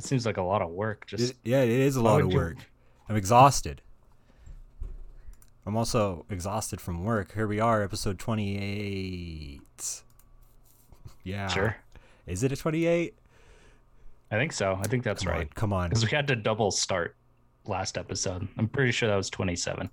seems like a lot of work. Just It- yeah, it is a lot would of you- work. I'm exhausted. I'm also exhausted from work. Here we are, episode 28. Yeah. sure. Is it a 28? I think so. I think that's Come on, right. Come on. Because we had to double start last episode. I'm pretty sure that was 27.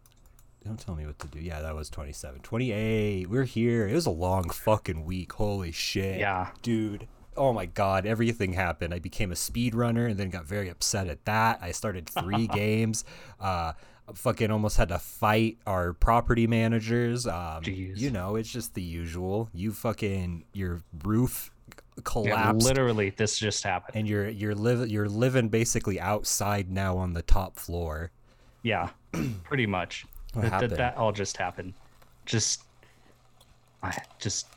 Don't tell me what to do. Yeah, that was 27. 28. We're here. It was a long fucking week. Holy shit. Yeah. Dude. Oh my god, everything happened. I became a speed runner and then got very upset at that. I started 3 games. Uh fucking almost had to fight our property managers. Um Jeez. you know, it's just the usual. You fucking your roof Yeah, collapsed literally, this just happened. and you're you're live you're living basically outside now on the top floor. Yeah, pretty much. What that, that, happened? that all just happened. Just, I just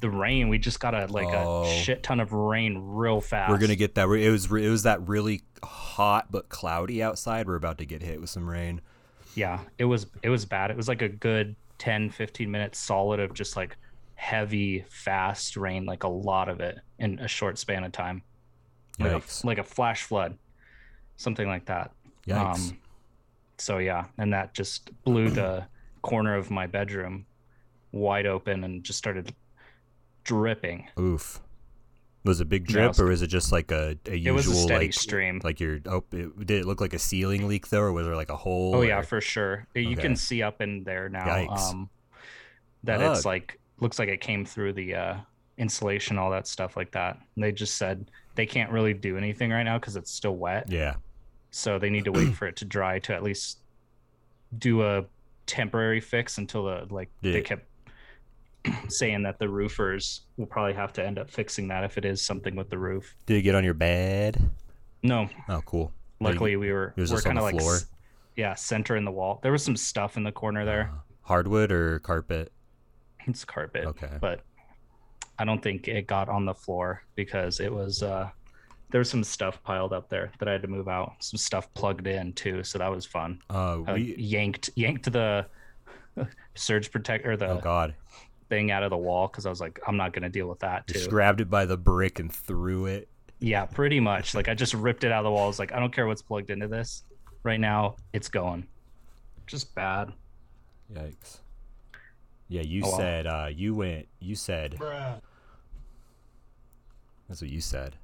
the rain. We just got a like Oh. a shit ton of rain real fast. We're gonna get that. It was it was that really hot but cloudy outside. We're about to get hit with some rain. yeah it was it was bad it was like a good 10 15 minutes solid of just like heavy fast rain like a lot of it in a short span of time like a, Yikes! like a flash flood something like that um, Yikes! so yeah and that just blew the corner of my bedroom wide open and just started dripping Oof! Was it big Yeah, drip it's- or was it just like a, a it usual was a steady like stream like your oh it, did it look like a ceiling leak though or was there like a hole? Oh yeah, or- for sure. You Okay. can see up in there now Yikes. um, that Ugh. it's like looks like it came through the uh, insulation, all that stuff like that. And they just said they can't really do anything right now because it's still wet, yeah. so they need to wait for it to dry to at least do a temporary fix until the like Yeah. they kept saying that the roofers will probably have to end up fixing that if it is something with the roof. Did it get on your bed? No, Oh cool. Like, luckily we were it was we're just on kind the of like floor? s- yeah, center in the wall. There was some stuff in the corner there. Uh, hardwood or carpet? it's carpet Okay. but i don't think it got on the floor because it was uh there was some stuff piled up there that i had to move out some stuff plugged in too so that was fun I Uh, like, we. yanked yanked the surge protector or the Oh god! thing out of the wall because i was like i'm not gonna deal with that too Just grabbed it by the brick and threw it. yeah pretty much like i just ripped it out of the wall I was like i don't care what's plugged into this right now it's going just bad Yikes. Yeah, you Oh, wow. said uh you went you said That's what you said.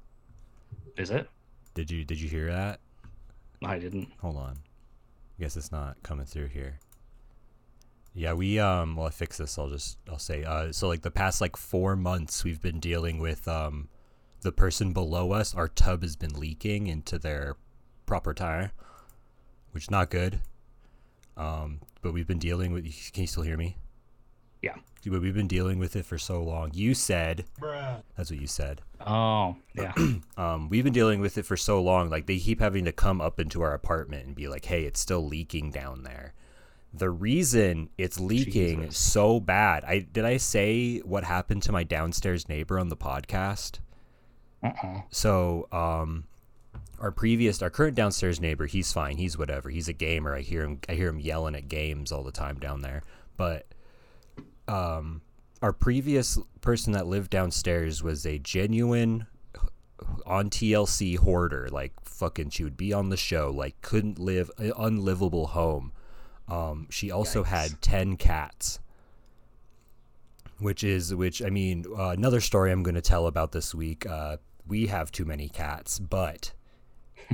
is it Did you did you hear that? i didn't Hold on. I guess it's not coming through here. Yeah, we um well I fix this, I'll just I'll say uh so like the past like four months we've been dealing with um the person below us, our tub has been leaking into their proper tire. Which is not good. Um, but we've been dealing with can you still hear me? Yeah. But we've been dealing with it for so long. You said that's what you said. oh yeah um, we've been dealing with it for so long. Like they keep having to come up into our apartment and be like, "Hey, it's still leaking down there." The reason it's leaking Jesus. so bad, I did I say what happened to my downstairs neighbor on the podcast? uh-uh. So, um, our previous, our current downstairs neighbor, he's fine. He's whatever. He's a gamer. I hear him. I hear him yelling at games all the time down there. But, um, our previous person that lived downstairs was a genuine on TLC hoarder. Like fucking, she would be on the show. Like couldn't live an unlivable home. Um, she also Yikes. had ten cats which is which i mean uh, another story i'm going to tell about this week uh, we have too many cats but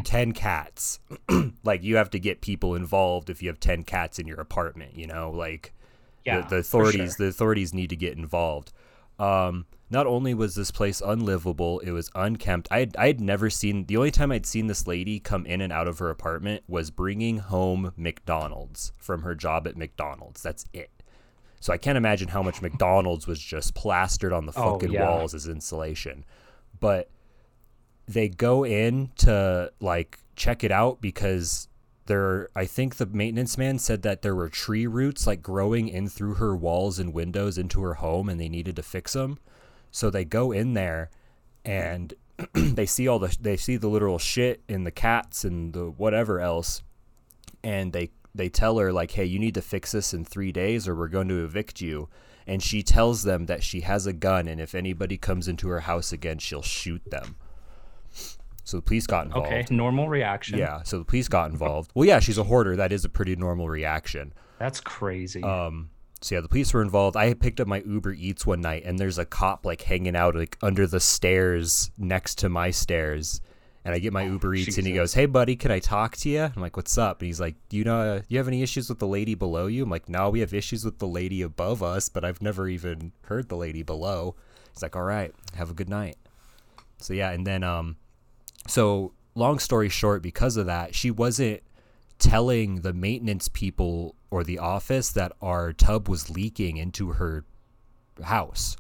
10 cats like you have to get people involved if you have 10 cats in your apartment you know like yeah the, the for authorities sure. the authorities need to get involved um not only was this place unlivable it was unkempt i had, I had never seen the only time i'd seen this lady come in and out of her apartment was bringing home mcdonald's from her job at mcdonald's that's it so i can't imagine how much mcdonald's was just plastered on the Oh, fucking yeah. walls as insulation but they go in to like check it out because there I think the maintenance man said that there were tree roots like growing in through her walls and windows into her home and they needed to fix them. So they go in there and they see all the they see the literal shit and the cats and the whatever else and they they tell her like hey you need to fix this in 3 days or we're going to evict you and she tells them that she has a gun and if anybody comes into her house again she'll shoot them So the police got involved. Okay, normal reaction. Yeah, so the police got involved. Well, yeah, she's a hoarder. That is a pretty normal reaction. That's crazy. Um, so yeah, the police were involved. I had picked up my Uber Eats one night, and there's a cop like hanging out like under the stairs next to my stairs. And I get my Uber Eats, and he goes, "Hey, buddy, can I talk to you?" I'm like, "What's up?" And he's like, "Do you know, do you have any issues with the lady below you?" I'm like, "No, we have issues with the lady above us, but I've never even heard the lady below." He's like, "All right, have a good night." So yeah, and then um, so long story short, because of that, she wasn't telling the maintenance people or the office that our tub was leaking into her house.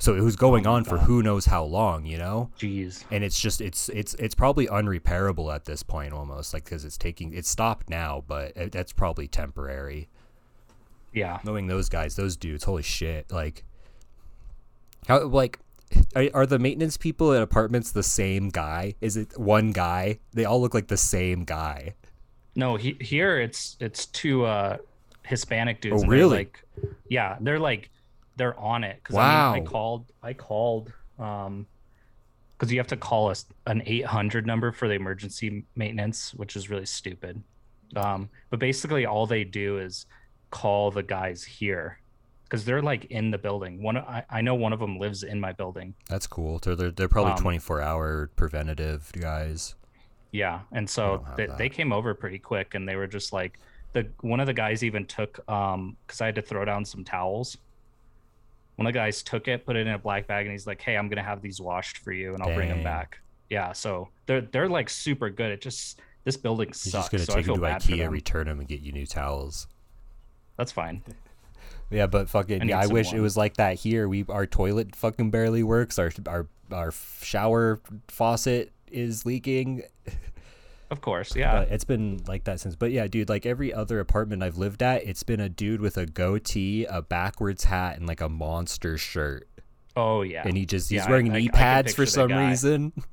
So it was going on for who knows how long, you know? Jeez. And it's just it's it's it's probably unrepairable at this point almost, like cuz it's taking it's stopped now, but it, that's probably temporary. Yeah. Knowing those guys, those dudes, holy shit, like how like are, are the maintenance people at apartments the same guy? Is it one guy? They all look like the same guy. No, he, here it's it's two uh Hispanic dudes. Oh, and they're really? Like, yeah, they're like they're on it. 'Cause, I, mean, Wow. I called. I called. Um, because you have to call us an 800 number for the emergency maintenance, which is really stupid. Um, but basically all they do is call the guys here because they're like in the building. One, I, I know one of them lives in my building. That's cool. They're they're, they're probably Um, 24 hour preventative guys. Yeah, and I so don't have they, that. they came over pretty quick, and they were just like the one of the guys even took um because I had to throw down some towels. One of the guys took it, put it in a black bag, and he's like, "Hey, I'm gonna have these washed for you, and I'll bring them Dang. back." Yeah, so they're they're like super good. It just this building He's sucks, just gonna so I take feel them to bad for IKEA, them. return them, and get you new towels. That's fine. Yeah, but fucking, I need yeah, I some wish it warmth. was like that here. We our toilet fucking barely works. Our our our shower faucet is leaking. Of course, yeah. But it's been like that since. But yeah, dude, like every other apartment I've lived at, it's been a dude with a goatee, a backwards hat, and like a monster shirt. oh yeah. and he just he's Yeah, I- wearing I- I knee can pads picture for that some guy. reason.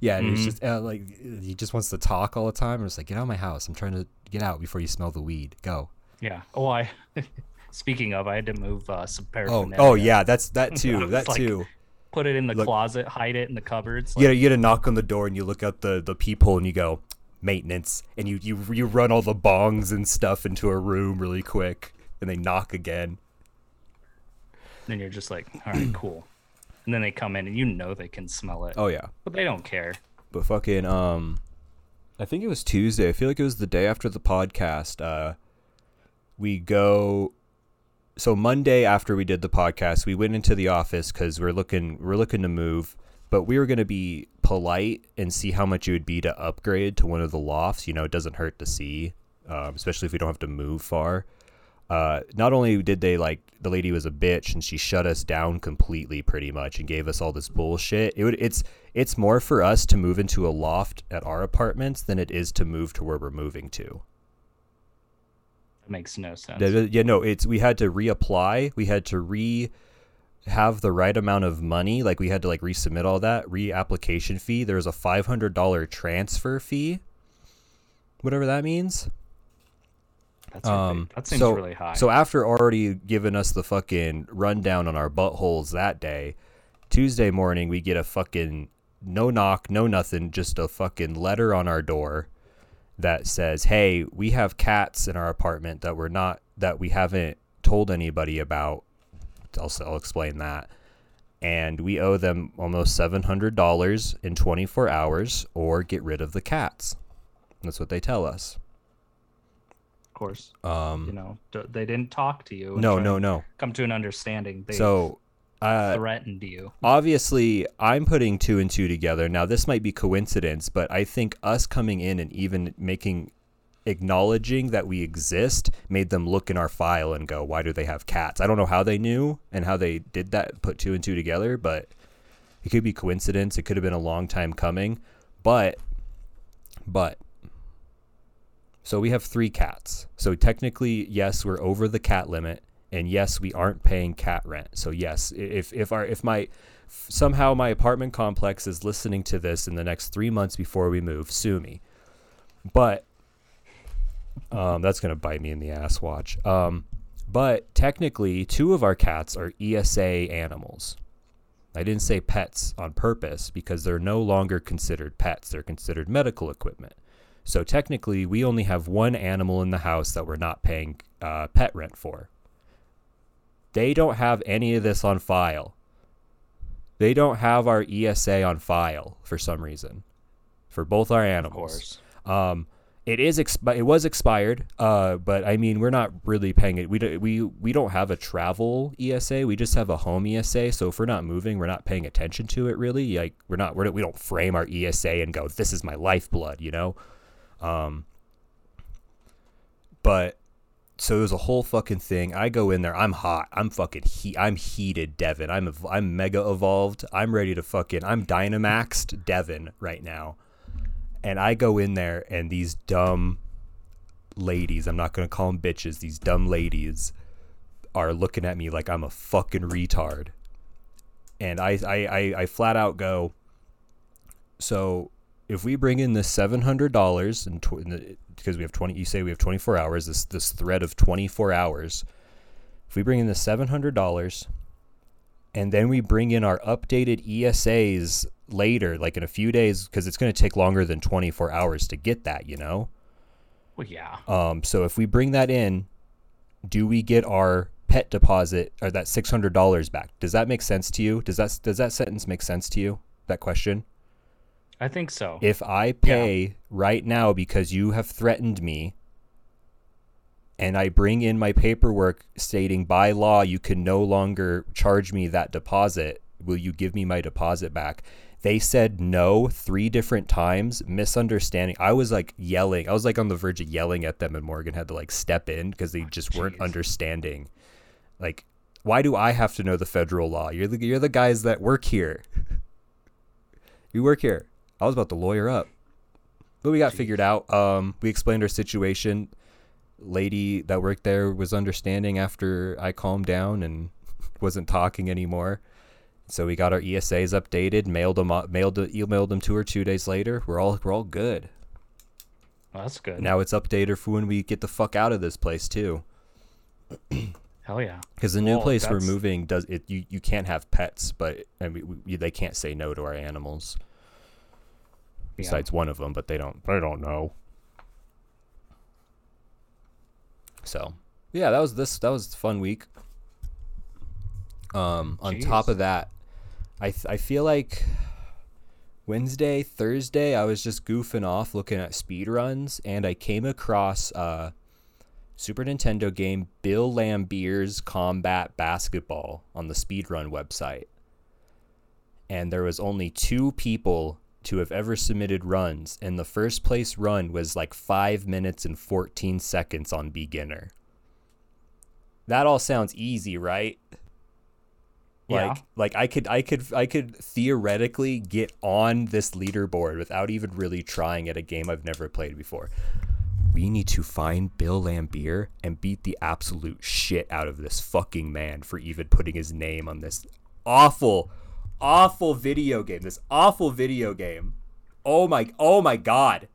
yeah, and he's Mhm. just uh, like he just wants to talk all the time. I'm just like, get out of my house. I'm trying to get out before you smell the weed. Go. yeah. Oh, I. speaking of, I had to move uh, some Oh, paraphernalia. oh yeah, that's that too. was That like, too. Put it in the Look- closet, hide it in the cupboards. You know, you get a knock on the door and you look out the the peephole and you go maintenance, and you you you run all the bongs and stuff into a room really quick, and they knock again. then you're just like, all right, cool. And then they come in and you know they can smell it, Oh yeah, but they don't care. but fucking um i think it was tuesday i feel like it was the day after the podcast uh we go so monday after we did the podcast we went into the office because we're looking we're looking to move but we were going to be polite and see how much it would be to upgrade to one of the lofts you know it doesn't hurt to see um, especially if we don't have to move far uh, not only did they like the lady was a bitch and she shut us down completely pretty much and gave us all this bullshit it would it's it's more for us to move into a loft at our apartments than it is to move to where we're moving to That makes no sense. yeah, yeah, no, it's we had to reapply. We had to re have the right amount of money. Like we had to like resubmit all that reapplication fee. There was a five hundred dollar transfer fee, whatever that means. That's really- that seems Um, so, really high. So after already giving us the fucking rundown on our buttholes that day, Tuesday morning we get a fucking no knock, no nothing, just a fucking letter on our door that says, "Hey, we have cats in our apartment that we're not that we haven't told anybody about." I'll, s- I'll explain that. And we owe them almost $700 in 24 hours or get rid of the cats. That's what they tell us. of course, Um, you know, d- they didn't talk to you. and no, try no, to no. Come to an understanding. They So, uh, threatened you. obviously, I'm putting two and two together. Now, this might be coincidence, but I think us coming in and even making acknowledging that we exist made them look in our file and go, "Why do they have cats?" I don't know how they knew and how they did that, put two and two together, but it could be coincidence. It could have been a long time coming, but, but. So we have three cats. So technically, yes, we're over the cat limit, and yes, we aren't paying cat rent. So yes, i- if if our if my if somehow my apartment complex is listening to this in the next three months before we move, sue me. But um, that's gonna bite me in the ass. Watch. Um, but technically, two of our cats are ESA E animals. I didn't say pets on purpose because they're no longer considered pets. They're considered medical equipment. So technically, we only have one animal in the house that we're not paying uh, pet rent for. They don't have any of this on file. They don't have our ESA on file for some reason for both our Of animals. course. Um, it is expi- it was expired, uh, but I mean we're not really paying it. We do, we we don't have a travel ESA. We just have a home ESA. So if we're not moving, we're not paying attention to it really. Like we're not we're, we don't frame our ESA and go this is my lifeblood, you know. Um, but so it was a whole fucking thing. I go in there. I'm hot. I'm fucking heat. I'm heated, Devin. I'm ev- I'm mega evolved. I'm ready to fucking. I'm Dynamaxed, Devin, right now. And I go in there, and these dumb ladies. I'm not gonna call them bitches. These dumb ladies are looking at me like I'm a fucking retard. And I I I, I flat out go. So if we bring in this seven hundred dollars and tw- in the- because we have twenty, you say we have twenty four hours. This this thread of twenty four hours. If we bring in the seven hundred dollars, and then we bring in our updated ESAs later, like in a few days, because it's going to take longer than twenty four hours to get that, you know. Well, yeah. Um, so if we bring that in, do we get our pet deposit or that six hundred dollars back? Does that make sense to you? Does that does that sentence make sense to you? That question. I think so. If I pay right now because you have threatened me and I bring in my paperwork stating by law you can no longer charge me that deposit, will you give me my deposit back? They said no three different times, misunderstanding. I was like yelling. I was like on the verge of yelling at them, and Morgan had to like step in because they just weren't jeez. understanding. Like, why do I have to know the federal law? You're the you're the guys that work here. You work here. I was about to lawyer up. But we got figured out. Um, we explained our situation. Lady that worked there was understanding after I calmed down and wasn't talking anymore. So we got our ESAs updated, mailed them, mailed emailed them to her two days later. We're all we're all good. Well, that's good. Now it's updated for when we get the fuck out of this place too. Hell yeah. Because the new Well, place we're that's- moving does it. You, you can't have pets, but I mean we, they can't say no to our animals. Besides one of them, but they don't. They don't know. So yeah, that was this. That was a fun week. Um, on top Jeez. of that, I th- I feel like Wednesday, Thursday, I was just goofing off looking at speed runs, and I came across uh Super Nintendo game Bill Lambier's Combat Basketball on the speedrun website. And there was only two people to have ever submitted runs, and the first place run was like 5 minutes and 14 seconds on beginner. That all sounds easy, right? Yeah. Like like I could I could I could theoretically get on this leaderboard without even really trying at a game I've never played before we need to find Bill Lambier and beat the absolute shit out of this fucking man for even putting his name on this awful, awful video game. This awful video game. Oh my, oh my god.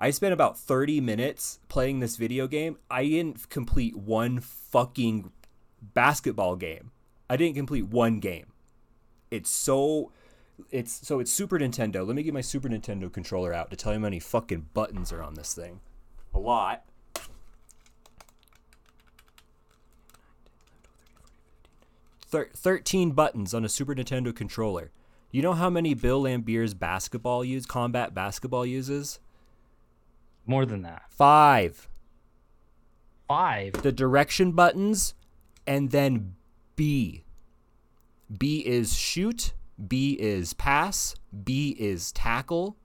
I spent about 30 minutes playing this video game. I didn't complete one fucking basketball game. I didn't complete one game. It's so it's so it's Super Nintendo. Let me get my Super Nintendo controller out to tell you how many fucking buttons are on this thing. A lot. Thir- 13 buttons on a Super Nintendo controller. You know how many Bill Lambier's basketball use combat basketball uses? More than that. Five. Five. The direction buttons and then B. B is shoot, B is pass, B is tackle,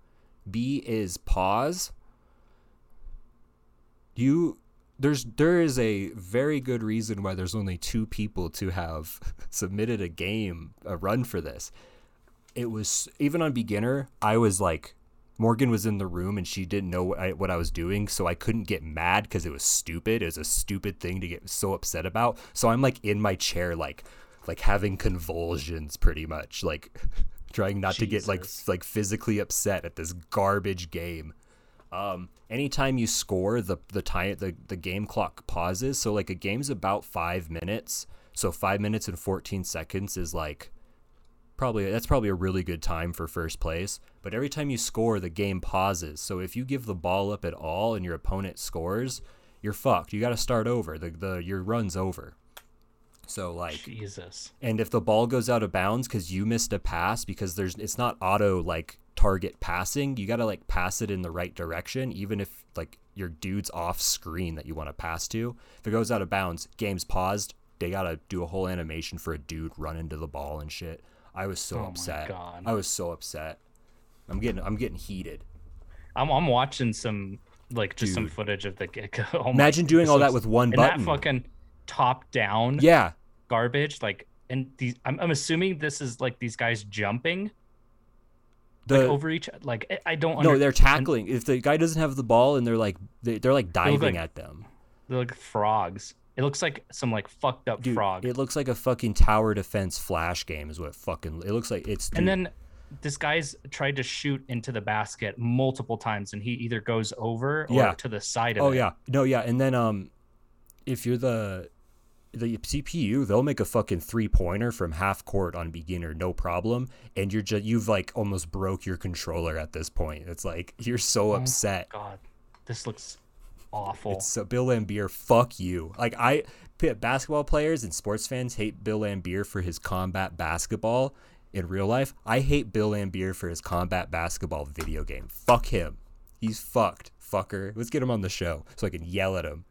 B is pause. You there's there is a very good reason why there's only two people to have submitted a game a run for this. It was even on beginner, I was like Morgan was in the room and she didn't know what I, what I was doing, so I couldn't get mad because it was stupid. It was a stupid thing to get so upset about. So I'm like in my chair, like like having convulsions, pretty much, like trying not to get like Jesus. like physically upset at this garbage game. Um, anytime you score, the the time the, the game clock pauses. So like a game's about five minutes. So five minutes and fourteen seconds is like probably that's probably a really good time for first place. But every time you score, the game pauses. So if you give the ball up at all and your opponent scores, you're fucked. You got to start over. The the your run's over. So like Jesus. and if the ball goes out of bounds because you missed a pass because there's it's not auto like target passing you gotta like pass it in the right direction even if like your dude's off screen that you want to pass to if it goes out of bounds game's paused they gotta do a whole animation for a dude run into the ball and shit i was so Oh my upset God. Oh i was so upset i'm getting i'm getting heated I'm I'm watching some like just some footage of the get go. Oh my- imagine doing this all that looks- with one and button that fucking top down yeah garbage like and these I'm, I'm assuming this is like these guys jumping the over each like I- I don't Uh, no under, they're tackling if the guy doesn't have the ball and they're like they- they're like like- diving at them they're like frogs. It looks like some like fucked up Dude, frog. It looks like a fucking tower defense flash game is what it fucking it looks like it's and dude, then this guy's tried to shoot into the basket multiple times and he either goes over or Yeah. to the side of Oh it. yeah. No, yeah. And then um if you're the the CPU, they'll make a fucking three pointer from half court on beginner, no problem. And you're just you've like almost broke your controller at this point. It's like you're so Mm. upset. God, this looks awful. It's so Bill Lambier, fuck you. Like I p- basketball players and sports fans hate Bill Lambier for his combat basketball in real life. I hate Bill Lambier for his combat basketball video game. Fuck him. He's fucked, fucker. Let's get him on the show so I can yell at him.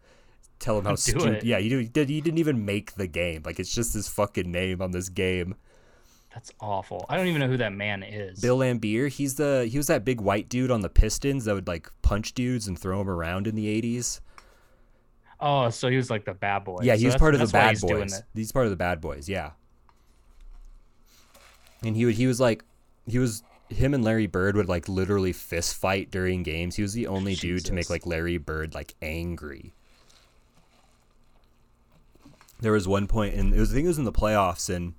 Tell him how stupid. it. Yeah, you did. He didn't even make the game. Like it's just his fucking name on this game. That's awful. I don't even know who that man is. Bill Lambier. He's the he was that big white dude on the Pistons that would like punch dudes and throw them around in the eighties. Oh, so he was like the bad boy. Yeah, so he was that's- part of the that's why bad he's doing boys. it. He's part of the bad boys. Yeah. And he would he was like he was him and Larry Bird would like literally fist fight during games. He was the only dude to make Jesus. like Larry Bird like angry. There was one point and it was I think it was in the playoffs and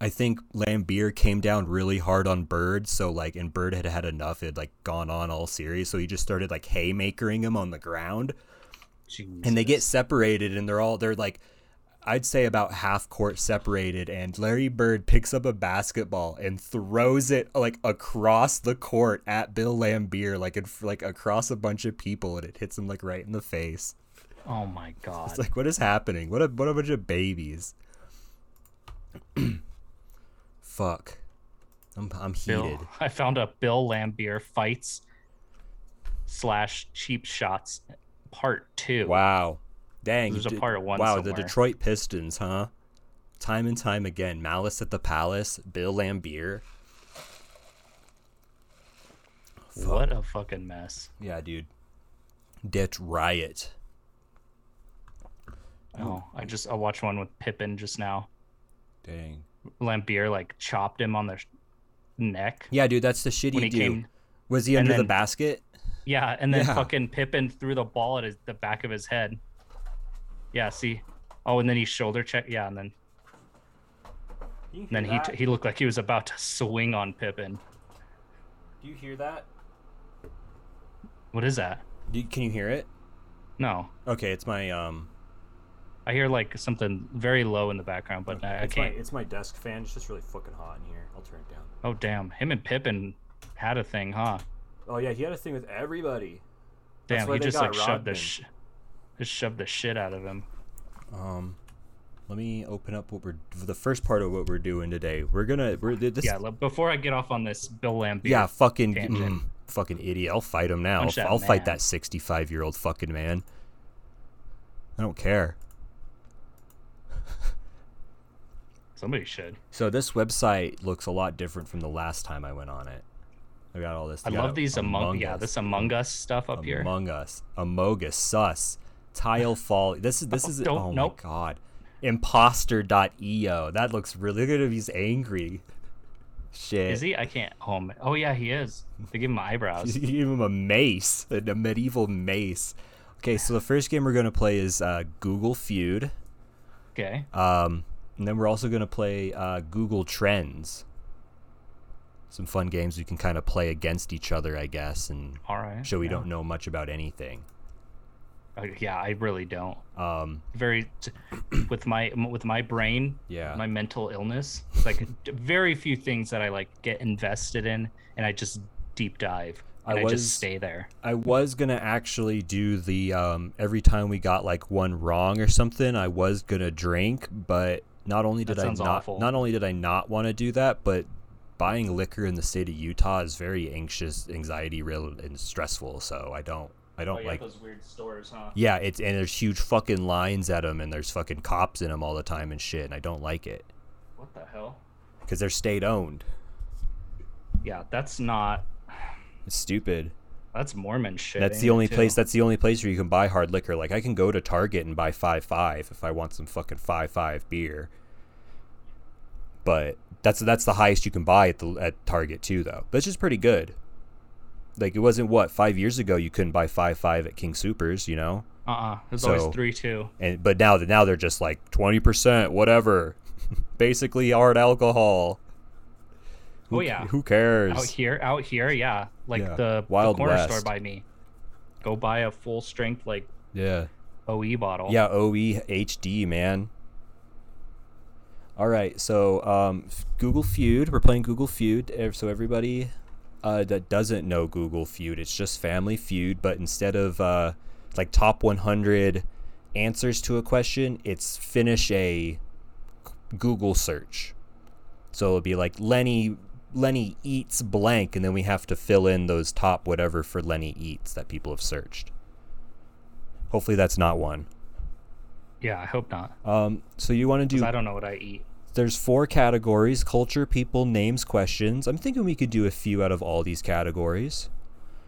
I think Lambier came down really hard on Bird, so like, and Bird had had enough. It had like gone on all series, so he just started like haymakering him on the ground, Jeez. and they get separated and they're all they're like I'd say about half court separated and Larry Bird picks up a basketball and throws it like across the court at Bill Lambier like in, like across a bunch of people and it hits him like right in the face. Oh my god. It's like what is happening? What a what a bunch of babies. Fuck. I'm I'm heated. Bill, I found a Bill Lambier fights slash cheap shots part two. Wow. Dang. There's you a part one Wow, the somewhere. Detroit Pistons, huh? Time and time again, Malice at the Palace, Bill Lambier. What a fucking mess. Yeah, dude. Det Riot. Oh, I just I watched one with Pippin just now. Dang. Lambier like chopped him on the sh- neck Yeah, dude, that's the shit when you he do. came. Was he and under the then- basket? Yeah, and then Yeah. fucking Pippin threw the ball at his, the back of his head. Yeah, see. Oh, and then he shoulder checked. Yeah, and then and then he t- he looked like he was about to swing on Pippin. Do you hear that? What is that? can you hear it? No, Okay, it's my um. I hear like something very low in the background, but I, I it's my- can't. it's my desk fan. It's just really fucking hot in here. I'll turn it down. Oh damn, him and Pippin had a thing, huh? Oh yeah, he had a thing with everybody. That's Damn, why he they just like got shoved the Rodman. sh- just shoved the shit out of him. Um, let me open up what we're the first part of what we're doing today. We're gonna we're this Yeah, look, before I get off on this Bill Lambier, Yeah, fucking tangent. mm, fucking idiot. I'll fight him now. Punch that I'll, I'll fight man. that 65 year old fucking man. I don't care. somebody should. So this website looks a lot different from the last time I went on it. I got all this. I they got love these among, yeah Us. this Among Us stuff up here. Among Us, Amogus, Sus, Tile Fall. This is this is Don't- oh nope. my god, Imposter.eo. That looks really good. If he's angry, shit. Is he? I can't. Oh, ma- oh yeah, he is. They give him eyebrows. You give him a mace, a, a medieval mace. Okay, so the first game we're gonna play is uh, Google Feud, Okay. um, and then we're also gonna play uh, Google Trends. Some fun games we can kind of play against each other, I guess, and All right. show we yeah. don't know much about anything. Uh, yeah, I really don't. Um, Very with my with my brain, Yeah. my mental illness, like very few things that I like get invested in, and I just deep dive. I And I, was- just stay there. I was gonna actually do the um, every time we got like one wrong or something, I was gonna drink, but not only That did I sounds not awful. not only did I not want to do that, but buying liquor in the state of Utah is very anxious, anxiety real and stressful. So I don't I don't like Oh, those weird stores, huh? yeah it's and there's huge fucking lines at them and there's fucking cops in them all the time and shit and I don't like it What the hell? because they're state owned. Yeah, that's not. It's stupid. That's Mormon shit. That's ain't the it, only too? place. That's the only place where you can buy hard liquor. Like I can go to Target and buy five five if I want some fucking five five beer. But that's that's the highest you can buy at the at Target too, though. That's just pretty good. Like it wasn't what five years ago you couldn't buy five five at King Supers, you know. Uh-uh. There's So- always three two. And but now that now they're just like twenty percent, whatever. Basically hard alcohol. Who Oh, c- yeah. Who cares? Out here, out here, yeah. Like Yeah. the, the Wild corner store West. by me. Go buy a full strength like Yeah. OE bottle. Yeah, OEHD, man. All right, so um, f- Google Feud. We're playing Google Feud. ev- So everybody uh, that doesn't know Google Feud, it's just Family Feud, but instead of uh, like top 100 answers to a question, it's finish a Google search. So it'll be like Lenny Lenny eats blank, and then we have to fill in those top whatever for Lenny eats that people have searched. Hopefully, that's not one. Yeah, I hope not. Um, so you want to do? I don't know what I eat. There's four categories: culture, people, names, questions. I'm thinking we could do a few out of all these categories.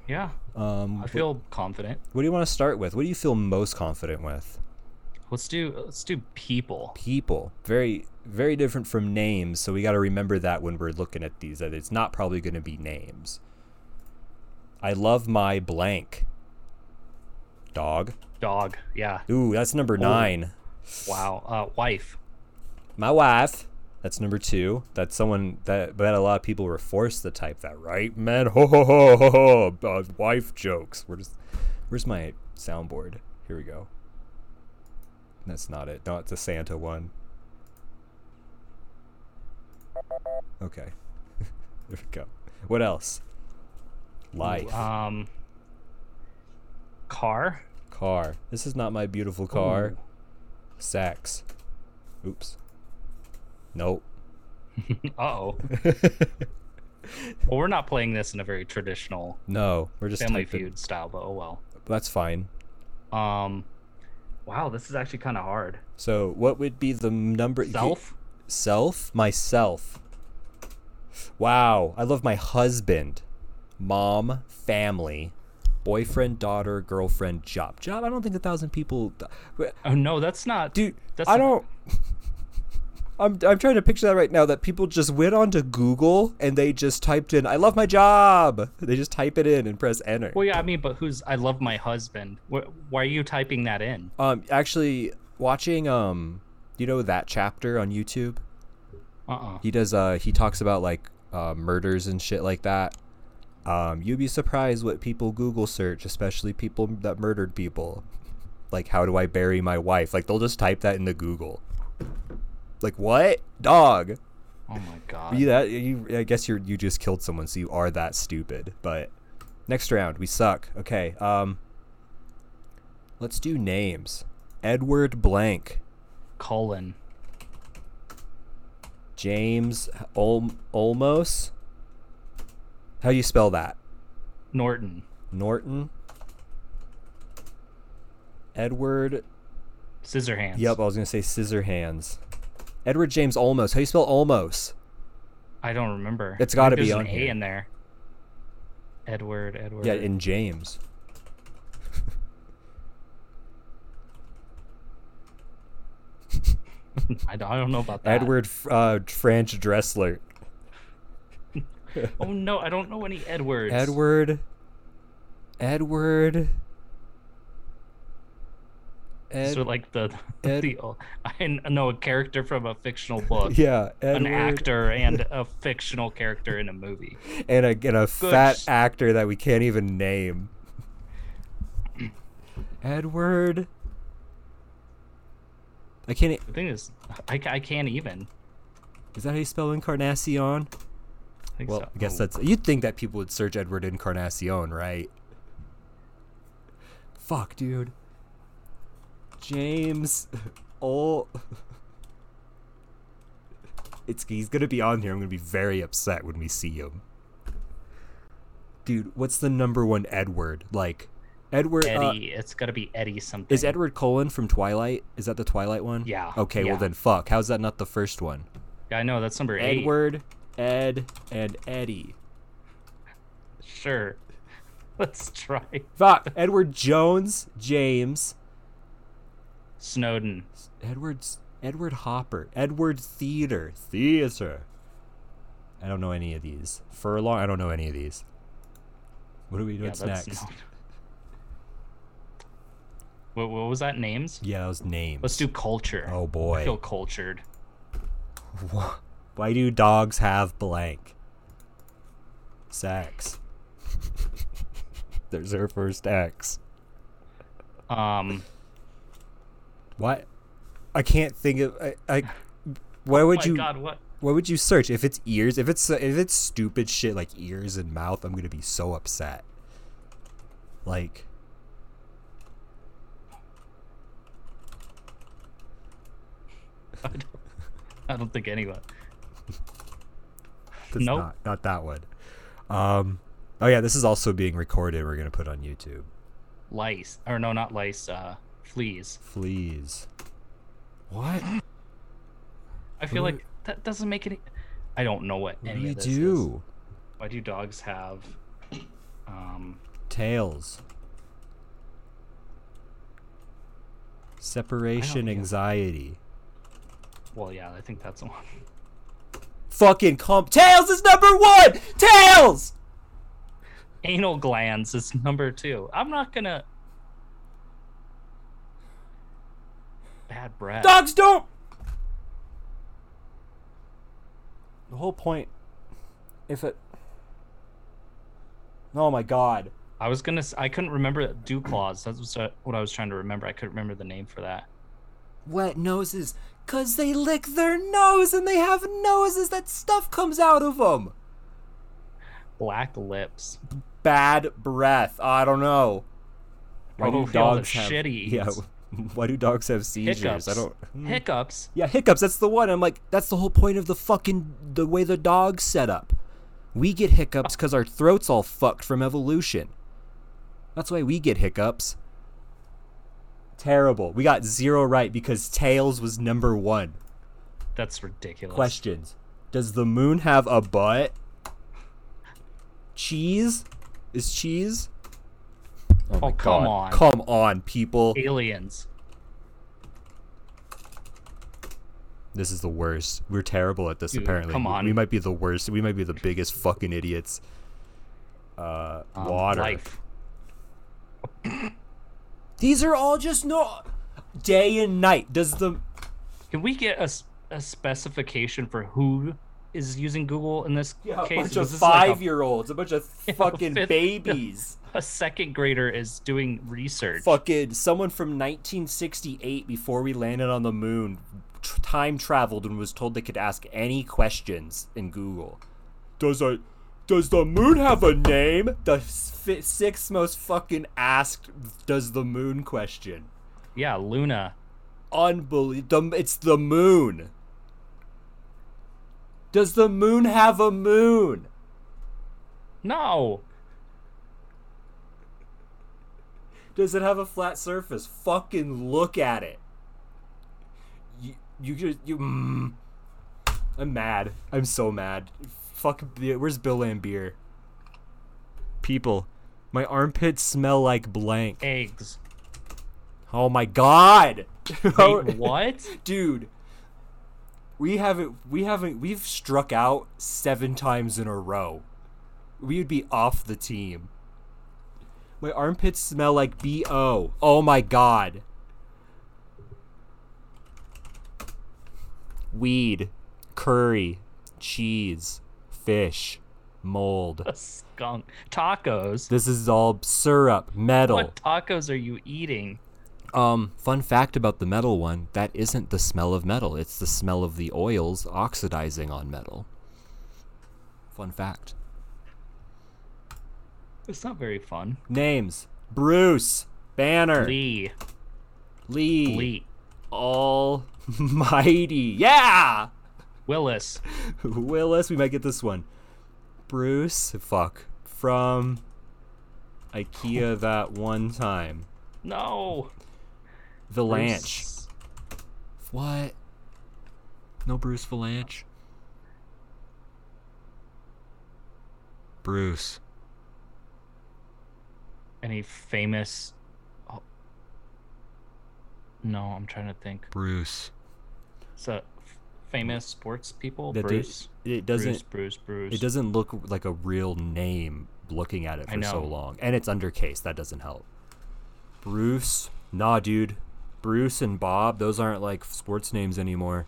Yeah, Um, I feel confident. what do you want to start with? What do you feel most confident with? Let's do let's do people. People, very, very different from names. So we got to remember that when we're looking at these, that it's not probably going to be names. I love my blank dog. Dog. Yeah. Ooh, that's number nine. Wow. Uh, wife. My wife. That's number two. That's someone that that a lot of people were forced to type that, right, man? Ho ho ho ho ho. Uh, wife jokes. Where's where's my soundboard? Here we go. That's not it. No, it's a Santa one. Okay. there we go. What else? Life. Um. Car. Car. This is not my beautiful car. Sex. Oops. Nope. Uh oh. well, we're not playing this in a very traditional No, we're just Family typing. Feud style, but oh well. That's fine. Um. Wow, this is actually kind of hard. So, what would be the number? you- Self. self, myself. Wow, I love my husband, mom, family, boyfriend, daughter, girlfriend, job. Job. I don't think a thousand people, Oh no, that's not. dude. That's I not- don't. I'm, I'm trying to picture that right now that people just went onto Google and they just typed in, I love my job. They just type it in and press enter. Well, yeah, I mean, but who's I love my husband? Wh- Why are you typing that in? Um, actually, watching, um, you know, that chapter on YouTube? Uh uh he does uh he talks about like uh, murders and shit like that um you'd be surprised what people google search especially people that murdered people like how do i bury my wife like they'll just type that into google like what dog Oh my god. you that you i guess you're you just killed someone so you are that stupid but next round we suck okay um let's do names edward blank Colin. James Ol- Olmos. How do you spell that? Norton. Norton. Edward. Scissorhands. Yep, I was gonna say scissor hands. Edward James Olmos. How do you spell Olmos? I don't remember. I think It's gotta be there's on an here. A in there. Edward. Edward. Yeah, in James. I, don't, I don't know about that. Edward F- uh, French Dressler. Oh no, I don't know any Edwards. Edward. Edward. Ed- So like the, Ed- the oh, I know a character from a fictional book. yeah, Edward. An actor and a fictional character in a movie. and a, and a fat s- actor that we can't even name. Edward. I can't. e, The thing is, I, I can't even. Is that how you spell Encarnacion? I think Well, so. oh, I guess that's. You'd think that people would search Edward Encarnacion, right? Fuck, dude. James. Oh. It's, he's gonna be on here. I'm gonna be very upset when we see him. Dude, what's the number one Edward? Like, Edward. uh, Eddie. it's got to be Eddie something. is Edward Cullen from Twilight? Is that the Twilight one? Yeah, Okay, yeah. well then fuck. How's that not the first one? I know that's number eight. Edward, Ed, and Eddie. Sure. Let's try Fuck. Edward Jones, James, Snowden. Edwards, Edward Hopper, Edward Theater, Theater. I don't know any of these. Furlong. I don't know any of these. What are we doing next? not- What, what was that? Names? Yeah, those names. Let's do culture. Oh I feel boy. cultured. Wha- Why do dogs have blank? Sex. There's her first X. Um, What? I can't think of. I. I why would Oh my you? God, what? Why would you search if it's ears? If it's if it's stupid shit like ears and mouth, I'm gonna be so upset. Like. I don't think anyone. That's Nope. not, not that one. Um, oh yeah, this is also being recorded. We're gonna put on YouTube. Lice. Or no, not lice. Uh, fleas. Fleas. What? I feel What do like that doesn't make any. I don't know what What do any we of this is. do? Why do dogs have? Um, Tails. Separation know. anxiety. well, yeah, I think that's the one. Fucking comp. Tails is number one. Tails. Anal glands is number two. I'm not gonna. Bad breath. Dogs don't. The whole point, if it. Oh my god. I was gonna. s- I couldn't remember dew claws. That's was, uh, what I was trying to remember. I couldn't remember the name for that. Wet noses, cause they lick their nose and they have noses that stuff comes out of them. Black lips. Bad breath. I don't know. Why Oh, do feel the dogs have shit he yeah? eats. Why do dogs have seizures? Hiccups. I don't. hmm. Hiccups. Yeah, hiccups. That's the one. I'm like, that's the whole point of the fucking the way the dog's set up. We get hiccups because our throats all fucked from evolution. That's why we get hiccups. Terrible. We got zero right because tails was number one. That's ridiculous. Questions: Does the moon have a butt? Cheese? Is cheese? Oh, my come God. on. Come on, people. Aliens. This is the worst. We're terrible at this. Dude, apparently, come We- on. We, might be the worst. We might be the biggest fucking idiots. Uh, Um, water. Life. These are all just no. Day and night. Does the Can we get a, s- a specification for who is using Google in this yeah, a case? bunch of Because this is like a- five-year-olds, a bunch of fucking fifth- babies. a second grader is doing research. fucking someone from 1968 before we landed on the moon tr- time traveled and was told they could ask any questions in Google. Does a does the moon have a name? The f- sixth most fucking asked does the moon question. Yeah, Luna. Unbelievable. It's the moon. Does the moon have a moon? No. Does it have a flat surface? Fucking look at it. You, you just, you. Mm. I'm mad. I'm so mad. Fuck. Bi- Where's Bill Lambier? People, my armpits smell like blank. Eggs. Oh my god. Wait, what? Dude, we haven't. We haven't. We've struck out seven times in a row. We would be off the team. My armpits smell like bo. Oh my god. Weed, curry, cheese, fish, mold. A skunk. Tacos. This is all syrup, metal. What tacos are you eating? Um, fun fact about the metal one, that isn't the smell of metal. It's the smell of the oils oxidizing on metal. Fun fact. It's not very fun. Names. Bruce. Banner. Lee. Lee. Lee. Almighty. Yeah! Willis. Willis, we might get this one. Bruce, fuck, from IKEA that one time. No. Valanche. Bruce. What? No Bruce Valanche. Bruce. Any famous. Oh. No, I'm trying to think. Bruce. So, f- famous sports people? That Bruce. It, it doesn't. Bruce, Bruce, Bruce. It doesn't look like a real name looking at it I for so know. long. And it's undercase. That doesn't help. Bruce. Nah, dude. Bruce and Bob, those aren't like sports names anymore.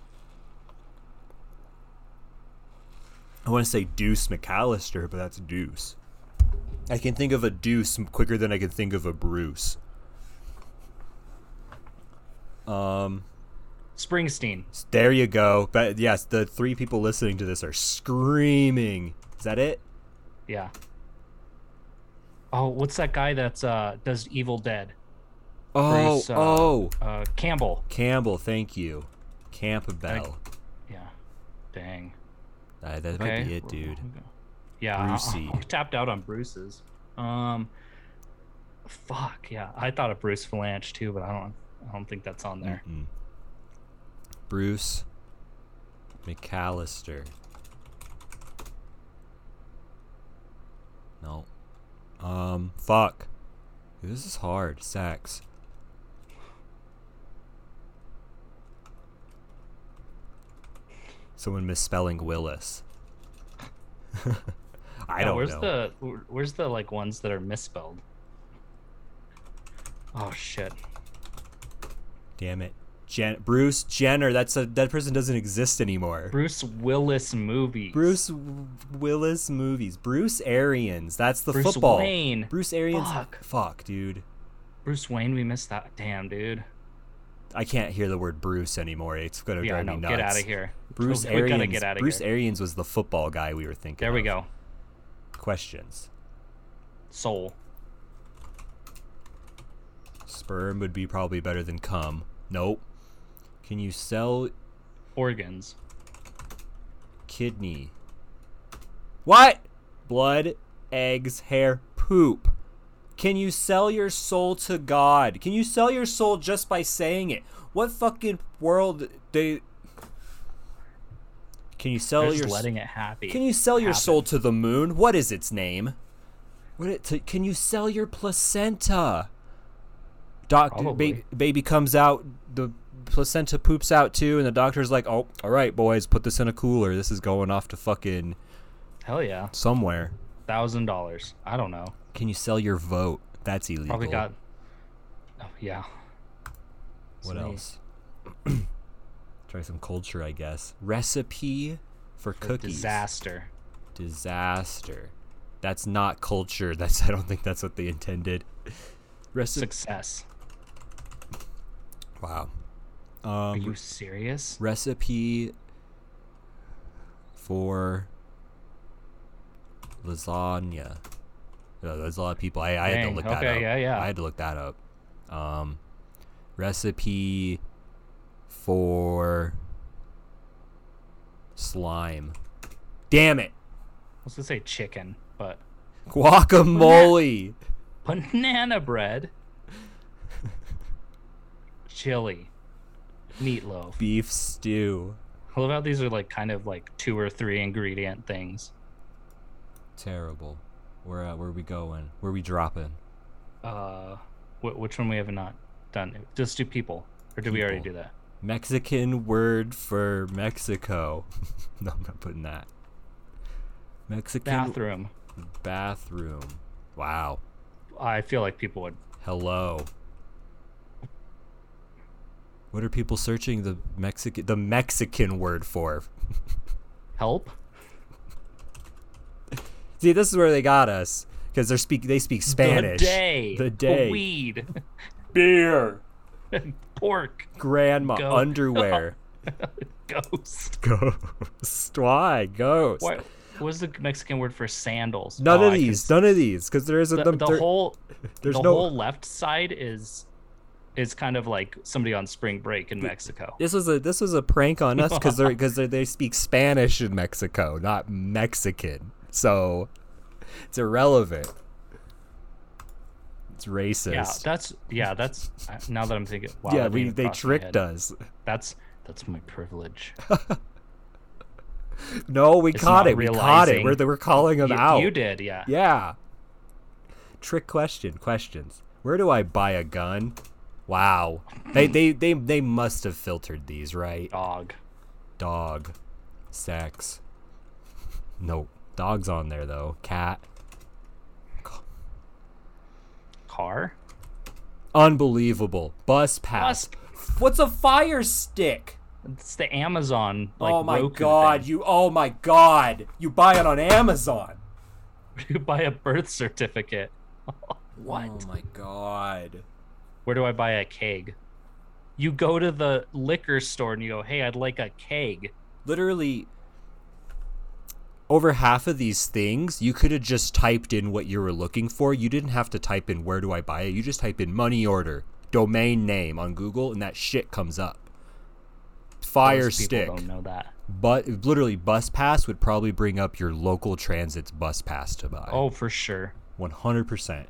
I want to say Deuce McAllister, but that's Deuce. I can think of a Deuce m- quicker than I can think of a Bruce. Um, Springsteen. s- there you go. But yes, the three people listening to this are screaming. Is that it? Yeah. Oh, what's that guy that's uh does Evil Dead? Oh, Bruce, uh, oh, Uh Campbell. Campbell, thank you, Campbell. Yeah. Dang. Uh, that Okay. might be it, dude. Yeah. I- Brucey. I'm tapped out on Bruce's. Um fuck, yeah. I thought of Bruce Valanche too, but I don't I don't think that's on there. Mm. Bruce McAllister. No. Um, fuck. This is hard. Sex. Someone misspelling Willis. I Yeah, don't where's know. the where- where's the like ones that are misspelled? Oh shit. Damn it. Jen- Bruce Jenner. That's a that person doesn't exist anymore. Bruce Willis movies. Bruce W- Willis movies. Bruce Arians. That's the Bruce football. Wayne. Bruce Arians. Fuck. Fuck, dude. Bruce Wayne, we missed that. Damn, dude. I can't hear the word Bruce anymore. It's gonna Yeah, drive no, me nuts. get out of here. Bruce we Arians. gotta get out of Bruce here. Arians was the football guy we were thinking. There we of. go. Questions. Soul. Sperm would be probably better than cum. Nope. Can you sell Organs. kidney? What? Blood, eggs, hair, poop. Can you sell your soul to God? Can you sell your soul just by saying it? What fucking world they Can you sell They're your just s- letting it happy. Can you sell your happen. soul to the moon? What is its name? What it to, can you sell your placenta? Doctor ba- Probably. baby comes out, the placenta poops out too, and the doctor's like, "Oh, all right, boys, put this in a cooler. This is going off to fucking Hell yeah. somewhere." Thousand dollars. I don't know. Can you sell your vote? That's illegal. Probably got. Oh, yeah. Some- What else? Try some culture, I guess. Recipe for cookies. Disaster. Disaster. That's not culture. That's I don't think that's what they intended. Recipe. Success. Wow. Are Um, you serious? recipe for lasagna. Uh, there's a lot of people. I, I had to Dang, look that okay, up. yeah, yeah. I had to look that up. Um, recipe for slime. Damn it! I was gonna say chicken, but Guacamole. banana bread. Chili. Meatloaf. Beef stew. I love how these are like kind of like two or three ingredient things. Terrible. Where uh, where we going? Where we dropping? Uh, wh- which one we have not done? Just do people, or did we already People. do that? Mexican word for Mexico. no, I'm not putting that. Mexican Bathroom. bathroom. Wow. I feel like people would. Hello. What are people searching the Mexican the Mexican word for? Help? See, this is where they got us because they speak they speak Spanish. The day. The day. Weed. Beer. Pork. Grandma Go. underwear. Ghost. Ghost. Why ghost? What what was the Mexican word for sandals? None Oh, of I can these. s- None of these. Because there isn't The, them. the there- whole there's the no. whole left side is is kind of like somebody on spring break in Mexico. this was a this was a prank on us because because they speak Spanish in Mexico, not Mexican. So it's irrelevant. It's racist. Yeah, that's yeah, that's I- now that I'm thinking. Wow, yeah, that we, didn't they cross my tricked head. us. That's that's my privilege. No, we It's caught not it. We caught it. realizing- We're, the- we're calling them you, out. you did, yeah. Yeah. Trick question. Questions. Where do I buy a gun? Wow. They they they, they must have filtered these, right? Dog. Dog. Sex. Nope. Dog's on there though. Cat. Car? Unbelievable. Bus pass. Bus- What's a fire stick? It's the Amazon like oh my Roku god, thing. you oh my god. You buy it on Amazon. you buy a birth certificate. what? Oh my god. Where do I buy a keg? You go to the liquor store and you go, "Hey, I'd like a keg." literally over half of these things you could have just typed in what you were looking for you didn't have to type in where do i buy it you just type in money order domain name on google and that shit comes up fire Most stick People don't know that. but literally bus pass would probably bring up your local transit's bus pass to buy Oh, for sure. 100%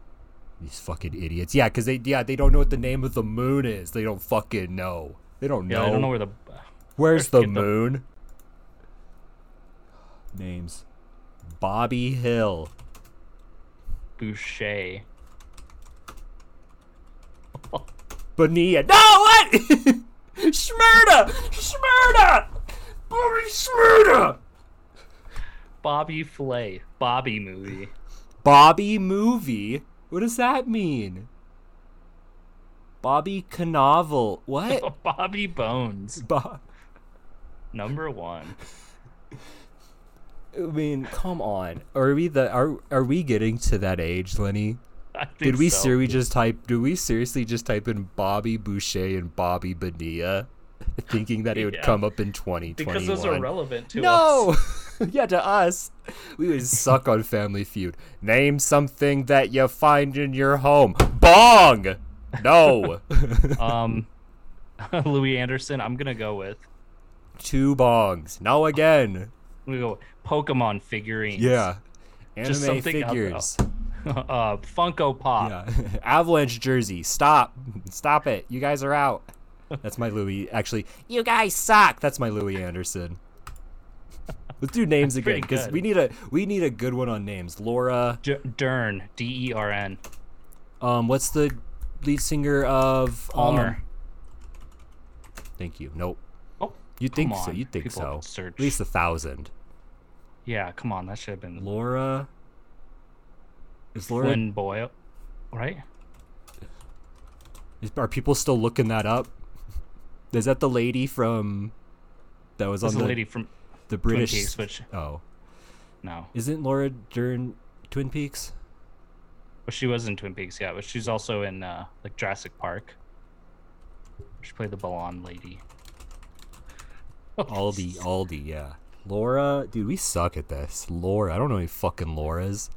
these fucking idiots yeah because they yeah they don't know what the name of the moon is they don't fucking know they don't know Yeah, I don't know where the Where's the Get the- moon? Names. Bobby Hill. Boucher. Bonilla. No, what? Schmurda! Schmurda! Bobby Schmurda! Bobby Flay. Bobby movie. Bobby movie? What does that mean? Bobby Canaveral. What? Bobby Bones. Bo- Number one. I mean, come on. Are we the are are we getting to that age, Lenny? I Did think we so. seriously just type? Did we seriously just type in Bobby Boucher and Bobby Bonilla, thinking that it would Yeah. come up in twenty Because twenty those are one? relevant to No, us. yeah, to us, we would suck on Family Feud. Name something that you find in your home. Bong. No, Um, Louis Anderson. I'm gonna go with. two bongs. No again. I'm gonna go with Pokemon figurines. Yeah, anime Just something up- figures. uh, Funko Pop. Yeah. Uh, Avalanche jersey. Stop. Stop it. You guys are out. That's my Louis. Actually, you guys suck. That's my Louis Anderson. Let's do names again pretty because good. we need a we need a good one on names. Laura. D- Dern. D E R N. Um, what's the lead singer of um, Palmer. thank you. Nope. oh, You come think so? on. You think People so? Search. At least a thousand. yeah, come on. That should have been Laura. Is Laura? Flynn Boyle, right? is- are people still looking that up? Is that the lady from? That was That's on a the lady from the Twin British. Peaks, which Oh, no, Isn't Laura Dern Twin Peaks? but she was in Twin Peaks. Yeah, but she's also in uh, like Jurassic Park. She played the blonde lady. Aldi, Aldi, yeah. Laura, dude, we suck at this. Laura, I don't know any fucking Laura's.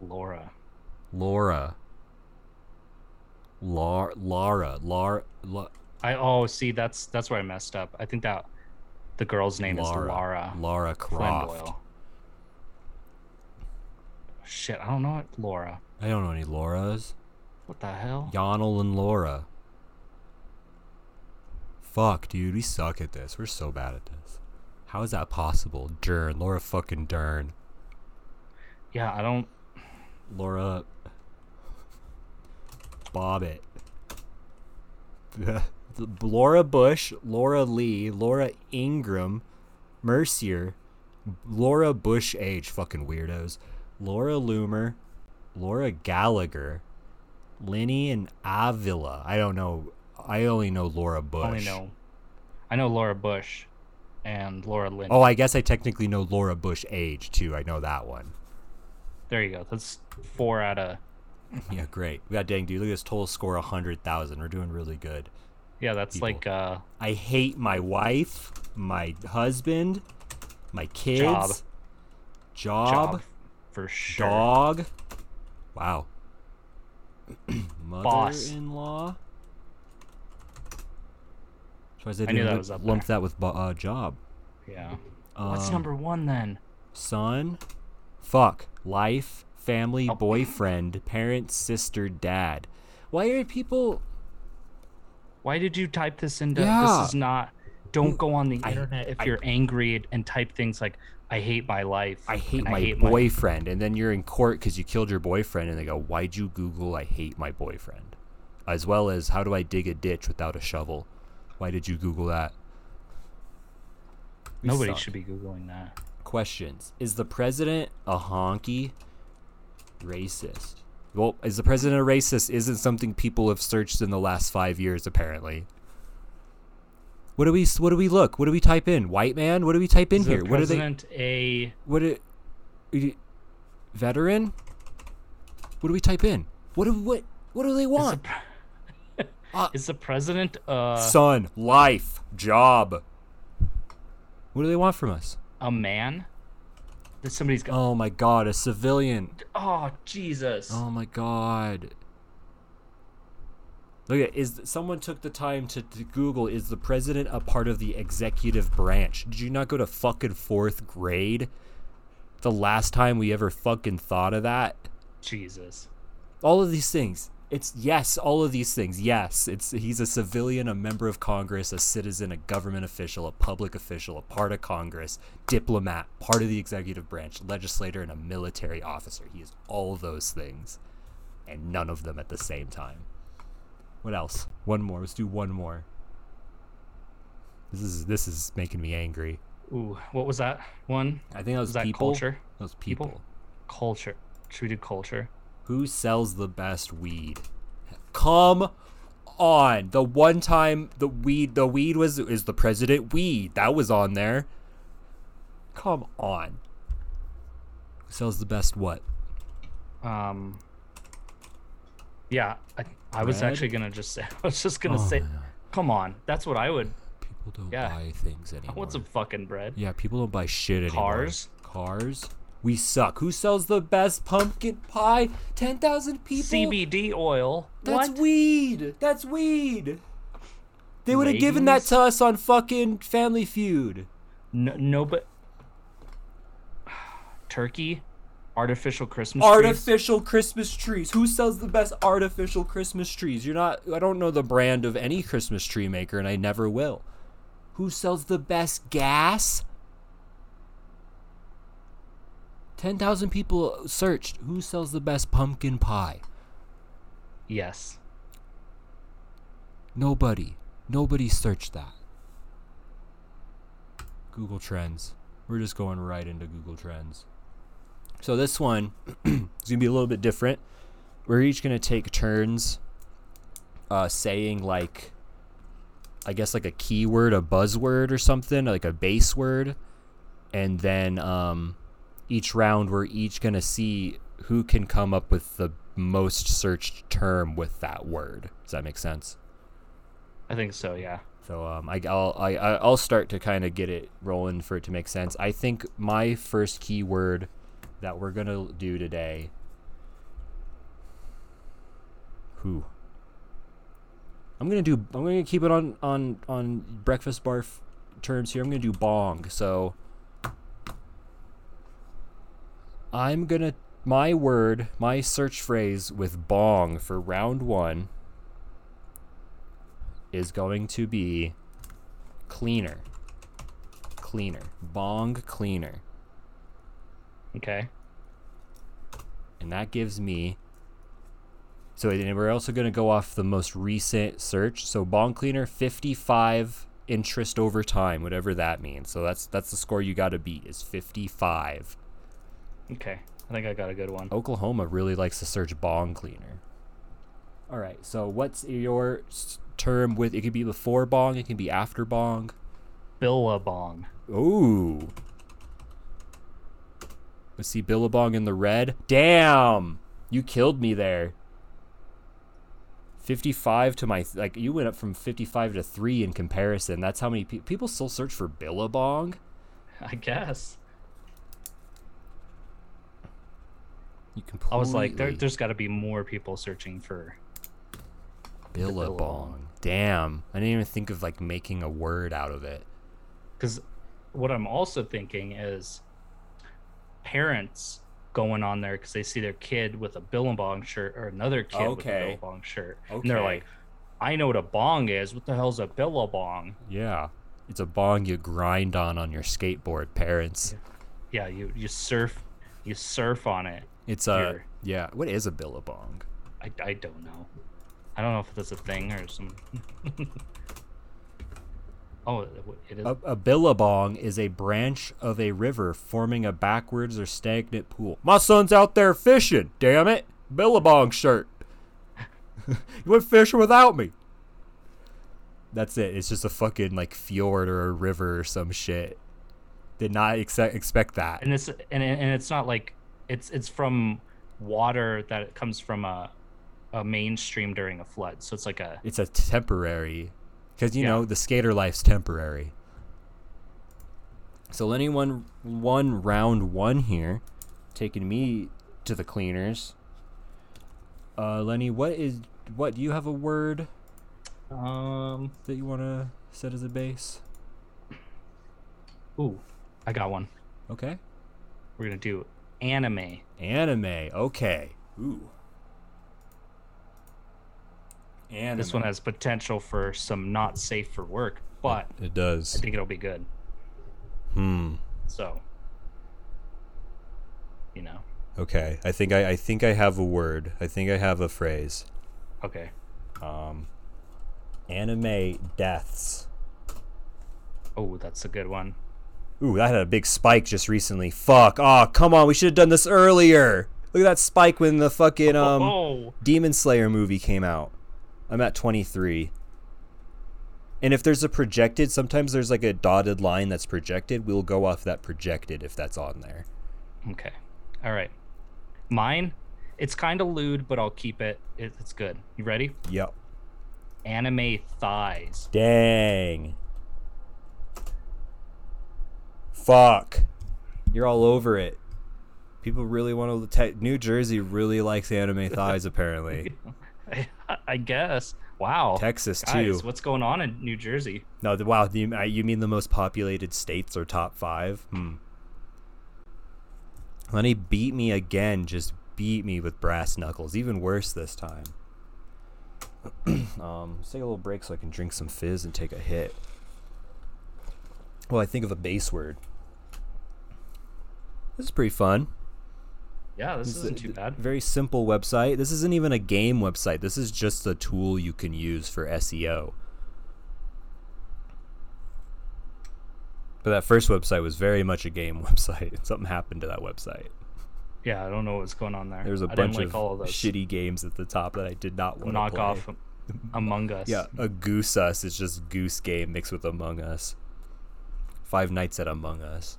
Laura. Laura. Lar, Lara, Lar, La, I oh see that's that's where I messed up. I think that the girl's name Lara, is Lara Lara Flynn Croft. Boyle. Shit, I don't know what Laura. I don't know any Laura's. What the hell? Yonel and Laura. Fuck, dude, we suck at this. We're so bad at this. How is that possible? Dern, Laura fucking Dern, Yeah, I don't. Laura, Bobbitt. Laura Bush, Laura Lee, Laura Ingram, Mercier, Laura Bush Age, fucking weirdos, Laura Loomer, Laura Gallagher, Lenny and Avila. I don't know. I only know Laura Bush. Only know. I know Laura Bush. and Laura Lynn. Oh, I guess I technically know Laura Bush age too. I know that one. There you go. That's four out of Yeah, great. God dang, dude, look at this total score, hundred thousand. We're doing really good. yeah. That's People. like uh, I hate my wife, my husband, my kids, Job. job, job for sure. dog. Wow. Boss. Mother-in-law. Surprised I I knew didn't that lump- was up lump that with bo- uh, job. Yeah. Um, What's number one then? son, fuck, life, family, Oh. boyfriend, parents, sister, dad. Why are people? Why did you type this into? Yeah. This is not. Don't go on the I- internet if I- you're angry and type things like "I hate my life." I hate and my boyfriend, and then you're in court because you killed your boyfriend, and they go, "Why'd you Google I hate my boyfriend?" As well as, "How do I dig a ditch without a shovel?" Why did you Google that? We Nobody suck. should be googling that. questions. Is the president a honky? Racist. Well, is the president a racist? Isn't something people have searched in the last five years, apparently. What do we? What do we look? What do we type in? White man. What do we type in Is here? the What are they? president a What? Are, veteran. What do we type in? What do what? What do they is the, want? pre- Uh, is the president uh, Son, life, job. What do they want from us? a man? That somebody's got. Oh my God, a civilian. Oh Jesus! Oh my god. Look at is someone took the time to, to Google is the president a part of the executive branch? Did you not go to fucking fourth grade? The last time we ever fucking thought of that. Jesus! All of these things. It's yes, all of these things. Yes, it's he's a civilian, a member of Congress, a citizen, a government official, a public official, a part of Congress, diplomat, part of the executive branch, legislator, and a military officer. He is all those things, and none of them at the same time. What else? One more. Let's do one more. This is this is making me angry. Ooh, what was that one? I think that was, Was that people. culture? Those People? people. Culture. Should we do culture? Who sells the best weed? Come on. The one time the weed the weed was is the president weed. That was on there. Come on. Who sells the best what? Um. Yeah, I, I was Red? actually gonna just say. I was just gonna Oh, say, yeah. come on, that's what I would. People don't Yeah. buy things anymore. What's a fucking bread? yeah, people don't buy shit anymore. Cars? Cars? We suck. Who sells the best pumpkin pie? 10,000 people? CBD oil. That's what? weed. That's weed. They would have given that Leggings? to us on fucking Family Feud. No, no, but turkey, artificial Christmas trees. Artificial Christmas trees. Who sells the best artificial Christmas trees? You're not. I don't know the brand of any Christmas tree maker, and I never will. Who sells the best gas? 10,000 people searched. Who sells the best pumpkin pie? Yes. Nobody. Nobody searched that. Google Trends. We're just going right into Google Trends. So this one is going to be a little bit different. We're each going to take turns uh, saying like I guess like a keyword, a buzzword or something, like a base word. And then um, each round we're each going to see who can come up with the most searched term with that word. Does that make sense? I think so. Yeah. So um, I, I'll I, I- I'll start to kind of get it rolling for it to make sense. I think my first keyword that we're gonna do today. Who? I'm gonna do. I'm gonna keep it on on on breakfast barf terms here. I'm gonna do bong. So I'm gonna my word my search phrase with bong for round one is going to be cleaner. Cleaner. Bong cleaner. Okay. And that gives me. So and we're also going to go off the most recent search. So bong cleaner 55 interest over time, whatever that means. So that's that's the score you got to beat is 55. Okay. I think I got a good one. Oklahoma really likes to search bong cleaner. All right. So what's your s- term with it could be before bong, it can be after bong. Billabong. Ooh. Let's see Billabong in the red. Damn. You killed me there. 55 to my like you went up from 55 to 3 in comparison. That's how many pe- people still search for Billabong. I guess. You completely I was like, there, there's got to be more people searching for. Billabong. Damn. I didn't even think of like making a word out of it. Because what I'm also thinking is parents going on there because they see their kid with a Billabong shirt or another kid with a Okay. Billabong shirt. And they're Okay. like, I know what a bong is. What the hell's a Billabong? Yeah. It's a bong you grind on on your skateboard, parents. Yeah, you, you surf. You surf on it. It's a Here. yeah. What is a billabong? I, I don't know. I don't know if that's a thing or some. oh, it it is. A, a billabong is a branch of a river forming a backwards or stagnant pool. My son's out there fishing. Damn it, billabong shirt. you went fishing without me. That's it. It's just a fucking like fjord or a river or some shit. Did not exe- expect that. and it's and and it's not like it's it's from water that it comes from a a mainstream during a flood. So it's like a It's a temporary, because you Yeah. know the skater life's temporary. So Lenny won one round one here, taking me to the cleaners. Uh, Lenny, what is what? Do you have a word um. that you want to set as a base? Ooh, I got one. Okay. We're gonna do anime. Anime. Okay. Ooh. Anime. This one has potential for some not safe for work, but it I does. think it'll be good. Hmm. So, you know, Okay. I think I, I think I have a word. I think I have a phrase. okay, Um, anime deaths. oh, that's a good one. Ooh, that had a big spike just recently. Fuck. Oh, come on. We should have done this earlier. Look at that spike when the fucking um oh, Demon Slayer movie came out. I'm at 23. And if there's a projected, sometimes there's like a dotted line that's projected. We'll go off that projected if that's on there. okay, all right. Mine, it's kind of lewd, but I'll keep it. it. It's good. You ready? Yep. Anime thighs. Dang. Fuck. You're all over it. People really want to. Te- New Jersey really likes anime thighs, apparently. I, I guess. Wow. Texas too. Guys, what's going on in New Jersey? no, the, wow. You, I- you mean the most populated states are top five? Hmm. Lenny beat me again. Just beat me with brass knuckles. Even worse this time. um, let's take a little break so I can drink some fizz and take a hit. Well, I think of a base word. This is pretty fun. Yeah, this It's isn't a- too bad. Very simple website. This isn't even a game website. This is just a tool you can use for E SEO. But that first website was very much a game website. Something happened to that website. Yeah, I don't know what's going on there. There's a I bunch didn't like of, all of those shitty games at the top that I did not want to play. knockoff Among Us. Yeah, a Goose Us is just Goose Game mixed with Among Us. Five Nights at Among Us.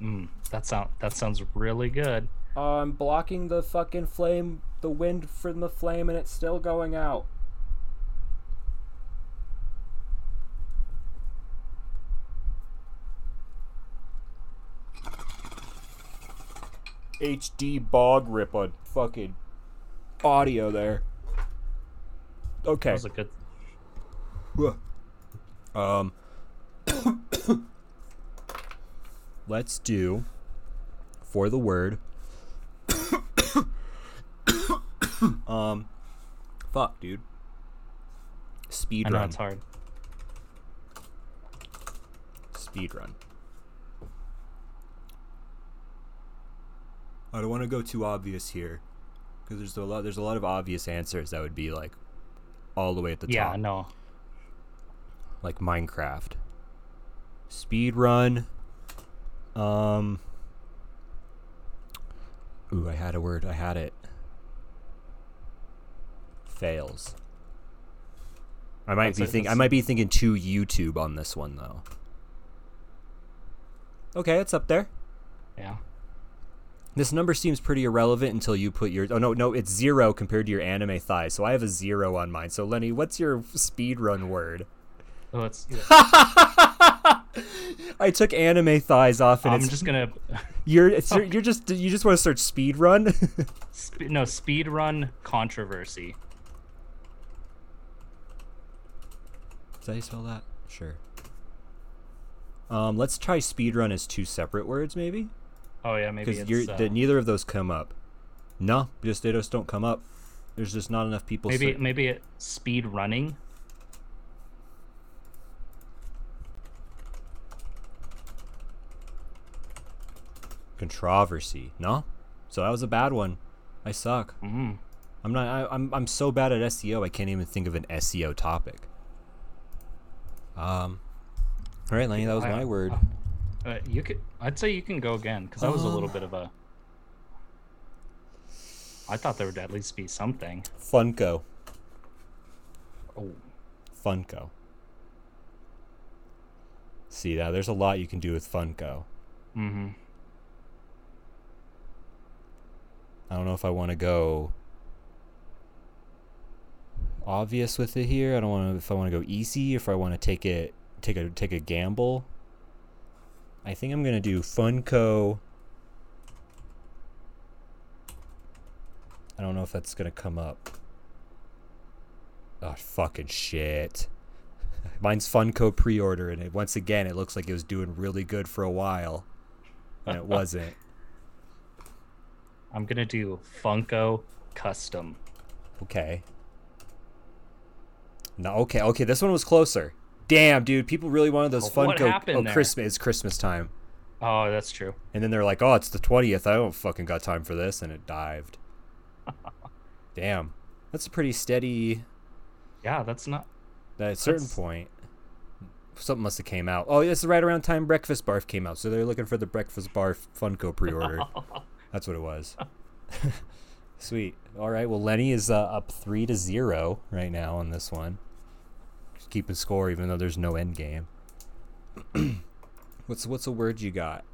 Mm, that sound that sounds really good. Oh, I'm blocking the fucking flame, the wind from the flame, and it's still going out. HD bog rip on fucking audio there. That Okay. was a good. Um, let's do for the word. um, fuck, dude. Speed I know run. it's hard. Speed run. I don't want to go too obvious here, because there's a lot. There's a lot of obvious answers that would be like all the way at the Yeah, top. no. like Minecraft. Speed run. Um. Ooh, I had a word. I had it. Fails. I might That's be it, think. I that's- might be thinking too YouTube on this one though. Okay, it's up there. Yeah. This number seems pretty irrelevant until you put your. Oh no, no, it's zero compared to your anime thigh. So I have a zero on mine. So Lenny, what's your speed run word? So let's. I took anime thighs off, and I'm it's just gonna you're it's, you're, you're just you just want to search speed run. sp- no speed run controversy. Is that how you spell that? Sure. Um, let's try speedrun as two separate words, maybe, Oh yeah, maybe because it's you're uh, the, neither of those come up. No, just they just don't come up. There's just not enough people. maybe ser- maybe it speed running. controversy. No, so that was a bad one. I suck. Mm. I'm not. I, I'm I'm so bad at SEO. I can't even think of an SEO topic. Um. All right, Lenny, that was I- my word. Uh, you could. I'd say you can go again because that was a little Um. bit of a. I thought there would at least be something. Funko. Oh, Funko. See now, there's a lot you can do with Funko. mm-hmm. I don't know if I want to go obvious with it here. I don't want to if I want to go easy, if I want to take it take a take a gamble. I think I'm going to do Funko. I don't know if that's going to come up. Oh fucking shit. Mine's Funko pre-order and it once again it looks like it was doing really good for a while and it wasn't. I'm gonna do Funko custom. Okay. No, okay, okay. This one was closer. Damn, dude. People really wanted those Oh, Funko. what happened oh, there? Christmas. It's Christmas time. Oh, that's true. And then they're like, oh, it's the 20th. I don't fucking got time for this. And it dived. Damn. That's a pretty steady, Yeah, that's not. at a certain That's- point, something must have came out. Oh, this is right around time Breakfast Barf came out. So they're looking for the Breakfast Barf Funko pre order. That's what it was. Sweet. All right. Well, Lenny is uh, up three to zero right now on this one. Just keeping score, even though there's no end game. what's what's a word you got?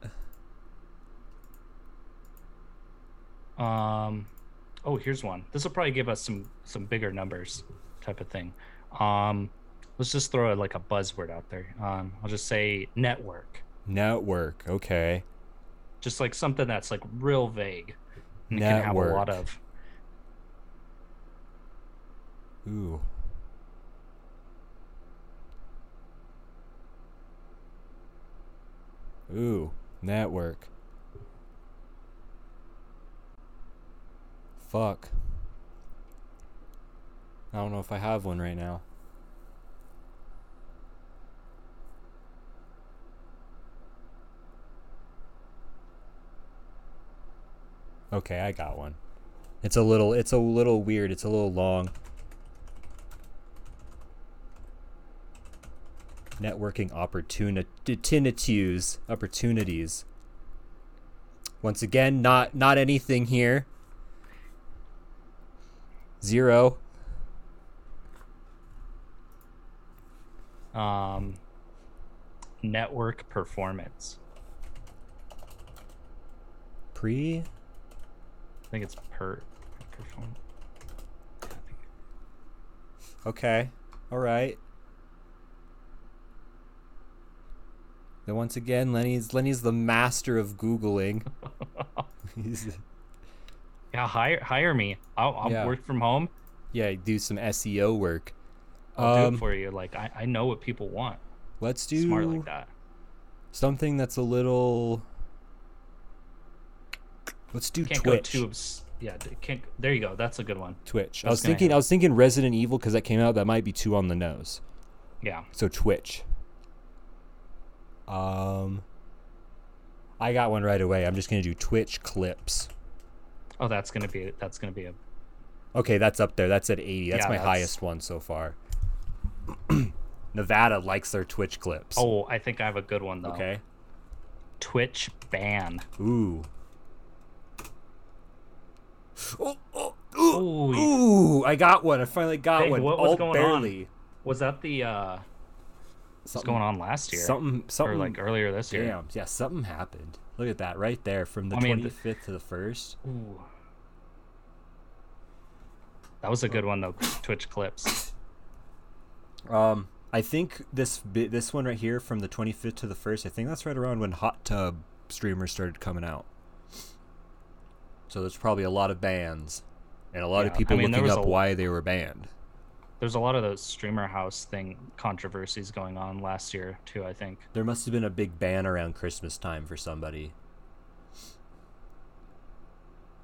Um, oh, here's one. This will probably give us some some bigger numbers, type of thing. Um, let's just throw like a buzzword out there. Um, I'll just say network, Network. Okay. just like something that's like real vague. And it can have a lot Network. of. Ooh. Ooh. Network. Fuck. I don't know if I have one right now. Okay, I got one. It's a little it's a little weird, it's a little long. networking opportunities opportunities once again not not anything here zero Um, network performance. pre I think it's per perform. Yeah, I think- okay all right then once again lenny's lenny's the master of googling He's- Yeah, hire hire me. I'll, I'll Yeah. work from home. yeah do some seo work I'll do Um, it for you. Like I, I know what people want. let's do Smart like that. something that's a little let's do Can't twitch go too obs- yeah. d- Can't. There you go. That's a good one. Twitch. I That's was gonna thinking, I help. was thinking Resident Evil because that came out. That might be too on the nose. Yeah. So Twitch. Um, I got one right away. I'm just gonna do Twitch clips. Oh, that's gonna be that's gonna be a Okay, that's up there. That's at 80. That's Yeah, my that's- highest one so far. Nevada likes their Twitch clips. Oh, I think I have a good one though. okay. Twitch ban. Ooh. Oh, oh, Ooh, ooh, you- ooh, I got one. I finally got Hey, one. what was Oh, going on? barely. Was that the uh was Something- going on last year Something, or something like earlier this year. Damn. Yeah, something happened. Look at that right there from the I mean, the- 25th to the 1st. Ooh. That was a good one though. Twitch clips. Um, I think this bi- this one right here from the 25th to the 1st, I think that's right around when hot tub streamers started coming out. So there's probably a lot of bans and a lot Yeah, of I people mean, there looking was up a- why they were banned. There's a lot of those streamer house thing controversies going on last year too. I think. There must have been a big ban around Christmas time for somebody.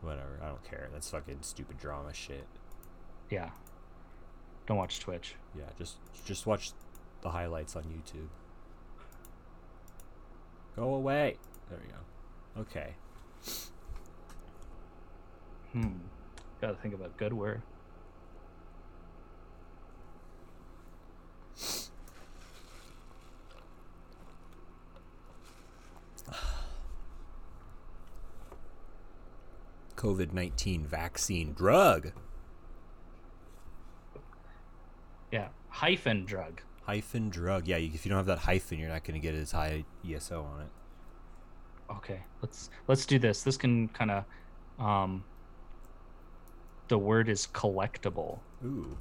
Whatever, I don't care. That's fucking stupid drama shit. Yeah. Don't watch Twitch. Yeah, just just watch the highlights on YouTube. Go away. There we go. Okay. Hmm. Gotta think about good word. COVID 19 vaccine drug Yeah. Hyphen drug. hyphen drug. Yeah, you- if you don't have that hyphen, you're not going to get as high ESO on it. Okay. Let's let's do this. This can kind of. Um. The word is collectible. Ooh.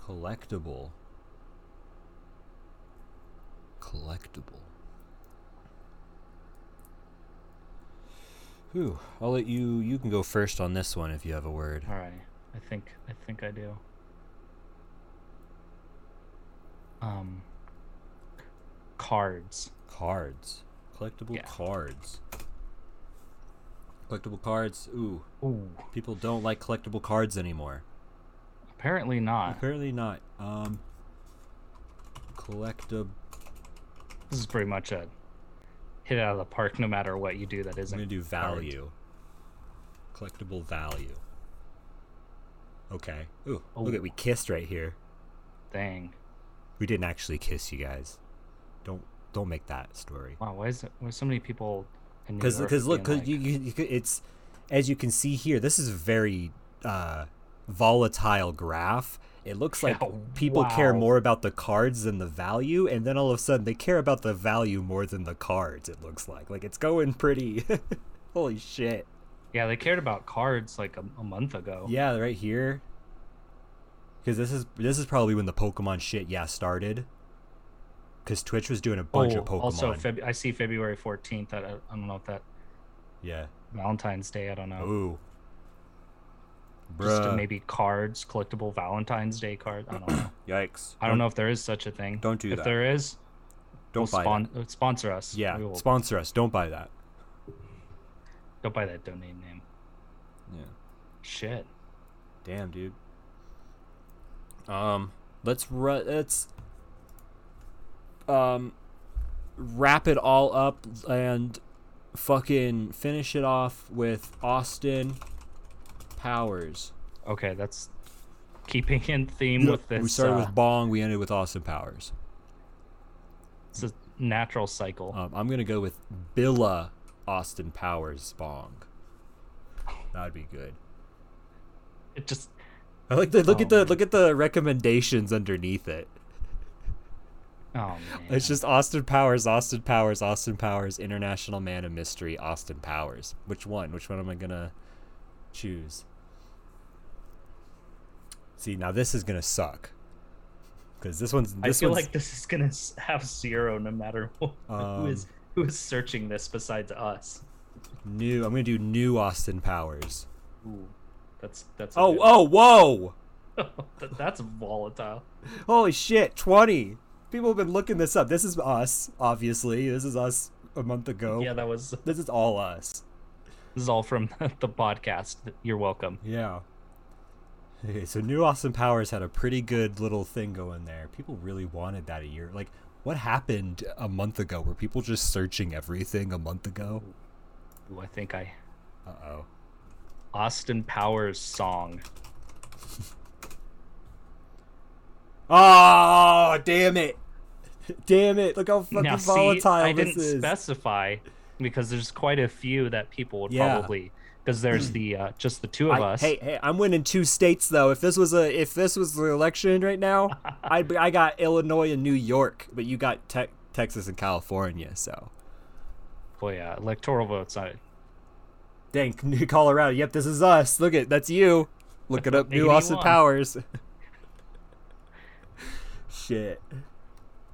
Collectible. Collectible. Ooh, I'll let you. You can go first on this one if you have a word. All right. I think I think I do. Um cards. Cards. Collectible Yeah. cards. Collectible cards. Ooh, Ooh, people don't like collectible cards anymore. apparently not. Apparently not. Um, collectible. This is pretty much a hit out of the park no matter what you do that I'm isn't gonna do cards. value. Collectible value. Okay. Ooh, Oh. look at we kissed right here. Dang. We didn't actually kiss, you guys. Don't don't make that story. Wow, why is it why so many people in New Because York because look, being cause you, you, you could- it's as you can see here. This is a very uh, volatile graph. It looks like Yeah, people care Oh, wow. more about the cards than the value, and then all of a sudden they care about the value more than the cards. It looks like like it's going pretty. Holy shit. Yeah, they cared about cards like a, a month ago. Yeah, right here. Because this is this is probably when the Pokemon shit yeah started. Because Twitch was doing a bunch of Pokemon. Oh, also Feb- I see February 14th. I, I don't know if that yeah. Valentine's Day, I don't know. Ooh. Just to Bruh. maybe cards, collectible Valentine's Day cards. I don't know. Yikes. I don't know if there is such a thing. don't do if that. there is, Don't we'll buy spon- uh, sponsor us. that. Yeah. we will. Sponsor us. Don't buy that. don't buy that domain name. Yeah. Shit. Damn, dude. Um, let's ru- let's um wrap it all up and fucking finish it off with Austin Powers. Okay, that's keeping in theme with this. we started uh, with Bong, we ended with Austin Powers. it's a natural cycle. Um, I'm gonna go with Billa Austin Powers Bong. That'd be good. it just I like the look at Oh, the look at the recommendations underneath it. oh man. It's just Austin Powers, Austin Powers, Austin Powers, International Man of Mystery, Austin Powers. Which one? Which one am I gonna choose? See, now this is gonna suck because this one's I this feel one's like this is gonna s- have zero no matter who, who is Um, who is searching this besides us. new. I'm gonna do new Austin Powers. Ooh, that's that's. a Oh, good- oh, whoa! That- that's volatile. Holy shit, 20. People have been looking this up. This is us, obviously. This is us a month ago. Yeah, that was. This is all us. This is all from the podcast. You're welcome. Yeah. Okay, so New Austin Powers had a pretty good little thing going there. People really wanted that a year. Like, what happened a month ago? Were people just searching everything a month ago? Ooh, I think I Uh oh. Austin Powers song. Oh, damn it. Damn it. Look how fucking now, see, volatile I this didn't is. specify because there's quite a few that people would Yeah. probably because there's the uh, just the two of I, us. hey, hey, I'm winning two states though. If this was a if this was the election right now, I I got Illinois and New York, but you got te- Texas and California. So Boy, Oh, yeah, electoral votes. I, dang, Colorado. Yep, this is us. Look at that's you. Look it up, New Austin 81. Powers. Shit.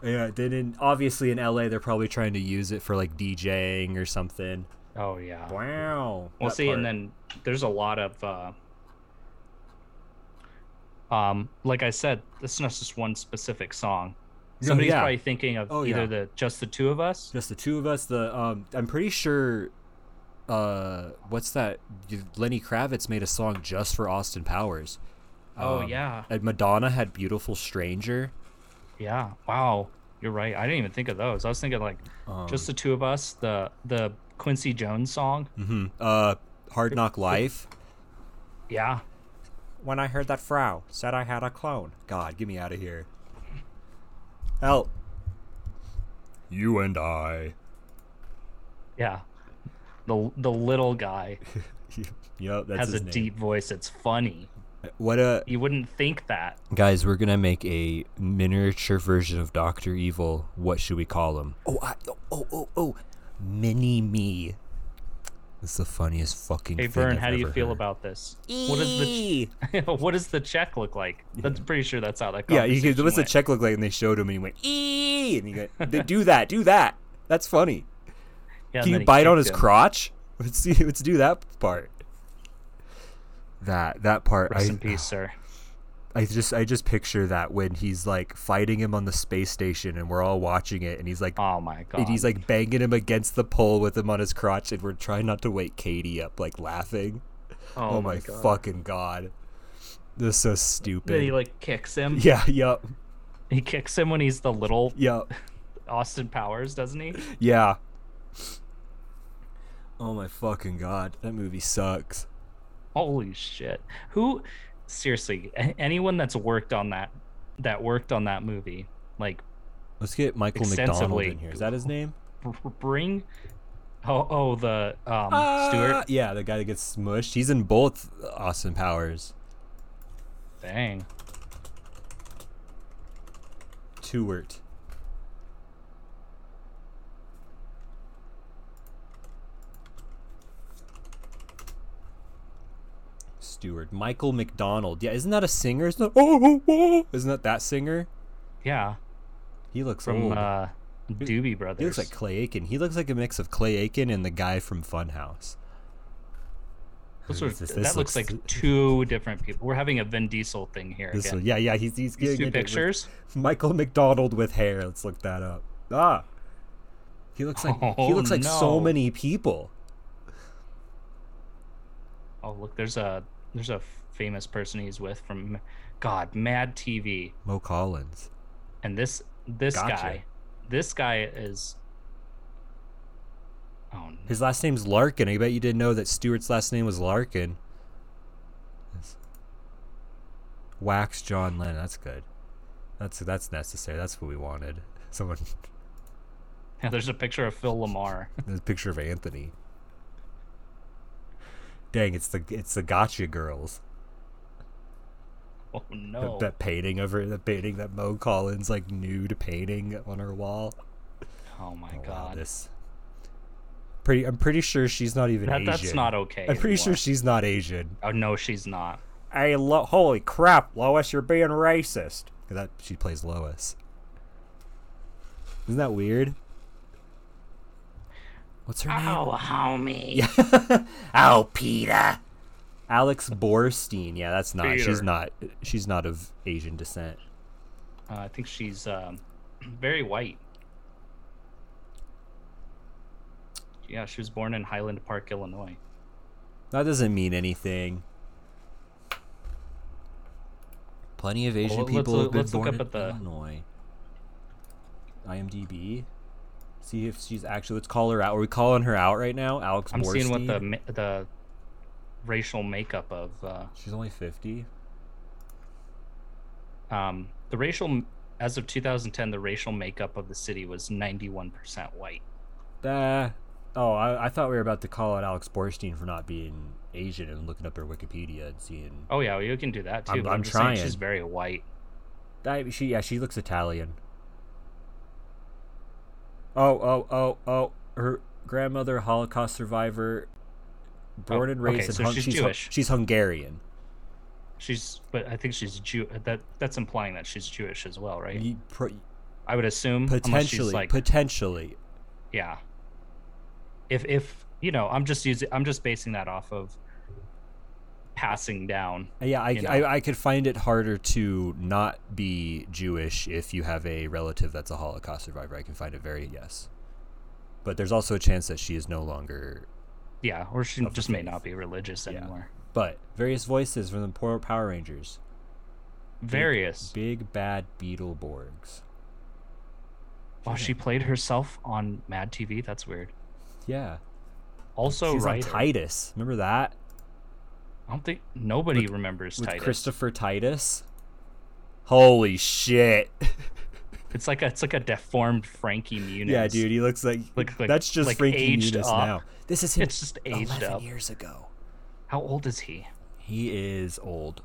Yeah, then in, obviously in LA they're probably trying to use it for like DJing or something. oh yeah. Wow. We'll That see. And part. then there's a lot of, uh, um, like I said, this is not just one specific song. No, Somebody's yeah. probably thinking of Oh, either yeah. the just the two of us. just the two of us the um i'm pretty sure uh what's that you- lenny kravitz made a song just for austin powers oh Um, yeah, and madonna had beautiful stranger yeah. Wow, you're right. I didn't even think of those. I was thinking like um, just the two of us, the the Quincy Jones song. mhm, uh hard knock life Yeah, when i heard that frau said i had a clone god get me out of here help you and i yeah. The the little guy yep that's has his a name. deep voice. It's funny. what a You wouldn't think that. Guys, we're gonna make a miniature version of Doctor Evil. What should we call him? Oh, I, oh, oh, oh, oh, mini me. It's the funniest fucking. Hey, thing Vern, I've how do you ever feel heard. about this? What is the Eee! what does the check look like? That's pretty sure that's how that. yeah, you conversation could, what's the went. check look like? And they showed him, and he went ee, and he go, "They do that, do that. That's funny. Yeah, and Can then you he bite on kicked his him. crotch? Let's see. Let's do that part. That that part. Rest I, in peace, sir. I just I just picture that when he's like fighting him on the space station, and we're all watching it, and he's like Oh my god. and he's like banging him against the pole with him on his crotch, and we're trying not to wake Katie up, like laughing. Oh, my, fucking god, this is so Then he stupid. like kicks him. yeah, yup, He kicks him when he's the little yup, Austin Powers, doesn't he? yeah. Oh my fucking god, that movie sucks. Holy shit. Who seriously, a- anyone that's worked on that that worked on that movie, like Let's get Michael McDonald Extensively. in here. Is that his name? br- bring oh oh the um Ah, Stewart Yeah, the guy that gets smushed. He's in both Austin Powers. dang. Stewart. Stewart. Michael McDonald. Yeah, isn't that a singer? Isn't that, oh, oh, oh, isn't that that singer? Yeah, He looks from old. uh Doobie Brothers. he looks like Clay Aiken. He looks like a mix of Clay Aiken and the guy from Funhouse. Those Who are- is this? that This looks, looks- like two different people. We're having a Vin Diesel thing here This again. one. Yeah, yeah, he's he's These getting two into it with pictures. Michael McDonald with hair. Let's look that up. Ah. He looks like he Oh, looks like so no. many people. Oh look, there's a there's a famous person he's with from God Mad TV, Mo Collins. and this this Gotcha. guy, this guy is. Oh no. His last name's Larkin. I bet you didn't know that Stewart's last name was Larkin. That's- Wax John Lennon. That's good. That's that's necessary. That's what we wanted. Someone Yeah, there's a picture of Phil Lamar. a picture of Anthony. Dang, it's the it's the Gotcha girls. Oh That- no. That painting of her, that painting that Mo Collins like nude painting on her wall. Oh my Oh, wow, god. this pretty. I'm pretty sure she's not even that, Asian. that's not okay. I'm pretty sure anymore. she's not Asian. Oh no, she's not. Hey, Lo- holy crap, Lois, you're being racist. That she plays Lois. Isn't that weird? What's her name? Oh homie. Oh, Peter. Alex Borstein. Yeah, that's not. She's Peter. not. She's not of Asian descent. Uh, I think she's um, very white. Yeah, she was born in Highland Park, Illinois. That doesn't mean anything. Plenty of Asian let's people look- have been let's look born up in at the- Illinois. IMDb. See if she's actually. Let's call her out. Are we calling her out right now? Alex. I'm seeing what the Borstein? ma- the racial makeup of uh, She's only fifty. um, the racial as of 2010. The racial makeup of the city was 91% white. Uh, oh, I, I thought we were about to call out Alex Borstein for not being Asian and looking up her Wikipedia and seeing. Oh yeah, well, you can do that too. I'm- but I'm just saying trying. She's very white. I, she yeah, she looks Italian. Oh oh oh oh, her grandmother Holocaust survivor, born Oh, and raised okay, in so Hung- she's Hu- Jewish. she's Hungarian. She's, but I think she's Jew. That that's implying that she's Jewish as well, right? You pro- I would assume unless she's, potentially, like potentially. yeah if if you know i'm just using i'm just basing that off of passing down Yeah, I, you know. I I could find it harder to not be Jewish if you have a relative that's a Holocaust survivor. I can find it very yes, but there's also a chance that she is no longer yeah or she Of the just may faith. not be religious Yeah. anymore But various voices from the poor Power Rangers. various Big bad Beetleborgs. wow Oh, she played herself on mad tv that's weird Yeah. also She's right on Titus. Remember that? i don't think nobody remembers With titus Christopher Titus. Holy shit. it's like a it's like a deformed frankie muniz yeah, dude, he looks like, Look like- that's just like Frankie aged Muniz up. now. This is him it's just aged 11 up years ago. how old is he He is old.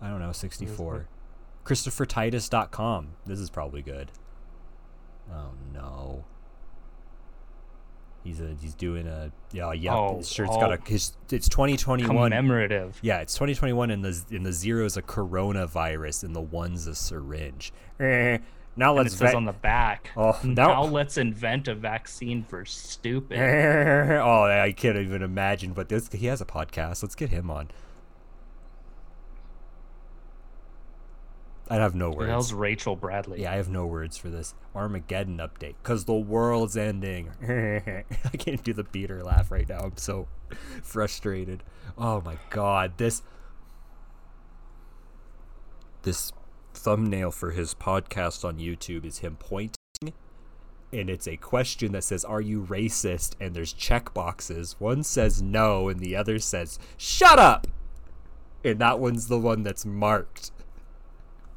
I don't know, 64. ChristopherTitus.com. This is probably good. Oh no. He's a he's doing a yeah yeah Oh, sure it's got oh. a his, it's 2021 commemorative yeah it's 2021 and the in the zero is a coronavirus and the one's a syringe. Eh, now and it let's says va- on the back Oh, that- now let's invent a vaccine for stupid Eh, oh I can't even imagine but this he has a podcast let's get him on. I'd have no Who words. the hell's Rachel Bradley? Yeah, I have no words for this Armageddon update because the world's ending. I can't do the Peter laugh right now. I'm so frustrated. Oh my god, this this thumbnail for his podcast on YouTube is him pointing, and it's a question that says, "Are you racist?" And there's check boxes. One says no, and the other says, "Shut up." And that one's the one that's marked.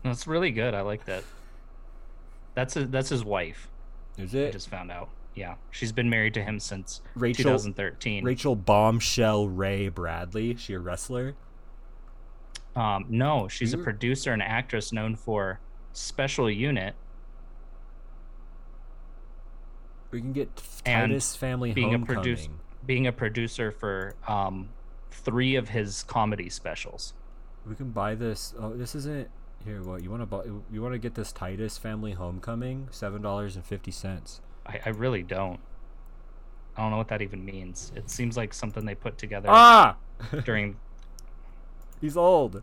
That's really good. I like that. That's a, that's his wife. Is I it? just found out. Yeah, she's been married to him since Rachel- 2013. Rachel Bombshell Ray Bradley. Is she a wrestler? Um, no, she's a Weird. producer and actress known for Special Unit, We can get t- And Titus Family being a Homecoming. produce- being a producer for um, three of his comedy specials. We can buy this. Oh, this isn't here. What you want to buy? You want to get this Titus Family Homecoming? Seven dollars and fifty cents. I, I really don't. I don't know what that even means. It seems like something they put together Ah, during. he's old.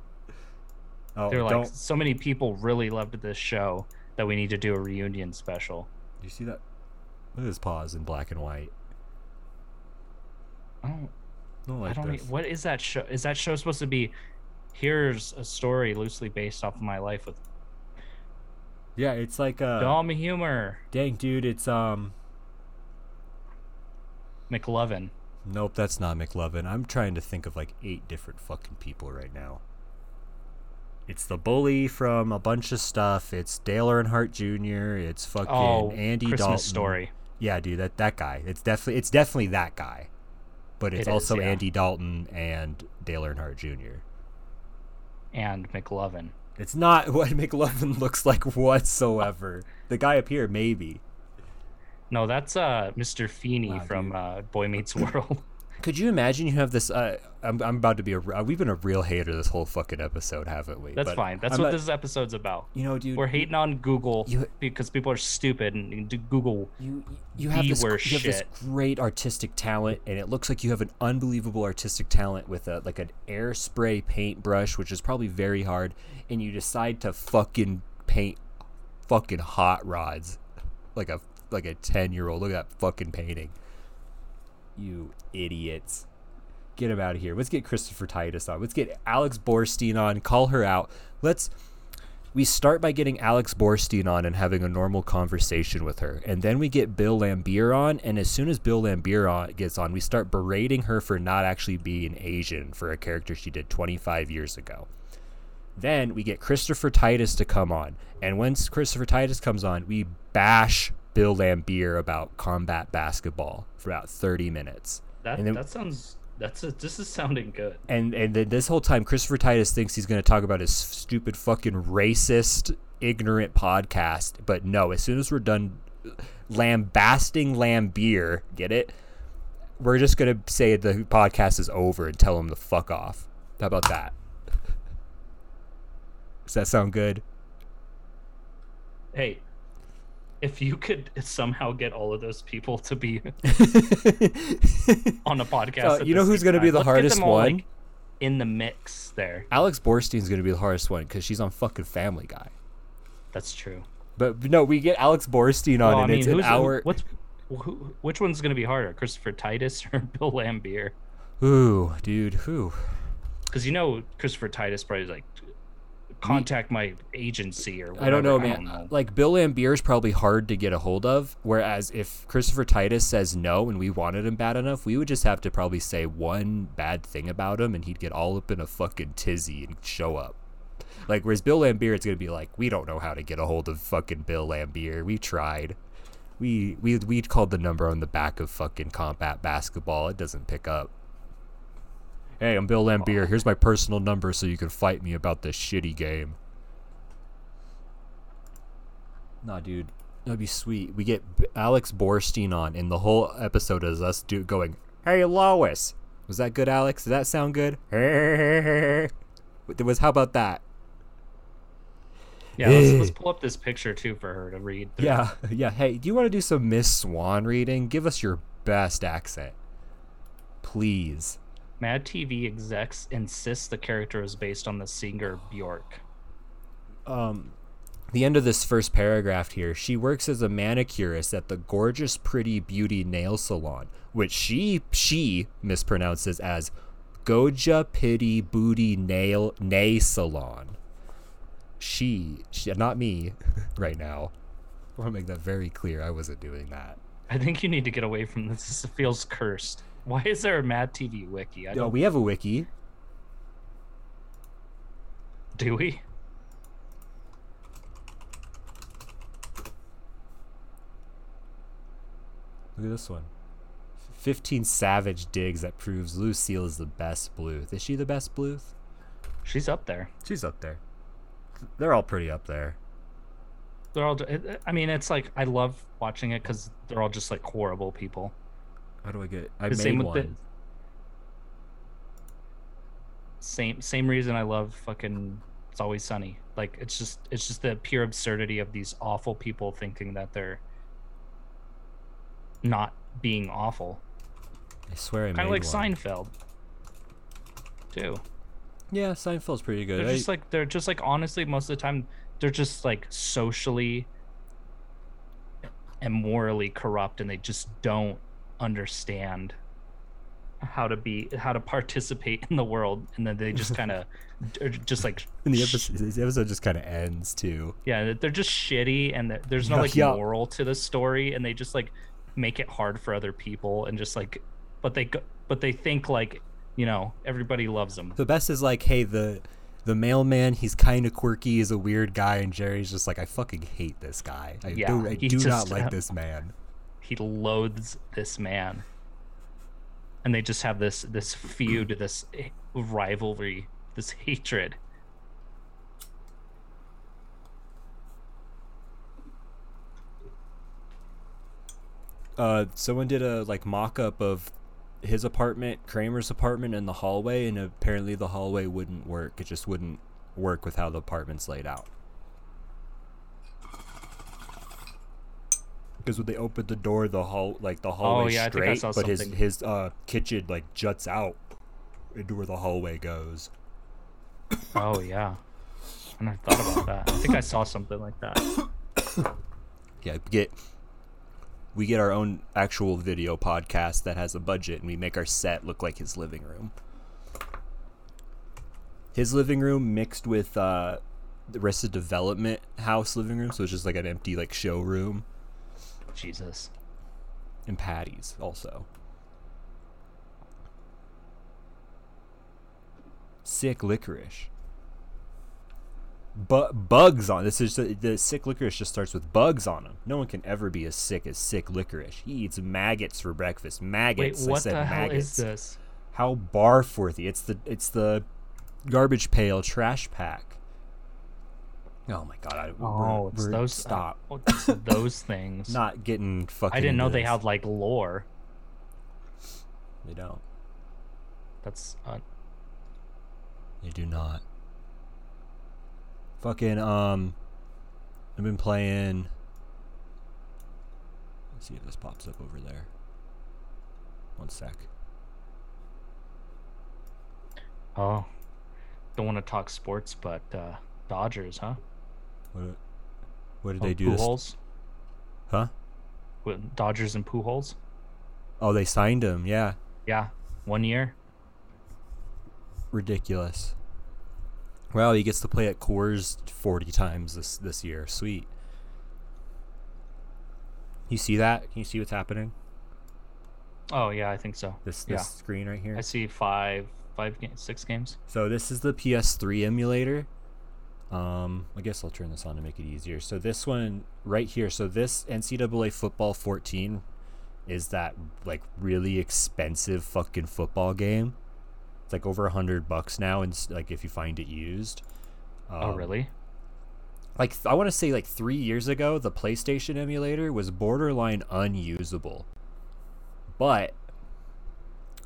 Oh, They're like, don't so many people really loved this show that we need to do a reunion special. you see that? Look at his paws in black and white. I don't I don't like I don't. e this. what is that show? Is that show supposed to be? Here's a story loosely based off of my life with yeah, it's like uh, dumb humor. dang dude, it's um. McLovin. Nope, that's not McLovin. I'm trying to think of like eight different fucking people right now. It's the bully from a bunch of stuff. It's Dale Earnhardt Jr. It's fucking Oh, Andy Christmas Dalton. story. Yeah, dude, that that guy. It's definitely it's definitely that guy. But it's It is, also yeah. Andy Dalton and Dale Earnhardt Jr. and McLovin. It's not what McLovin looks like whatsoever. The guy up here, maybe. No, that's uh Mr. Feeney Wow, from dude. uh, Boy Meets World. Could you imagine you have this? Uh, I'm, I'm about to be a. re- We've been a real hater this whole fucking episode, haven't we? That's But fine. That's I'm what not- this episode's about. You know, dude. We're hating on Google You- because people are stupid and you do Google. you you have the this worst you have this shit. great artistic talent and it looks like you have an unbelievable artistic talent with a like an air spray paintbrush which is probably very hard and you decide to fucking paint fucking hot rods like a like a 10 year old look at that fucking painting you idiots get him out of here let's get Christopher Titus on let's get Alex Borstein on call her out let's we start by getting Alex Borstein on and having a normal conversation with her. And then we get Bill Lambier on. And as soon as Bill Lambier on, gets on, we start berating her for not actually being Asian for a character she did 25 years ago. Then we get Christopher Titus to come on. And once Christopher Titus comes on, we bash Bill Lambier about combat basketball for about 30 minutes. That And then- that sounds That's a, this is sounding good. and and then this whole time christopher titus thinks he's going to talk about his stupid fucking racist ignorant podcast but no as soon as we're done lambasting lambeer get it we're just going to say the podcast is over and tell him to fuck off how about that does that sound good Hey, if you could somehow get all of those people to be on a podcast, Uh, at you know the who's same gonna be time, let's the get hardest them all, like, one? in the mix there. alex borstein's going to be the hardest one because she's on fucking family guy That's true. but no we get alex borstein on Well, and it's an who's- hour What's who, which one's going to be harder, Christopher Titus or Bill Lambier? ooh dude who Because you know Christopher Titus probably is like contact my agency or whatever. I don't know, man. Like Bill Lambier is probably hard to get a hold of. Whereas if Christopher Titus says no and we wanted him bad enough, we would just have to probably say one bad thing about him, and he'd get all up in a fucking tizzy and show up. Like whereas Bill Lambier, it's gonna be like we don't know how to get a hold of fucking Bill Lambier. We tried. We we we called the number on the back of fucking combat basketball. It doesn't pick up. Hey, I'm Bill Lambier. Here's my personal number so you can fight me about this shitty game. Nah, dude, that'd be sweet. We get B- Alex Borstein on, and the whole episode is us do going, "Hey, Lois." Was that good, Alex? Did that sound good? There was how about that? Yeah, let's, Hey. let's pull up this picture too for her to read. through. Yeah, yeah. Hey, do you want to do some Miss Swan reading? Give us your best accent, please. Mad TV execs insist the character is based on the singer Bjork. um, the end of this first paragraph here, she works as a manicurist at the gorgeous pretty beauty nail salon, which she she mispronounces as Goja Pity Booty Nail Nay Salon. She, she not me right now. I want to make that very clear. I wasn't doing that. I think you need to get away from this. This feels cursed. Why is there a Mad TV wiki? I No, don't, we have a wiki. do we? Look at this one. 15 savage digs that proves Lucille is the best Bluth. Is she the best Bluth? She's up there. She's up there. They're all pretty up there. They're all. I mean, it's like I love watching it because they're all just like horrible people. How do I get? I The made same with one. the- Same same reason I love fucking It's Always Sunny. Like it's just it's just the pure absurdity of these awful people thinking that they're not being awful. I swear I made Kind of like one. Seinfeld. Too. Yeah, Seinfeld's pretty good. They're I- just like they're just like honestly most of the time they're just like socially and morally corrupt and they just don't understand how to be how to participate in the world and then they just kind of are just like and the sh- episode, this episode just kind of ends too. yeah they're just shitty and there- there's no like Yeah. moral to the story and they just like make it hard for other people and just like but they go but they think like you know everybody loves them The best is like, hey, the the mailman, he's kind of quirky, he's a weird guy, and Jerry's just like, I fucking hate this guy. I Yeah, do, I he do not just, like uh, this man. he loathes this man and they just have this this feud this rivalry this hatred Uh, someone did a like mock-up of his apartment, Kramer's apartment, in the hallway, and apparently the hallway wouldn't work. It just wouldn't work with how the apartment's laid out. Because when they opened the door, the hall like the hallway Oh, yeah, I think I straight, saw but his something. his uh kitchen like juts out into where the hallway goes. oh yeah i never thought about that i think i saw something like that Yeah, get we get our own actual video podcast that has a budget and we make our set look like his living room. His living room mixed with uh the rest of development house living room, so it's just like an empty like showroom jesus and Patty's also. Sick licorice. But bugs on this is the sick licorice just starts with bugs on him. No one can ever be as sick as sick licorice. He eats maggots for breakfast. wait Maggots. I what said the hell maggots. is this How barforthy! It's the it's the garbage pail trash pack. Oh my god! I, Oh, we're- it's we're- those stop. oh, it's those things. Not getting fucking. I didn't know into they this. had like lore. They don't. That's uh, They do not. Fucking um, I've been playing. Let's see if this pops up over there. One sec. oh. Don't want to talk sports, but uh, Dodgers, huh? What? What did Oh, they do? This? Pujols? Huh? With Dodgers and Pujols. Oh, they signed him. Yeah, Yeah, one year. ridiculous. Well, he gets to play at Coors forty times this this year. Sweet. You see that? Can you see what's happening? Oh yeah, I think so. This Yeah. this screen right here. I see five, five, ga- six games. So this is the PS3 emulator. Um, I guess I'll turn this on to make it easier. So this one right here. So this NCAA Football 14 is that like really expensive fucking football game. It's like over a hundred bucks now, and s- like if you find it used. oh Um, really? Like th- I want to say like three years ago, the PlayStation emulator was borderline unusable. But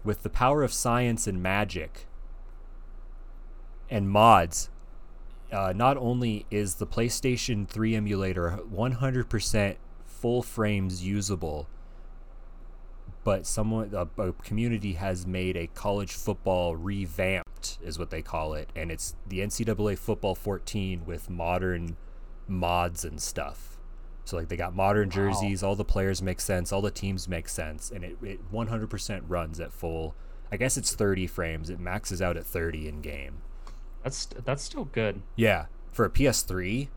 with the power of science and magic and mods, uh, not only is the PlayStation 3 emulator 100% full frames usable, but someone a, a community has made a college football revamped, is what they call it, and it's the NCAA football 14 with modern mods and stuff. So like they got modern jerseys, all the players make sense, all the teams make sense, and it, it 100% runs at full. I guess it's 30 frames. It maxes out at 30 in game. That's that's still good. Yeah, for a PS3,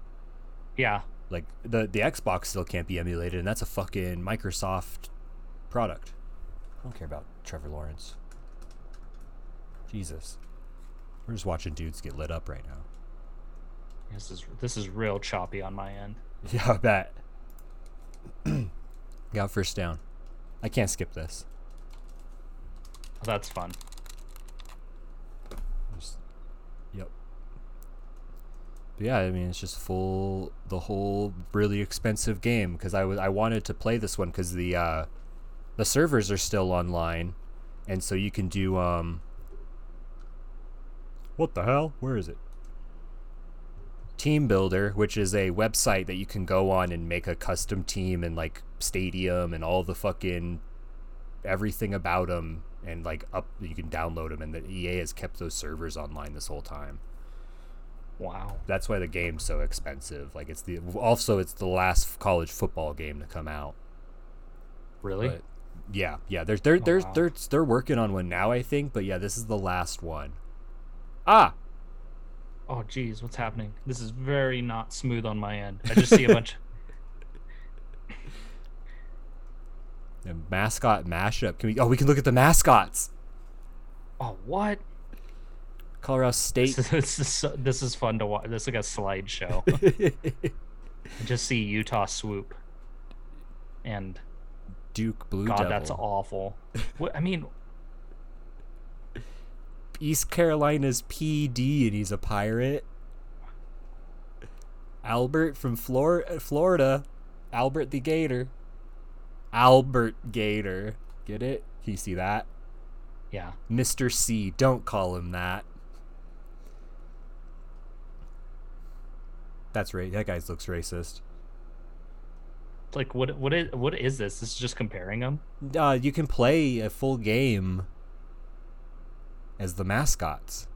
Yeah, like the the Xbox still can't be emulated, and that's a fucking Microsoft product. I don't care about Trevor Lawrence. Jesus, we're just watching dudes get lit up right now. this is this is real choppy on my end. Yeah, I bet. Got first down. I can't skip this. Oh, That's fun. Just- yep. But yeah, I mean, it's just full the whole really expensive game because I was I wanted to play this one because the uh, the servers are still online, and so you can do um. What the hell? Where is it? Team Builder, which is a website that you can go on and make a custom team and like stadium and all the fucking everything about them and like up you can download them and the EA has kept those servers online this whole time. Wow. That's why the game's so expensive. Like it's the also it's the last college football game to come out. Really? Oh, But yeah, yeah, there's they're they're, wow. they're they're working on one now I think, but yeah, this is the last one. Ah, Oh geez, what's happening? This is very not smooth on my end. I just see a bunch. the mascot mashup. Can we Oh, we can look at the mascots. Oh what? Colorado State This is, so- this is fun to watch. This is like a slideshow. I just see Utah swoop, and Duke Blue God, Devil. that's awful. What, I mean, East Carolina's PD and he's a pirate. Albert from Flor- Florida. Albert the Gator. Albert Gator. Get it? You see that? yeah, Mr. C. Don't call him that. That's right. That guy looks racist. like what? What is? What is this? This is just comparing them. Uh, you can play a full game as the mascots.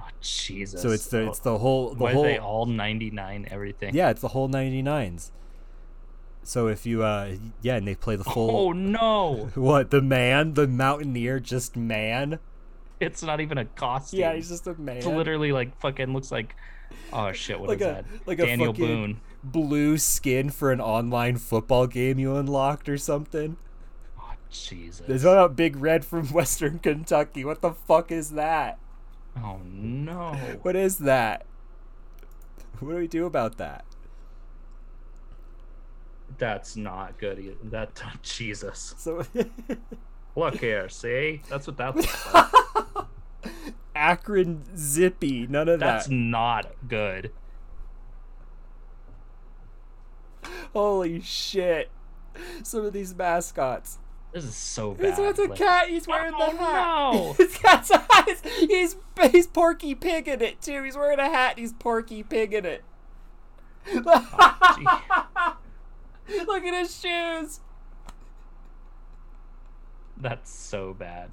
Oh Jesus. So it's the Oh, it's the whole the why whole are they all ninety nine everything? Yeah, it's the whole 99s. So if you, uh, yeah, and they play the Oh full. no! What? The man? The mountaineer? Just man? It's not even a costume. Yeah, he's just a man. It's literally like fucking looks like. Oh shit! What is Like a- that? like a Daniel fucking- Boone. Blue skin for an online football game you unlocked or something. Oh Jesus. There's about Big Red from Western Kentucky. What the fuck is that? Oh no. What is that? What do we do about that? That's not good either. That e, oh, Jesus. So Look here, see? That's what that's about. Akron Zippy. None of That's that. not good. Holy shit. Some of these mascots. This is so bad. It's, it's a Like, cat. He's wearing Oh, the hat. no. He's got some eyes. He's, he's Porky Pig in it, too. He's wearing a hat and he's Porky Pig in it. gee. Look at his shoes. That's so bad.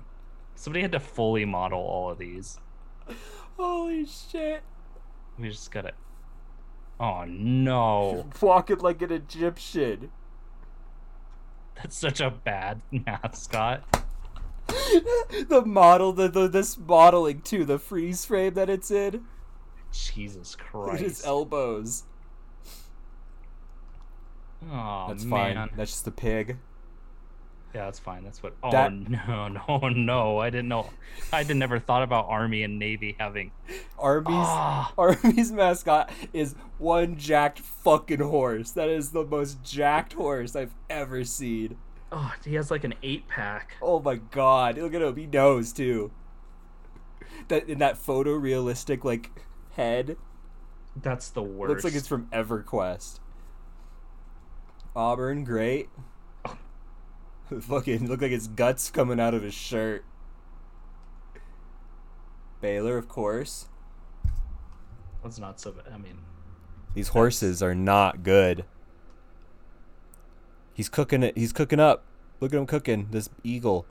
Somebody had to fully model all of these. Holy shit. We just gotta. Oh no, Walking like an Egyptian. that's such a bad mascot. the model, the, the this modeling too, the freeze frame that it's in. Jesus Look at His Christ. elbows. oh That's man. fine. That's just a pig. Yeah, that's fine. That's what. Oh That- no, no, no! I didn't know. I had never thought about Army and Navy having. Arby's. Ah, Army's mascot is one jacked fucking horse. That is the most jacked horse I've ever seen. oh, he has like an eight pack. Oh my god! Look at him. He knows too. That in that photorealistic like head That's the worst. looks like it's from EverQuest. Auburn, great. Fucking look like his guts coming out of his shirt. Baylor, of course. That's not so. Bad. I mean, These horses are not good. He's cooking it. He's cooking up. Look at him cooking. This eagle,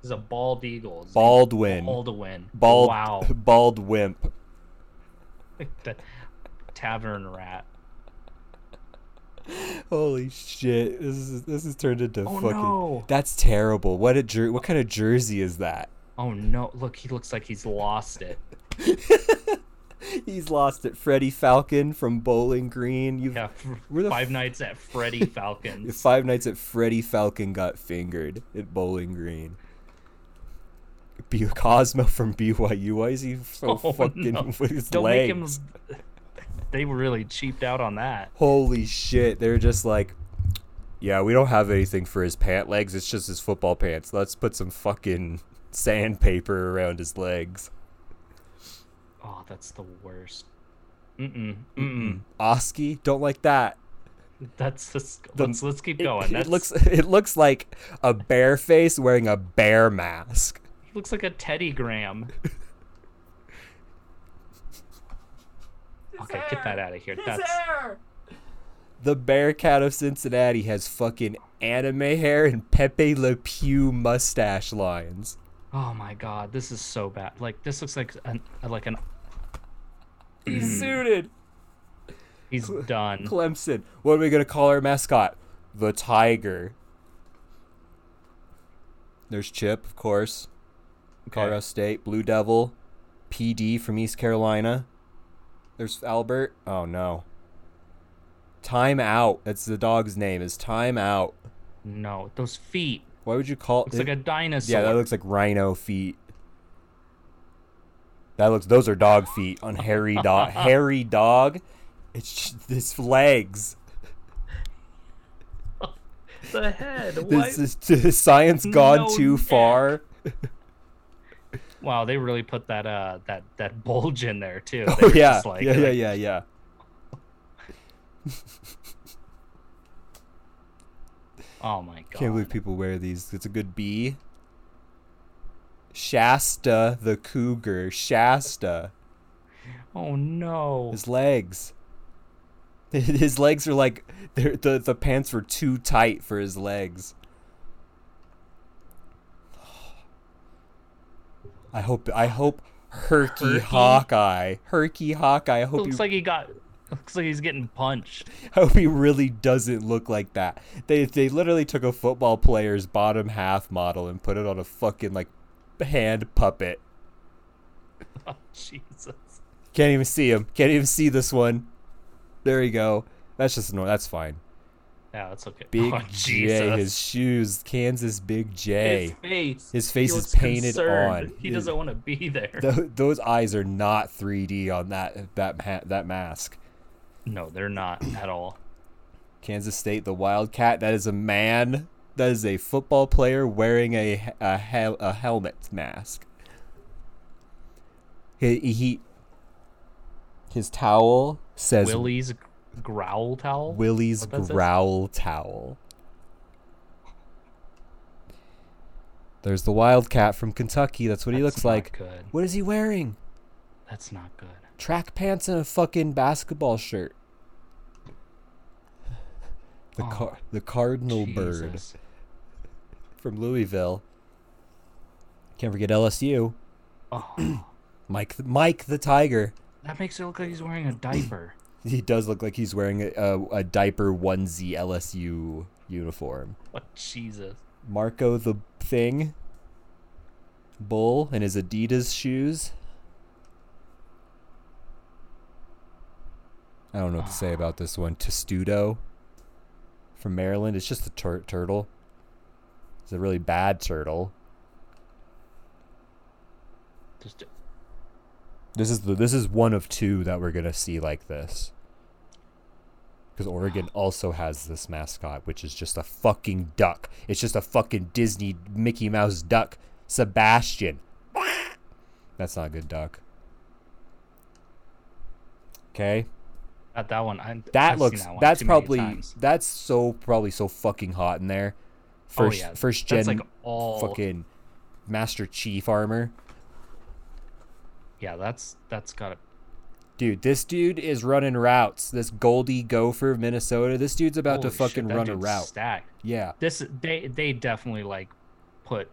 he's a bald eagle. He's Baldwin, Bald to win. bald, Wow. bald wimp. The Tavern rat. Holy shit! This is this has turned into Oh, fucking. no. That's terrible. What a jer- What kind of jersey is that? Oh no! Look, he looks like he's lost it. He's lost it. Freddie Falcon from Bowling Green. You Yeah, have Where Five the Nights at Freddy Falcons. Five Nights at Freddy Falcon got fingered at Bowling Green. B- Cosmo from BYU. Why is he so Oh, fucking no. with his Don't legs? make him. They really cheaped out on that. Holy shit! They're just like, yeah, we don't have anything for his pant legs. It's just his football pants. Let's put some fucking sandpaper around his legs. Oh, that's the worst. Mm-mm, mm-mm. Oski, don't like that. That's just, The- let's let's keep It- going. it That's, looks it looks like a bear face wearing a bear mask. he looks like a Teddy Graham. okay, get that out of here. That's The Bearcat of Cincinnati has fucking anime hair and Pepe Le Pew mustache lines. oh my god, this is so bad. Like this looks like an like an Mm-hmm. He's suited. he's done. Clemson. What are we gonna call our mascot? The Tiger. There's Chip, of course. Colorado State, Blue Devil, PD from East Carolina. There's Albert. Oh no. Time out. That's the dog's name. Is time out. No, those feet Why would you call? looks like a dinosaur. yeah, that looks like rhino feet. That looks. Those are dog feet on hairy dog. hairy dog. It's just, this legs. the head. Why- This is this science gone No too neck. far. Wow, they really put that uh that that bulge in there too. They Oh, were yeah. just like- yeah, yeah, like, yeah, yeah. Oh my god. Can't believe people wear these. It's a good bee. Shasta the cougar. Shasta. oh no. His legs. His legs are like they're, the the pants were too tight for his legs. I hope I hope Herky Herky? Hawkeye. Herky Hawkeye. I hope looks you like he got looks like he's getting punched. hope he really doesn't look like that. They they literally took a football player's bottom half model and put it on a fucking like hand puppet. Oh, Jesus. Can't even see him. Can't even see this one. There you go. That's just annoying. That's fine. Yeah, that's okay. Big oh, J, Jesus. his shoes, Kansas Big J. His face. his He face is looks painted concerned. on. He His- doesn't want to be there. Tho- those eyes are not 3D on that that ma- that mask. No, they're not at all. Kansas State, the Wildcat. That is a man. That is a football player wearing a a, hel- a helmet mask. He, he his towel says Willie's growl towel. Willie's What that says? growl towel. There's the Wildcat from Kentucky. That's what he That's looks not like. Good. What is he wearing? That's not good. Track pants and a fucking basketball shirt. The Oh, car, the cardinal bird Jesus. from Louisville. Can't forget LSU. Oh, Mike, the, Mike the Tiger. that makes it look like he's wearing a diaper. He does look like he's wearing a, a, a diaper onesie LSU uniform. What Oh, Jesus? Marco the thing. Bull in his Adidas shoes. I don't know what to say about this one. Testudo from Maryland. It's just a tur- turtle. It's a really bad turtle. Just This is the this is one of two that we're gonna see like this. Because Oregon also has this mascot, which is just a fucking duck. It's just a fucking Disney Mickey Mouse duck, Sebastian. That's not a good duck. Okay, not that one. I, that I've seen looks. that one that's too many probably. times. Oh, That's so probably so fucking hot in there. First, oh, yeah. first gen, That's like all. fucking Master Chief armor. Yeah, that's that's got. Dude, this dude is running routes. This Goldie Gopher of Minnesota. This dude's about Holy to fucking shit, that run a dude's route. Stacked. yeah. This they they definitely like put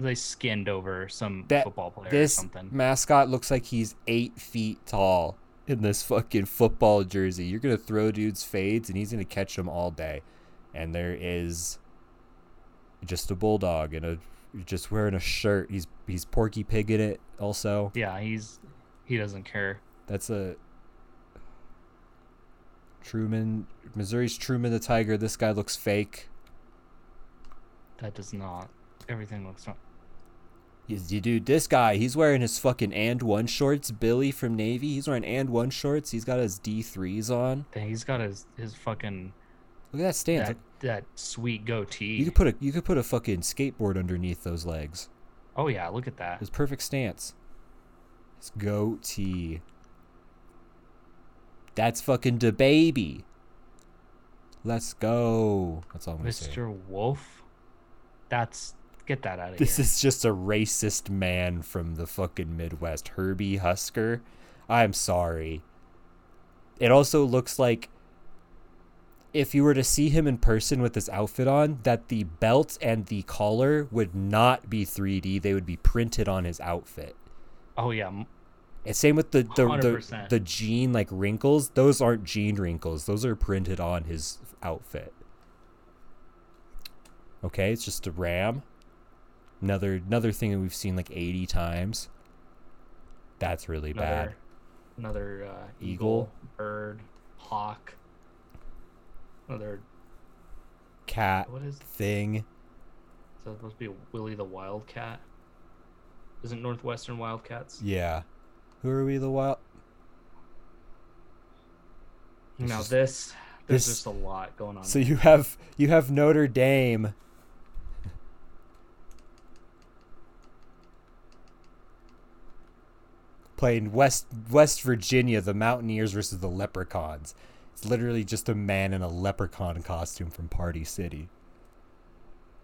they skinned over some That football player this or something. mascot looks like he's eight feet tall in this fucking football jersey. You're gonna throw dudes fades and he's gonna catch them all day. And there is just a bulldog and a just wearing a shirt. He's he's porky pig in it also. yeah, he's he doesn't care. That's a Truman Missouri's Truman the Tiger. This guy looks fake. That does not. Everything looks not. Yes, You dude, this guy, he's wearing his fucking and one shorts. Billy from Navy, he's wearing and one shorts. He's got his D threes on. Dang, He's got his his fucking Look at that stance. that that sweet you goatee. could put a you could put a fucking skateboard underneath those legs. oh yeah, look at that. His perfect stance. His goatee. That's fucking the baby. Let's go. That's all I'm gonna say. Mr. Wolf. That's get that out of This here. is just a racist man from the fucking Midwest, Herbie Husker. I'm sorry. It also looks like if you were to see him in person with this outfit on, that the belt and the collar would not be 3D. They would be printed on his outfit. oh yeah, m- And same with the the, the 100%. the jean like wrinkles. Those aren't jean wrinkles. Those are printed on his outfit. Okay, it's just a ram. Another another thing that we've seen like eighty times. That's really bad. another another uh, eagle, bird, hawk. Another Cat what is thing. Is that supposed to be Willie the Wildcat? Isn't Northwestern Wildcats? Yeah. Who are we? The wild. now just- this, there's this- just a lot going on. So you have you have Notre Dame. Playing West West Virginia, the Mountaineers versus the Leprechauns. It's literally just a man in a leprechaun costume from Party City.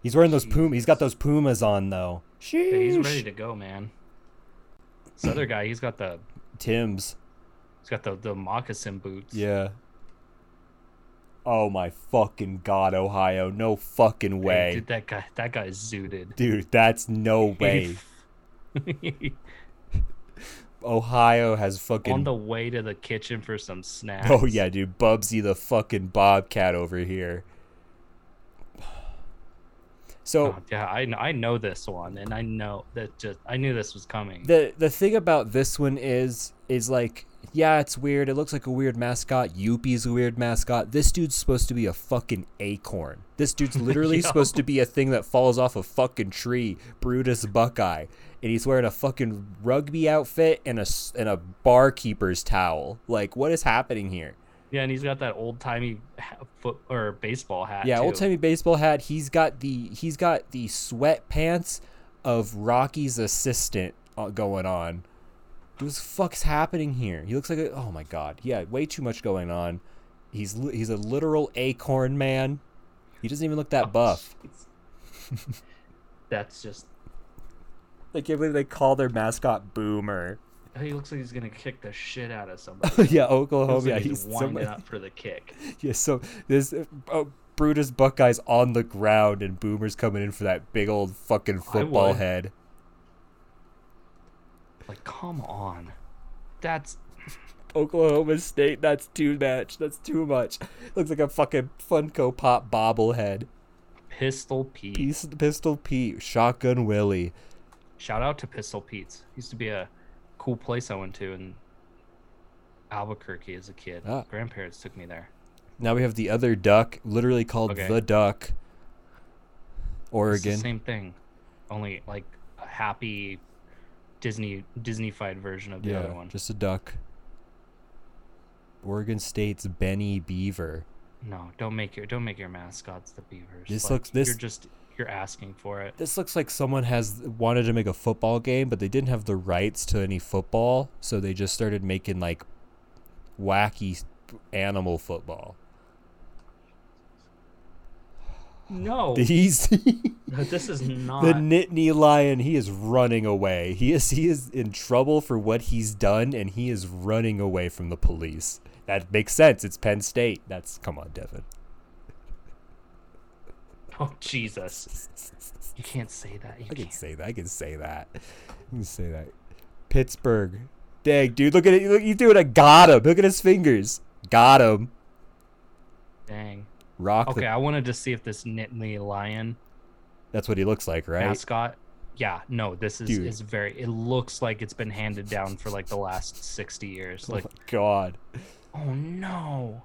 He's wearing those puma. He's got those pumas on though. Sheesh. Yeah, he's ready to go, man. This other guy, he's got the Tim's. he's got the the moccasin boots. Yeah. Oh my fucking god, Ohio! No fucking Hey, way, dude, that guy that guy is zooted. dude. That's no way. Ohio has fucking. On the way to the kitchen for some snacks. oh yeah, dude, Bubsy the fucking bobcat over here. So Oh, yeah, I kn- I know this one, and I know that just I knew this was coming. the the thing about this one is is like yeah, it's weird. It looks like a weird mascot. Yuppie's a weird mascot. This dude's supposed to be a fucking acorn. This dude's literally Yo. supposed to be a thing that falls off a fucking tree. Brutus Buckeye, and he's wearing a fucking rugby outfit and a s- and a barkeeper's towel. Like, what is happening here? Yeah, and he's got that old timey foot or baseball hat. Yeah, too. old timey baseball hat. He's got the he's got the sweatpants of Rocky's assistant uh, going on. What the fuck's happening here? He looks like a oh my god. Yeah, way too much going on. He's li- he's a literal acorn man. He doesn't even look that buff. That's just. I can't believe they call their mascot Boomer. He looks like he's gonna kick the shit out of somebody. yeah, He Oklahoma. looks like Oh, Yeah, he's he's winding somebody- up for the kick. Yeah, so this uh, oh, Brutus Buckeye's on the ground and Boomer's coming in for that big old fucking football would. head. Like, come on, that's Oklahoma State, that's too much. That's too much. Looks like a fucking Funko Pop bobblehead. Pistol Pete. Piece- Pistol Pete, Shotgun Willie. Shout out to Pistol Pete's. Used to be a cool place I went to in Albuquerque as a kid. Ah. Grandparents took me there. Now we have the other duck, literally called Okay. the duck. It's the Oregon. same thing, only like a happy Disney Disneyfied version of the yeah, other one. just a duck. Oregon State's Benny Beaver. No, don't make your don't make your mascots the beavers. This Like, looks- this- You're just you're asking for it. This looks like someone has wanted to make a football game, but they didn't have the rights to any football, so they just started making like wacky animal football. No, He's this is not. the Nittany Lion. He is running away. He is he is in trouble for what he's done, and he is running away from the police. That makes sense. It's Penn State. That's come on, Devin. oh Jesus! You can't say that. You I can can't. say that. I can say that. I can say that. Pittsburgh. Dang, dude, look at it. Look, he threw it. I got him. Look at his fingers. Got him. Dang. Rock. Okay, The, I wanted to see if this Nittany Lion that's what he looks like, right? mascot. Yeah, no, this is Dude. is very. It looks like it's been handed down for like the last sixty years. Oh Like, my God. oh no,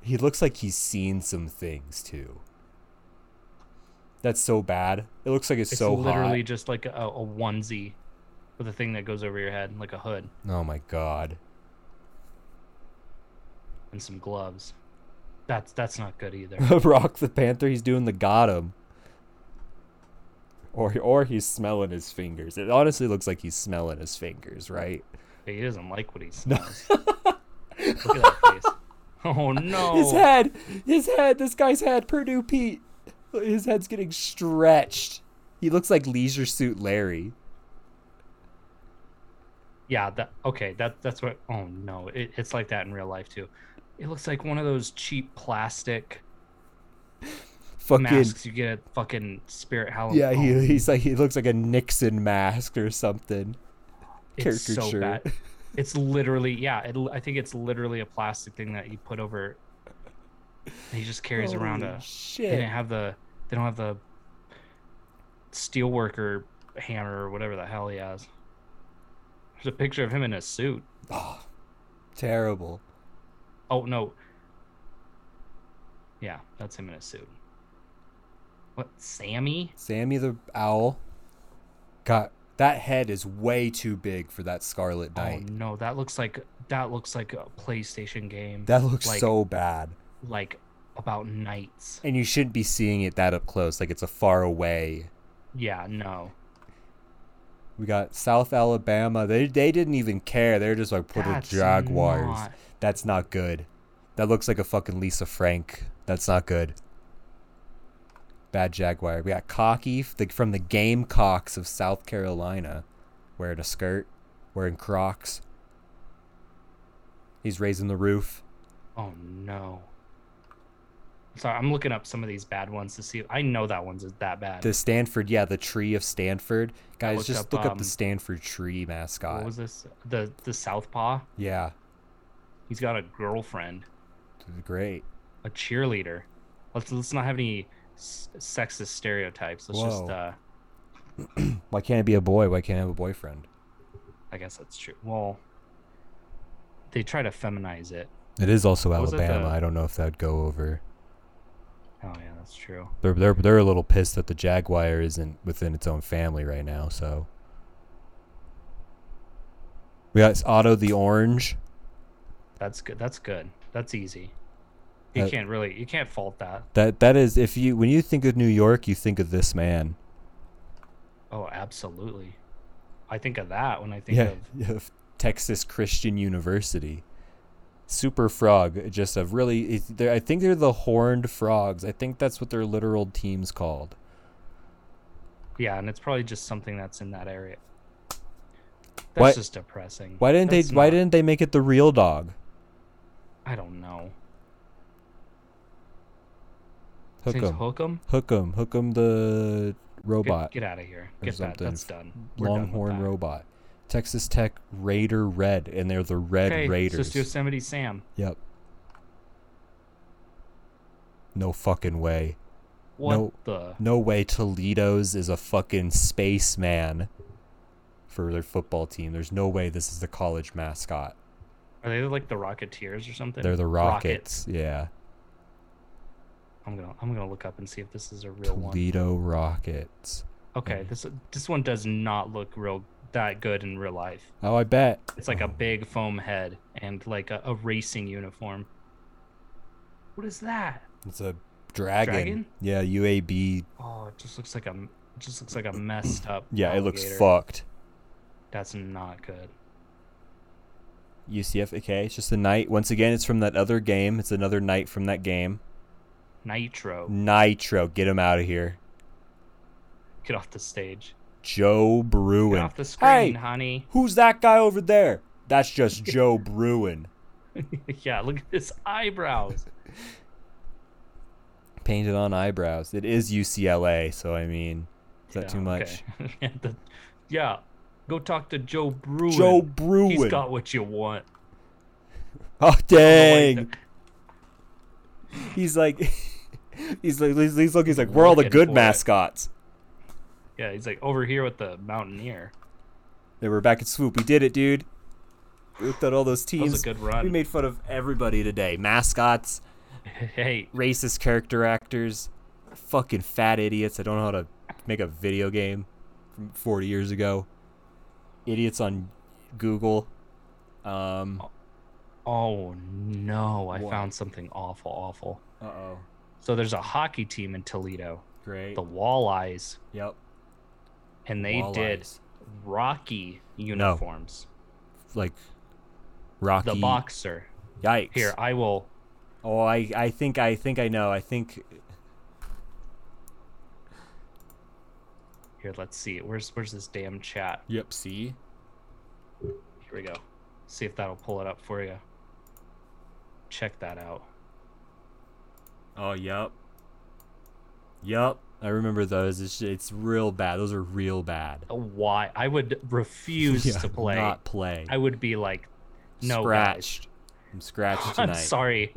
He looks like he's seen some things too. That's so bad. It looks like it's, it's so literally hot. just like a, a onesie with a thing that goes over your head, like a hood Oh my God. and some gloves. That's that's not good either. Rock the Panther. He's doing the got him. Or or he's smelling his fingers. It honestly looks like he's smelling his fingers, right? But he doesn't like what he smells. Look at that face. Oh no. His head, his head, this guy's head, Purdue Pete. His head's getting stretched. He looks like Leisure Suit Larry. Yeah, that okay, that that's what oh no. It, it's like that in real life too. It looks like one of those cheap plastic Fucking masks you get at fucking Spirit Halloween. Oh, yeah, he, he's like he looks like a Nixon mask or something. it's so caricature. bad. It's literally yeah. It, I think it's literally a plastic thing that you put over. And he just carries around Holy a. They shit. didn't have the. They don't have the. Steelworker hammer or whatever the hell he has. There's a picture of him in a suit. Oh, terrible. Oh no. Yeah, that's him in a suit. What Sammy? Sammy the owl. Got that head is way too big for that Scarlet Knight. Oh no, that looks like that looks like a PlayStation game. that looks like- so bad. like about knights. And you shouldn't be seeing it that up close. Like it's a far away Yeah, no. We got South Alabama. They they didn't even care. They're just like put the That's Jaguars. not- That's not good. That looks like a fucking Lisa Frank. That's not good. Bad Jaguar. We got Cocky f- the, from the Gamecocks of South Carolina, wearing a skirt, wearing Crocs. He's raising the roof. Oh no. Sorry, I'm looking up some of these bad ones to see. I know that one's that bad. The Stanford, yeah, the tree of Stanford. Guys, looked just up, look up um, the Stanford tree what mascot. was this? The the Southpaw. yeah, He's got a girlfriend, great. a cheerleader. Let's let's not have any s- sexist stereotypes. Let's just. Whoa. uh Why can't it be a boy? Why can't it have a boyfriend? I guess that's true. Well, they try to feminize it. It is also What was uh, that, Alabama. the- I don't know if that'd go over. Oh yeah, that's true. They're they're they're a little pissed that the Jaguar isn't within its own family right now. So we got Otto the Orange. That's good. That's good. That's easy. You That- can't really you can't fault that. That that is if you when you think of New York, you think of this man. Oh, absolutely. I think of that when I think yeah, of of Texas Christian University. Super frog, just a really. it's- they're- I think they're the horned frogs. I think that's what their literal team's called. yeah, and it's probably just something that's in that area. That's Why- just depressing. Why didn't That's they? Why not- didn't they make it the real dog? I don't know. His Hook name's him, Hook 'em? hook him, hook him. The Get- robot, Get, out of here. or Get that. something. That's done. We're done with longhorn that. robot, Texas Tech Raider Red, and they're the Red Okay, Raiders. it's just Yosemite Sam. Yep. No fucking way. What No. the? No way Toledo's is a fucking spaceman for their football team. There's no way this is the college mascot. Are they like the Rocketeers or something? They're the Rockets. Yeah. I'm gonna I'm gonna look up and see if this is a real one. Toledo Rockets. Okay, this this one does not look real that good in real life. Oh, I bet. It's like a Oh. big foam head and like a, a racing uniform. What is that? It's a dragon. Dragon? Yeah, UAB. Oh, it just looks like a m- it just looks like a messed up. Yeah, it looks alligator. fucked. That's not good. UCF, okay, it's just a night. Once again, it's from that other game. It's another night from that game. Nitro, Nitro, get him out of here. get off the stage. Joe Get Bruin. off the screen, Hey! honey. Who's that guy over there? That's just Joe Bruin. yeah, look at his eyebrows. Painted on eyebrows. It is UCLA, so I mean, is that Yeah, too much? okay. The- yeah, go talk to Joe Bruin. Joe He's Bruin. got what you want. oh Oh, wait, dang! the- He's like, he's like, he's, he's looking. He's like, we're all the Looking good for it. mascots. Yeah, he's like over here with the mountaineer. They were back at swoop. We did it, dude. We looked at all those That teams. was a good We run. made fun of everybody today. Mascots, hey, racist character actors, fucking fat idiots. I don't know how to make a video game from 40 years ago. Idiots on Google. Um, oh no, I What? found something awful, awful. uh oh. So there's a hockey team in Toledo, Great. the Walleyes, Yep. and they did Walleyes. Rocky uniforms. like Rocky. The boxer. Yikes. Here, I will. Oh, I, I think I think I know. I think Here, let's see. Where's where's this damn chat? Yep, see. Here we go. See if that'll pull it up for you. Check that out. Oh, yep. Yep. I remember those. It's, it's real bad. Those are real bad. Uh, Why I would refuse Yeah, to play. Not play. I would be like, no, guys. scratched. I'm scratched tonight. I'm sorry.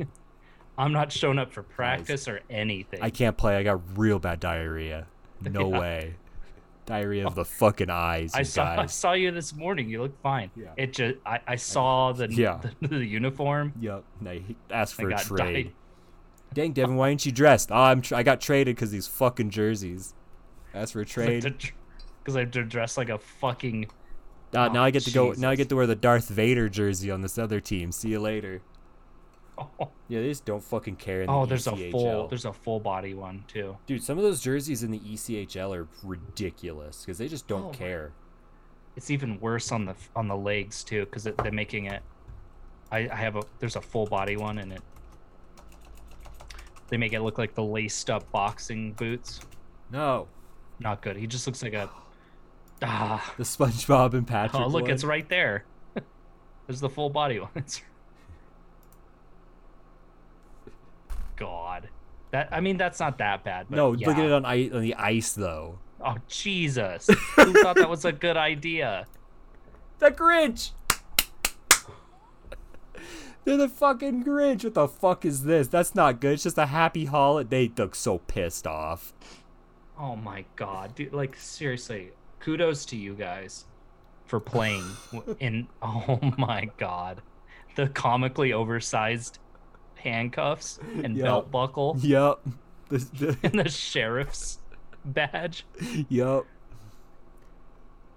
I'm not showing up for practice or anything. I can't play. I got real bad diarrhea. No Yeah. Oh. way. Diarrhea of the fucking eyes, I you saw I guys. saw you this morning. You look fine. Yeah. It just I, I saw the, Yeah. the the uniform. Yep. I asked I for a got trade. dyed. Dang, Devin, why aren't you dressed? Oh, I'm tr- I got traded because these fucking jerseys. Asked for a trade. because I had to dress like a fucking. Ah, now Oh, I get to go. Now I Jesus. get to wear the Darth Vader jersey on this other team. See you later. Oh, Yeah, they just don't fucking care. In the E oh, there's a full ECHL. there's a full body one too. dude. Some of those jerseys in the E ECHL are ridiculous because they just don't Oh. care. It's even worse on the on the legs too because they're making it. I, I have a there's a full body one and it. They make it look like the laced up boxing boots. No, Not good. He just looks like a. Ah, the SpongeBob and Patrick. oh look, one. it's right there. there's the full body one. It's- God, that I mean that's not that bad. But no, yeah. look at it on, I- on the ice though. Oh Jesus! Who thought that was a good idea? The Grinch. They're the fucking Grinch. What the fuck is this? That's not good. It's just a happy holiday. They look so pissed off. Oh my God, dude! Like seriously, kudos to you guys for playing. w- in oh my God, the comically oversized handcuffs and Yeah. belt buckle Yep. The- the- and the sheriff's badge. yep.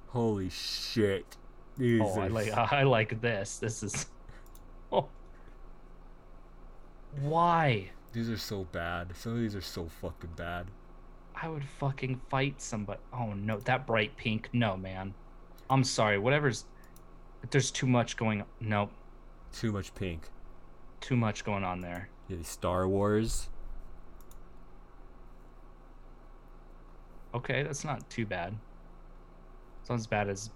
Holy shit. Oh, I Jesus. like I like this. This is. Oh. Why? These are so bad. Some of these are so fucking bad. I would fucking fight somebody. Oh no, that bright pink. No, man. I'm sorry. Whatever's there's too much going nope, Too much pink. too much going on there. Yeah, Star Wars. Okay, that's not too bad. It's not as bad as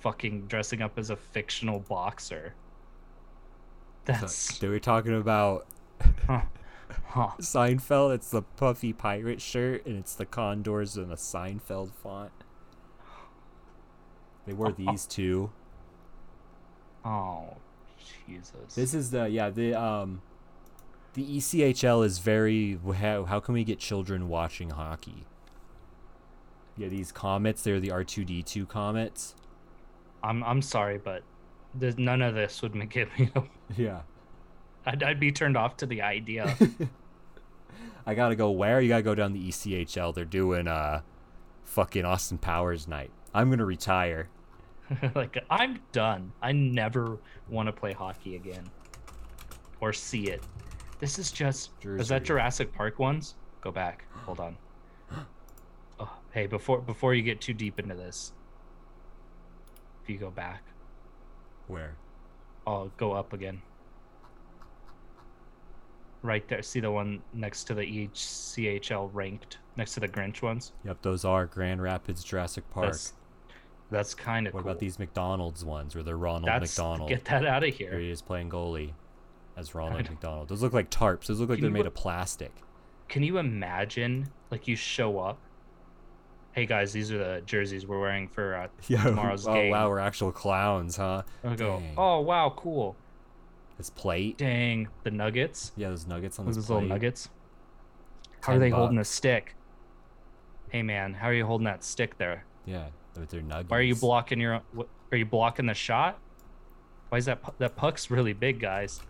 fucking dressing up as a fictional boxer. That's They were talking about huh, huh. Seinfeld. It's the puffy pirate shirt, and it's the condors in a Seinfeld font. They wore these two. Oh, Jesus. This is the yeah the um, the E ECHL is very how how can we get children watching hockey? Yeah, these comets. They're the R two D two comets. I'm I'm sorry, but there's none of this would make it. You know, Yeah, I'd, I'd be turned off to the idea. I gotta go. Where you gotta go down the E ECHL? They're doing uh, fucking Austin Powers night. I'm gonna retire. like I'm done. I never want to play hockey again or see it. This is just is that Jersey. Jurassic Park ones? Go back. Hold on. Oh, hey, before before you get too deep into this, if you go back, Where? I'll go up again. Right there. See the one next to the E ECHL ranked next to the Grinch ones. Yep, those are Grand Rapids Jurassic Park. That's that's kind of what cool. about these McDonald's ones where they're Ronald That's McDonald? get that out of Here here. he is playing goalie as know. Ronald McDonald. Those look like tarps. Those look like Can they're you made re- of plastic. Can you imagine? Like you show up. Hey guys, these are the jerseys we're wearing for uh, Yeah. tomorrow's oh game. wow, we're actual clowns, huh? I go, Dang. oh wow, cool. This plate. Dang, the Nuggets. Yeah, those nuggets on Those this plate. little Nuggets. How are 10 they holding a bucks. stick? Hey man, how are you holding that stick there? Yeah, they're, they're nuggets. Why are you blocking your? What, are you blocking the shot? Why is that pu- that puck's really big, guys?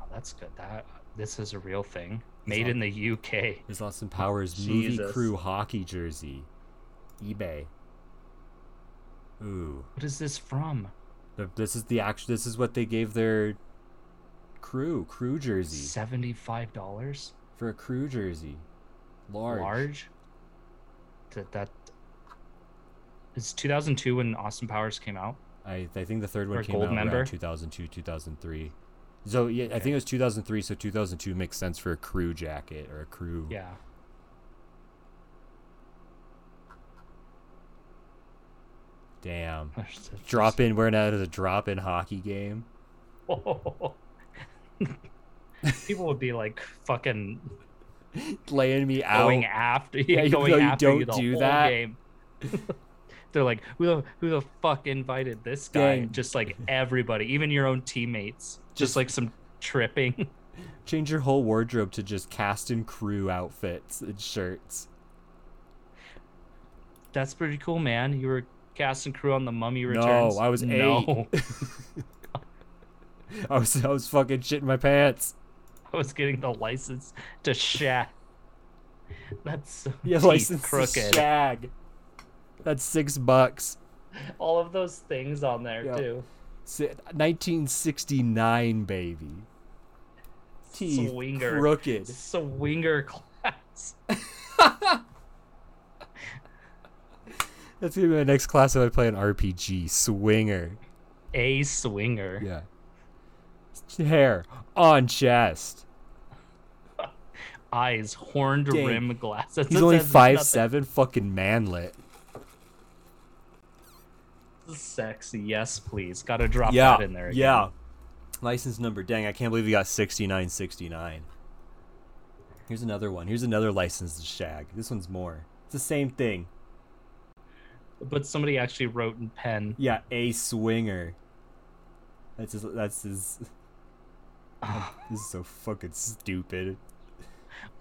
Oh, that's good. That this is a real thing, made all- in the UK. There's Austin Powers movie Jesus. crew hockey jersey. eBay. Ooh, What is this from? The- this is the actual. This is what they gave their crew crew jersey. Seventy-five dollars, for a crew jersey. Large. large. That that is two thousand two when Austin Powers came out. I, I think the third one Or came gold out around member. 2002, 2003. So yeah, I think it was 2003. So 2002 makes sense for a crew jacket or a crew. Yeah. Damn. Drop in. We're now at a drop in hockey game. People would be like fucking Laying me out. going after Yeah, Oh, yeah, you going know you after you don't the do whole that. game. They're like, who the who the fuck invited this guy? Dang. Just like everybody, even your own teammates. Just like some tripping. Change your whole wardrobe to just cast and crew outfits and shirts. That's pretty cool, man. You were cast and crew on the Mummy No, Returns. I was no. I was I was fucking shitting my pants. I was getting the license to shat. That's so Yeah, teeth license to crooked. shag. That's six bucks. All of those things on there Yeah. too. Si- 1969, baby. Teeth Swinger. crooked. Swinger class. That's gonna be my next class if I play an RPG. Swinger. A swinger. Yeah. Hair on chest. eyes, horned Dang. rim glasses. He's only five seven. Fucking manlet. Sexy, yes, please. Got to drop that in there. Again. Yeah. License number. Dang, I can't believe you got sixty nine sixty nine. Here's another one. Here's another license to shag. This one's more. It's the same thing. But somebody actually wrote in pen. Yeah, a swinger. That's his. That's his. this is so fucking stupid.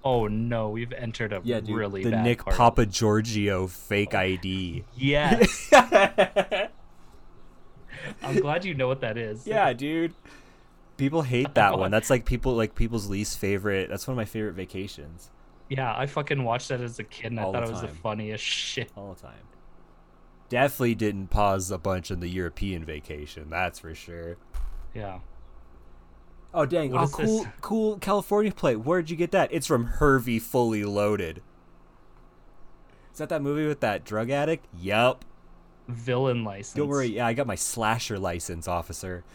Oh no, we've entered a Yeah, dude. really the bad Nick part. Papa Giorgio fake ID. Yes. I'm glad you know what that is. yeah, dude. People hate that one. That's like people like people's least favorite. That's one of my favorite vacations Yeah, I fucking watched that as a kid, and I All the thought it was the time. funniest shit. all the time. Definitely didn't pause a bunch on the European vacation. That's for sure. Yeah. Oh dang! What oh is cool, this? cool California plate. Where'd you get that? It's from Hervey Fully Loaded. Is that that movie with that drug addict? Yup. Villain license. Don't worry. Yeah, I got my slasher license, officer.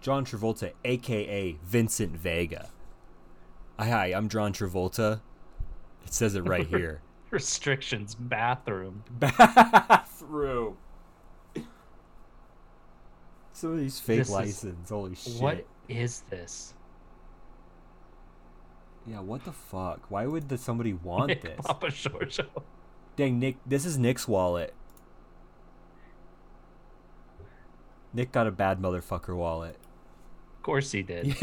John Travolta, aka Vincent Vega. Hi, hi, I'm John Travolta. It says it right here. Restrictions. Bathroom. Bathroom. Some of these fake This is- license. Holy shit. What is this? Yeah, what the fuck? Why would the, somebody want Nick this? Papa Giorgio. Dang, Nick, this is Nick's wallet. Nick got a bad motherfucker wallet. Of course he did.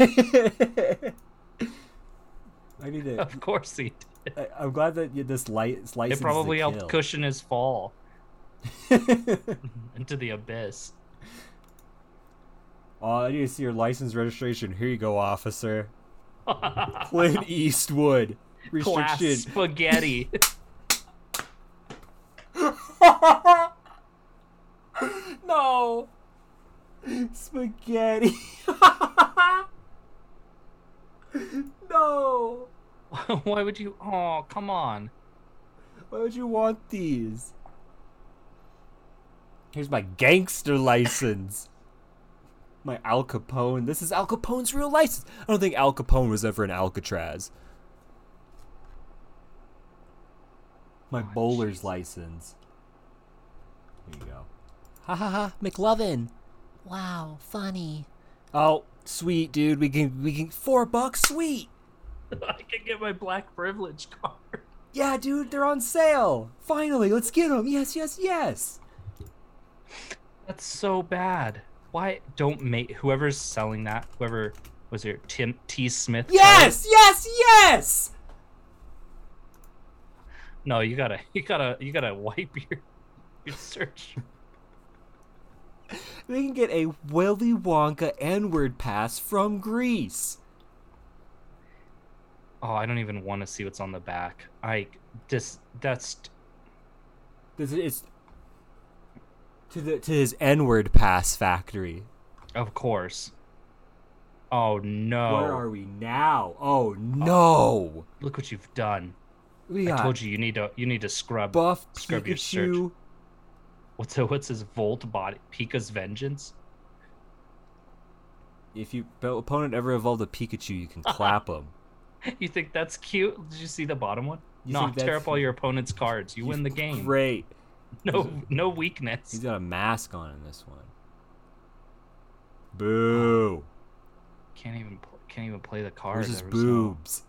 I need to. Of course he did. I, I'm glad that you, this light this license. It probably to helped kill. cushion his fall into the abyss. oh, I need to see your license registration. Here you go, officer. Clint Eastwood. Class Restriction. spaghetti. no. Spaghetti. no. Why would you? Oh, come on. Why would you want these? Here's my gangster license. my Al Capone. This is Al Capone's real license. I don't think Al Capone was ever in Alcatraz. My Oh, bowler's jeez. license. There you go. Ha ha ha, McLovin. Wow, funny. Oh, sweet dude. We can we can four bucks sweet. I can get my black privilege card. Yeah, dude, they're on sale. Finally, let's get them. Yes, yes, yes. That's so bad. Why don't make whoever's selling that, whoever was it, Tim T. Smith? Yes, yes, yes. Oh, No, you gotta, you gotta, you gotta wipe your, your search. We can get a Willy Wonka N-word pass from Greece. Oh, I don't even want to see what's on the back. I just that's This is it's to the to his N-word pass factory. of course. Oh no! Where are we now? Oh no! Look what you've done. We I got told you you need to you need to scrub. buff Scrub your Pikachu. What's what's his Volt body? Pika's vengeance. If your opponent ever evolved a Pikachu, you can clap him. You think that's cute? Did you see the bottom one? You no, think that's- tear up all your opponent's cards. You win the game. Great. No, no He's weakness. got a mask on in this one. Boo. Can't even pl- can't even play the cards. Where's his There was no- boobs?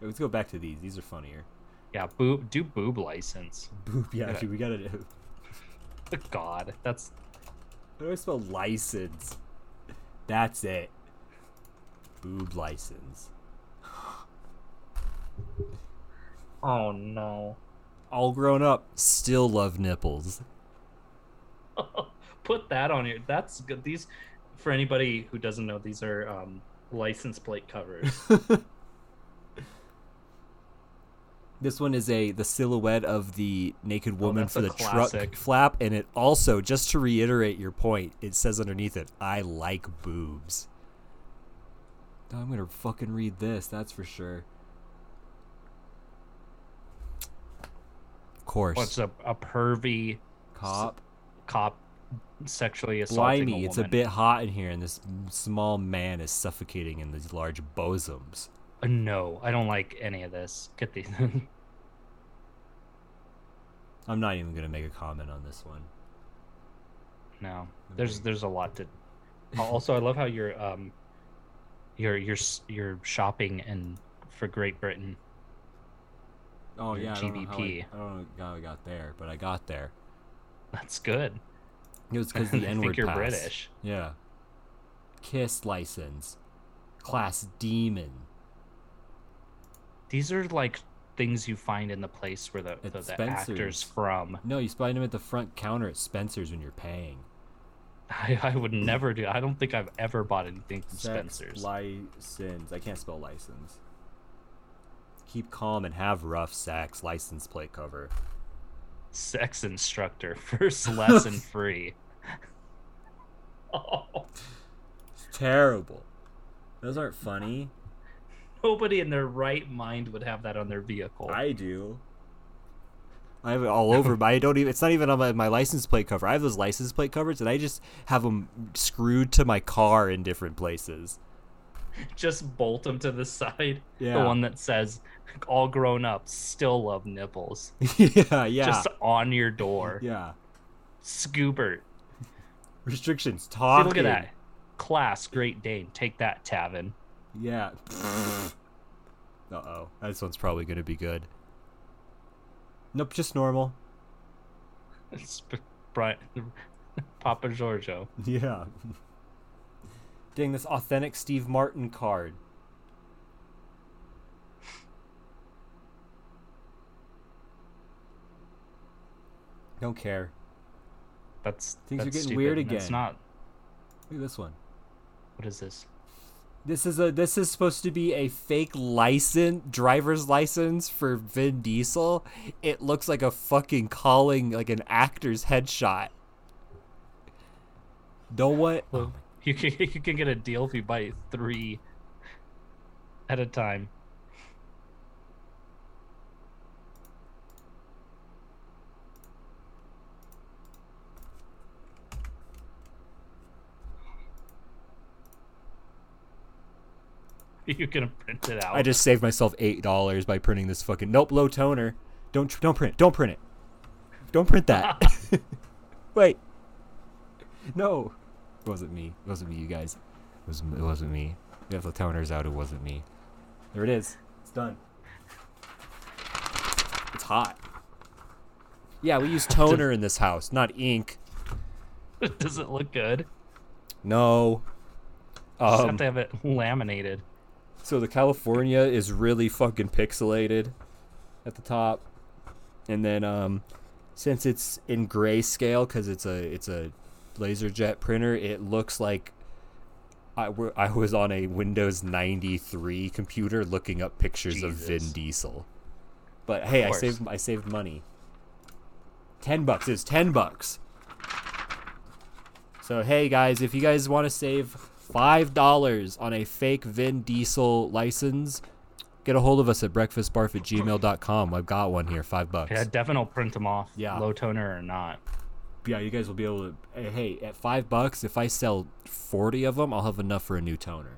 Hey, Let's go back to these. These are funnier. Yeah, boob. Do boob license. Boob, yeah, Yeah. dude, we gotta. How God, that's do I spell license? That's it. Boob license. oh no. All grown up, still love nipples. Put that on your. That's good. These, for anybody who doesn't know, these are um, license plate covers. This one is a the silhouette of the naked Oh, woman that's for a the classic. truck flap, and it also, just to reiterate your point, it says underneath it, "I like boobs." Now I'm gonna fucking read this. That's for sure. Of course, What's a, a pervy cop. cop sexually assaulting Blimey, a it's a woman? bit hot in here, and this m- small man is suffocating in these large bosoms. Uh, No, I don't like any of this. Get these. I'm not even gonna make a comment on this one. no, there's there's a lot to. Also, I love how you're um, you're you're s- you're shopping and for Great Britain. Oh Your yeah, I don't know how GBP. I, I don't know how I got there, but I got there. That's good. It was because They the think N-word you're pass. British. Yeah. Kiss license, class demon. These are like things you find in the place where the At the, the Spencer's. actors from. No, you find him at the front counter at Spencer's when you're paying. I, I would never do. I don't think I've ever bought anything from Spencer's. license. I can't spell license. Keep calm and have rough sex. License plate cover. sex instructor first lesson free. Oh, It's terrible. Those aren't funny. nobody in their right mind would have that on their vehicle. I do. I have it all over, but I don't even. It's not even on my, my license plate cover. I have those license plate covers, and I just have them screwed to my car in different places. Just bolt them to the side. Yeah. The one that says all grown ups still love nipples. yeah, yeah, Just on your door. yeah. Scoobert. Restrictions. See, Talking. look at that. Class, Great Dane. Take that, Tavin. Yeah. uh oh, this one's probably gonna be good. Nope, just normal. It's P- Bri- Papa Giorgio. Yeah. Dang, this authentic Steve Martin card. Don't care. That's Things are that's getting stupid. weird That's again. not. Look at this one. What is this? This is a this is supposed to be a fake license driver's license for Vin Diesel. It looks like a fucking calling like an actor's headshot. Don't what? Well, you can you can get a deal if you buy three at a time. You can print it out. I just saved myself eight dollars by printing this fucking nope low toner. Don't tr- don't print it. Don't print it. Don't print that. Wait. No, it wasn't me. It wasn't me. You guys. It was it wasn't me. If the toner's out, it wasn't me. There it is. It's done. It's hot. Yeah, we use toner in this house, not ink. Does it look good? No. Just Um, have to have it laminated. So the California is really fucking pixelated at the top, and then um, since it's in grayscale because it's a it's a LaserJet printer, it looks like I were, I was on a Windows ninety three computer looking up pictures of Vin Jesus. Diesel. But hey, I course. saved I saved money. Ten bucks is ten bucks. So hey guys, if you guys want to save five dollars on a fake Vin Diesel license, get a hold of us at breakfastbarf at gmail.com. I've got one here, five bucks. Yeah, definitely print them off. Yeah. Low toner or not. yeah, you guys will be able to. eh, Hey, at five bucks, if I sell forty of them, I'll have enough for a new toner.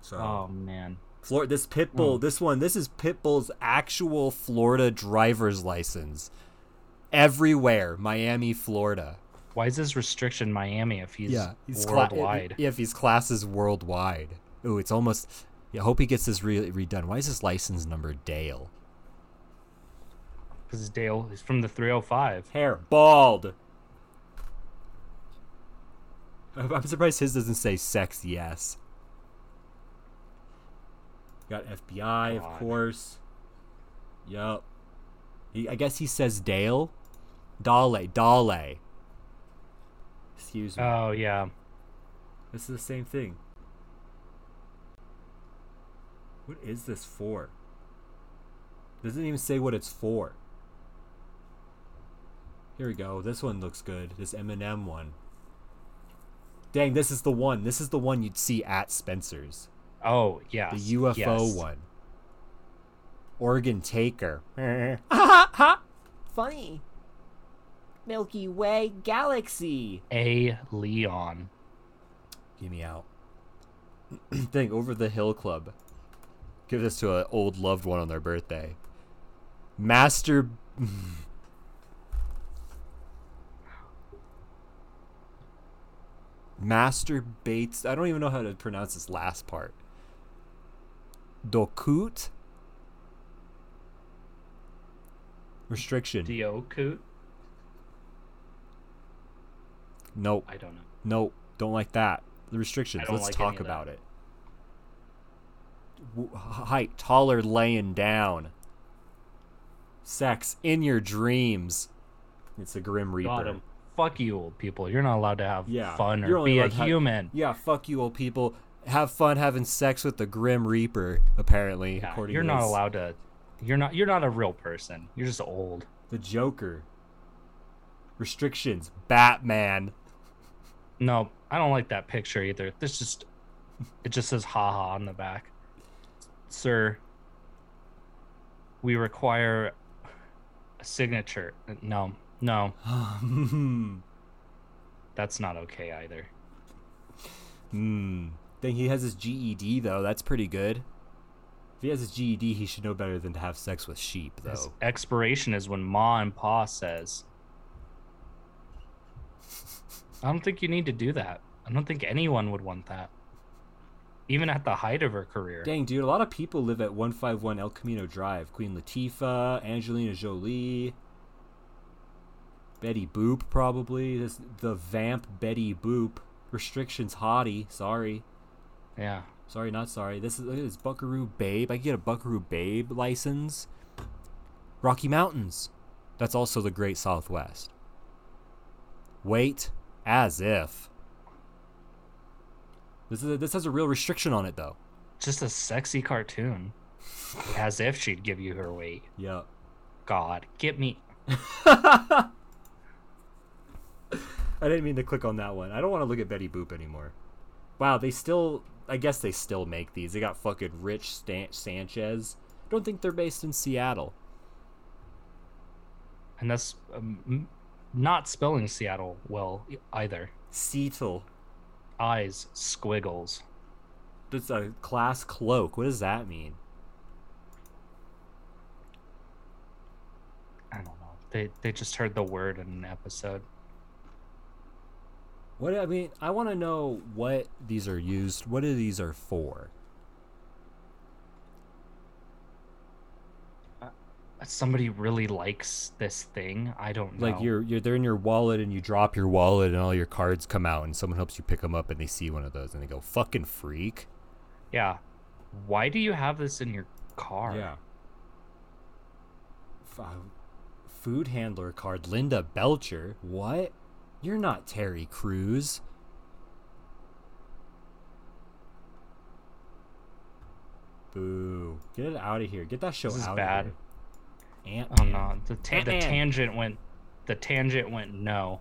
so Oh man. Flor- this Pitbull, this one, this is Pitbull's actual Florida driver's license. Everywhere, Miami, Florida. Why is his restriction Miami if he's, he's cla- worldwide? yeah, if he's classes worldwide. Ooh, it's almost. Yeah, I hope he gets this re- redone. Why is his license number Dale? Because Dale is from the 305. Hair bald. I'm I'm surprised his doesn't say sex yes. Got FBI, of God. course. Yup. He, I guess he says Dale. Dale, Dale. Excuse me. Oh yeah. This is the same thing. What is this for? Doesn't even say what it's for. Here we go. This one looks good. This M&M one. Dang, this is the one. This is the one you'd see at Spencer's. Oh yeah. The UFO Yes. one. Oregon Taker. Funny. Milky Way Galaxy. A Leon. Get me out. Thing over the hill club. Give this to an old loved one on their birthday. Master. Master Bates. I don't even know how to pronounce this last part. Dokut. Restriction. Diokut. nope. I don't know. Nope, don't like that. The restrictions. I don't Let's like any talk of that. about it. W- h- height, taller, laying down. Sex in your dreams. It's a grim reaper. Got him. Fuck you, old people. You're not allowed to have Yeah, fun you're or only be a allowed to have- human. Yeah, fuck you, old people. Have fun having sex with the grim reaper. Apparently, Yeah, according you're to not this. allowed to You're not you're not a real person. You're just old. The Joker. Restrictions. Batman. No, I don't like that picture either. This just it just says haha on the back. Sir, we require a signature. No, no, that's not okay either. Hmm. Think he has his GED though. That's pretty good. If he has his GED, he should know better than to have sex with sheep though. His expiration is when Ma and Pa says. I don't think you need to do that. I don't think anyone would want that. Even at the height of her career. Dang, dude, a lot of people live at 151 El Camino Drive. Queen Latifah, Angelina Jolie, Betty Boop, probably. This, the vamp Betty Boop. Restrictions hottie. Sorry. Yeah. Sorry, not sorry. This is look at this Buckaroo Babe. I can get a Buckaroo Babe license. Rocky Mountains. That's also the Great Southwest. Wait, as if. This is a, this has a real restriction on it though. Just a sexy cartoon. As if she'd give you her weight. Yeah. God, get me. I didn't mean to click on that one. I don't want to look at Betty Boop anymore. Wow, they still. I guess they still make these. They got fucking Rich Stan- Sanchez. I don't think they're based in Seattle. And that's um, m- not spelling Seattle well either. Seattle. Eyes, squiggles. That's a class cloak. What does that mean? I don't know. They, they just heard the word in an episode. What I mean, I want to know what these are used. What are these are for? Somebody really likes this thing. I don't know. Like you're you're they're in your wallet and you drop your wallet and all your cards come out and someone helps you pick them up and they see one of those and they go fucking freak. Yeah. Why do you have this in your car? F- uh, food handler card, Linda Belcher. What? You're not Terry Crews. Boo! Get it out of here. Get that show This is out. bad. Of here. Ant Oh no. The, ta- the Ant-Man. tangent went the tangent went no.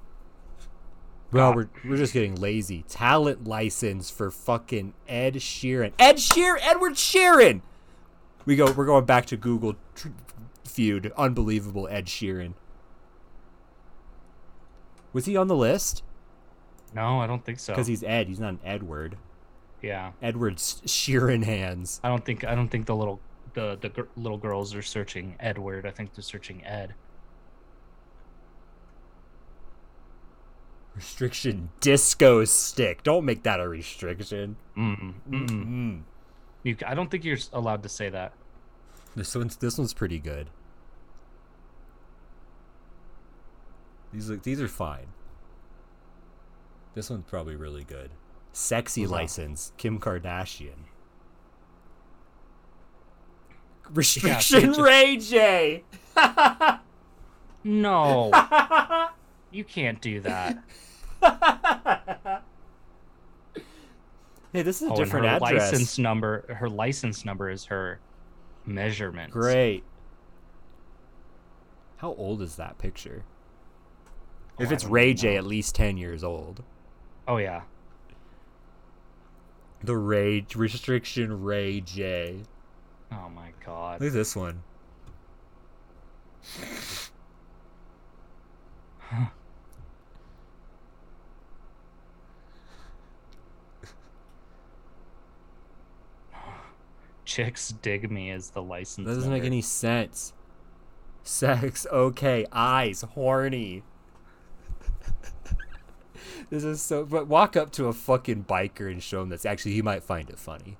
Well, we're, we're just getting lazy. Talent license for fucking Ed Sheeran. Ed Sheeran, Edward Sheeran. We go. We're going back to Google tr- feud. Unbelievable, Ed Sheeran. Was he on the list? No, I don't think so. Because he's Ed. He's not an Edward. yeah. Edward S- Sheeran hands. I don't think I don't think the little the the gr- little girls are searching Edward. I think they're searching Ed. Restriction disco stick. Don't make that a restriction. Mm-mm, mm-mm. Mm. You, ca- I don't think you're s- allowed to say that. This one's this one's pretty good. These look these are fine. This one's probably really good. Sexy Who's that? license, Kim Kardashian. Yeah, Restriction see, it Ray J. No, you can't do that. Hey, this is a Oh, and her different address. license number. Her license number is her measurement. Great. How old is that picture? Oh, if I it's don't Ray even J, know. at least ten years old. Oh yeah. The rage restriction Ray J. Oh my god. Look at this one. Chicks dig me is the license. That doesn't make number. any sense. Sex, okay, eyes, horny. this is so. But walk up to a fucking biker and show him this. Actually, he might find it funny.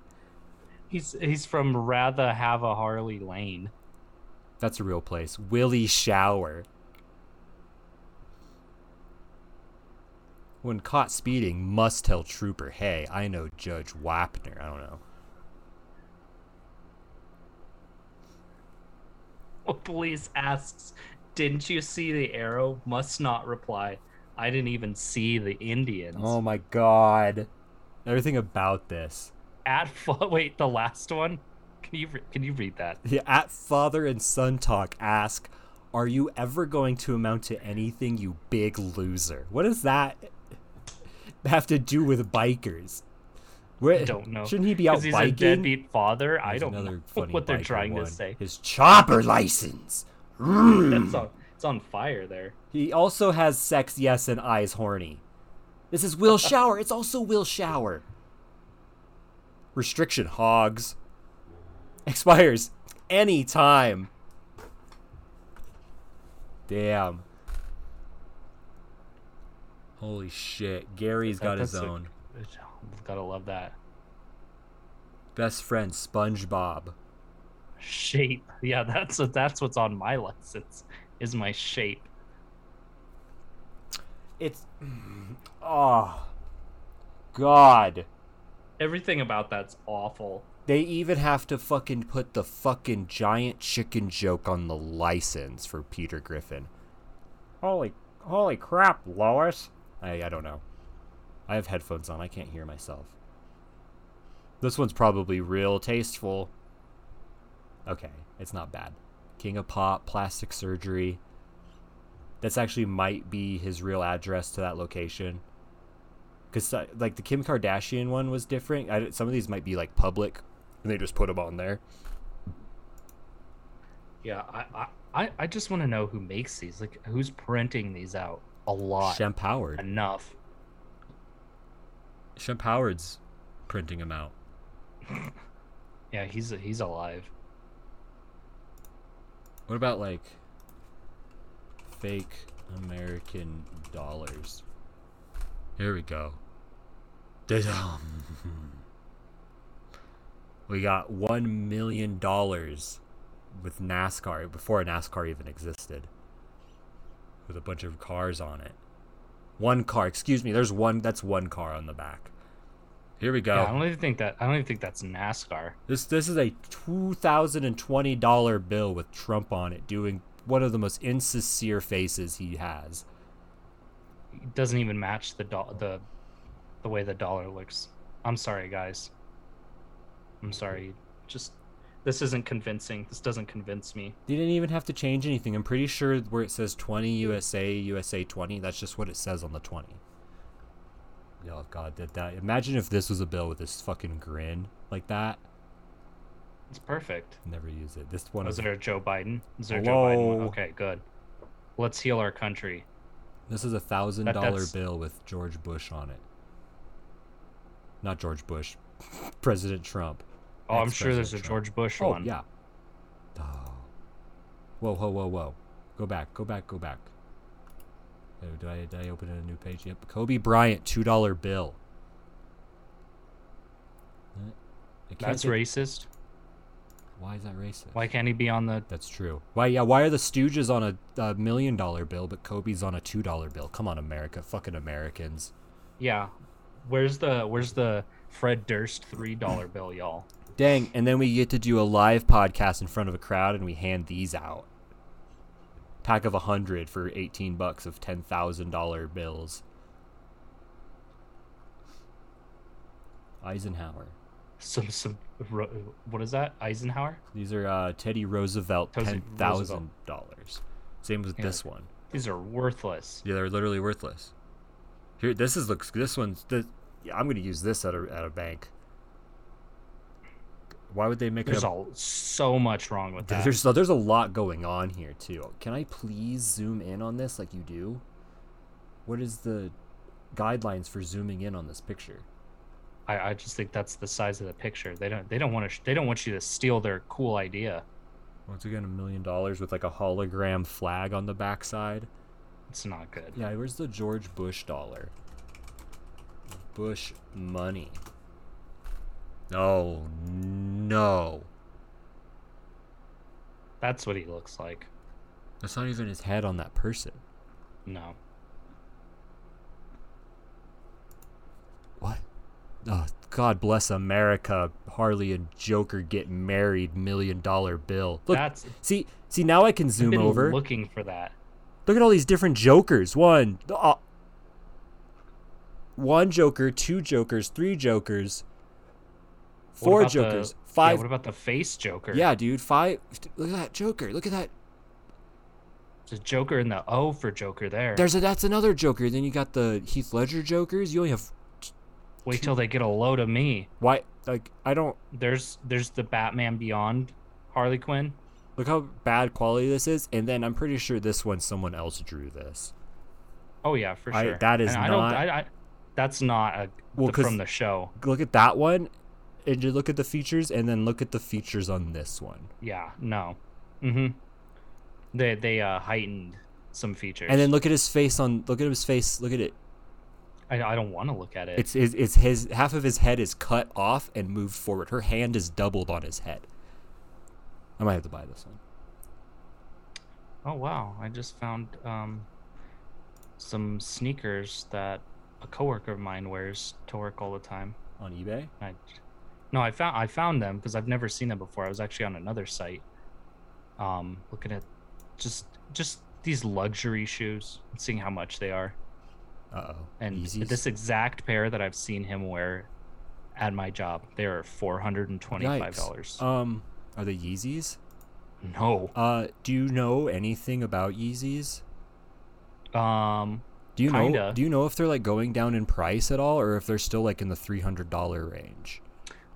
He's he's from rather have a Harley Lane. That's a real place. Willie Shower. When caught speeding, must tell trooper, hey, I know Judge Wapner. I don't know. Police asks, "Didn't you see the arrow?" Must not reply. I didn't even see the Indians. Oh my god. Everything about this. At fu- wait, the last one. Can you re- can you read that? Yeah, at father and son talk ask, "Are you ever going to amount to anything, you big loser?" What does that have to do with bikers? Where, I don't know. Shouldn't he be out he's a biking? deadbeat father. I There's don't another know funny what they're biker trying one. to say. His chopper license. That's on, it's on fire there. He also has sex, yes, and eyes horny. This is Will Shower. It's also Will Shower. Restriction hogs. Expires any time. Damn. Holy shit. Gary's got his That's a- own. gotta love that Best friend, SpongeBob. shape. Yeah, that's what that's what's on my license is my shape. It's. Oh. God. Everything about that's awful. They even have to fucking put the fucking giant chicken joke on the license for Peter Griffin. Holy, holy crap, Lois! I, I don't know. I have headphones on. I can't hear myself. This one's probably real tasteful. Okay, it's not bad. King of Pop, plastic surgery. That's actually might be his real address to that location because like the Kim Kardashian one was different. I, some of these might be like public, and they just put them on there. Yeah, I I- I, I just want to know who makes these. Like, who's printing these out? A lot, Shem Howard. enough. Shem Howard's printing them out. Yeah, he's he's alive. What about like fake American dollars? Here we go. Da-dum. We got one million dollars with NASCAR before NASCAR even existed, with a bunch of cars on it. One car, excuse me. There's one. That's one car on the back. Here we go. Yeah, I don't even think that I don't even think that's NASCAR. This this is a two thousand and twenty dollar bill with Trump on it, doing one of the most insincere faces he has. It doesn't even match the do- the the way the dollar looks. I'm sorry, guys. I'm sorry. Just this isn't convincing. This doesn't convince me. They didn't even have to change anything. I'm pretty sure where it says twenty USA USA twenty, that's just what it says on the twenty. Oh God, that that. Imagine if this was a bill with this fucking grin like that. It's perfect. Never use it. This one Was is there a Joe Biden? Is there a Joe Biden? one? Hello? Okay, good. Let's heal our country. This is a thousand That- dollar that's- bill with George Bush on it. Not George Bush, President Trump. Oh, I'm sure there's a Ex-President Trump. George Bush Oh one. yeah. Oh. Whoa, whoa, whoa, whoa. Go back, go back, go back. Oh, Did I, did I open a new page? Yep. Kobe Bryant, $2 bill. Uh, I can't That's get- racist. Why is that racist? Why can't he be on the? That's true. Why? Yeah. Why are the Stooges on a, a million dollar bill, but Kobe's on a two dollar bill? Come on, America, fucking Americans. Yeah. Where's the Where's the Fred Durst three dollar bill, y'all? Dang. And then we get to do a live podcast in front of a crowd and we hand these out. Pack of a hundred for 18 bucks of $10,000 bills. Eisenhower. Some some. Ro- What is that? Eisenhower. These are uh, Teddy Roosevelt Teddy $10,000. Same with Yeah. this one. These are worthless. Yeah, they're literally worthless. Here, this is looks. This one's. The, yeah, I'm gonna use this at a at a bank. Why would they make it There's a all so much wrong with that. There's there's a lot going on here too. Can I please zoom in on this like you do? What is the guidelines for zooming in on this picture? I, I just think that's the size of the picture. They don't they don't want to sh- they don't want you to steal their cool idea. Once again, a million dollars with like a hologram flag on the backside. It's not good. Yeah, where's the George Bush dollar? Bush money. Oh no. That's what he looks like. That's not even his head on that person. No. What? Oh, God bless America. Harley and Joker get married. Million dollar bill. Look, That's see, see. Now I can I've zoom been over. Look-, looking for that. at all these different Jokers. One, uh, one Joker, two Jokers, three Jokers, What four about the- Jokers, what Yeah, Five. what about the face Joker? Yeah, dude. Five. Look at that Joker. Look at that. There's a Joker in the O for Joker there. There's a. That's another Joker. Then you got the Heath Ledger Jokers. You only have Wait till they get a load of me. why? Like I don't. There's there's the Batman Beyond Harley Quinn. Look how bad quality this is. And then I'm pretty sure this one someone else drew this. Oh yeah, for I- sure. that is and I don't, not- I, I, that's not a, Well, the- 'cause- from the show. Look at that one, and you look at the features, and then look at the features on this one. Yeah, no. Mm-hmm. They they uh, heightened some features. And then look at his face on. Look at his face. Look at it. I, I don't want to look at it. It's it's, it's his half of his head is cut off and moved forward. Her hand is doubled on his head. I might have to buy this one. oh wow, I just found um some sneakers that a coworker of mine wears to work all the time. on eBay. I, no, I found I found them because I've never seen them before. I was actually on another site, um, looking at just just these luxury shoes, and seeing how much they are, Uh oh. and this exact pair that I've seen him wear at my job, they are four hundred and twenty-five dollars. Um, are they Yeezys? no, Uh, do you know anything about Yeezys? um, Do you know? Kinda. Do you know if they're like going down in price at all, or if they're still like in the three hundred dollar range?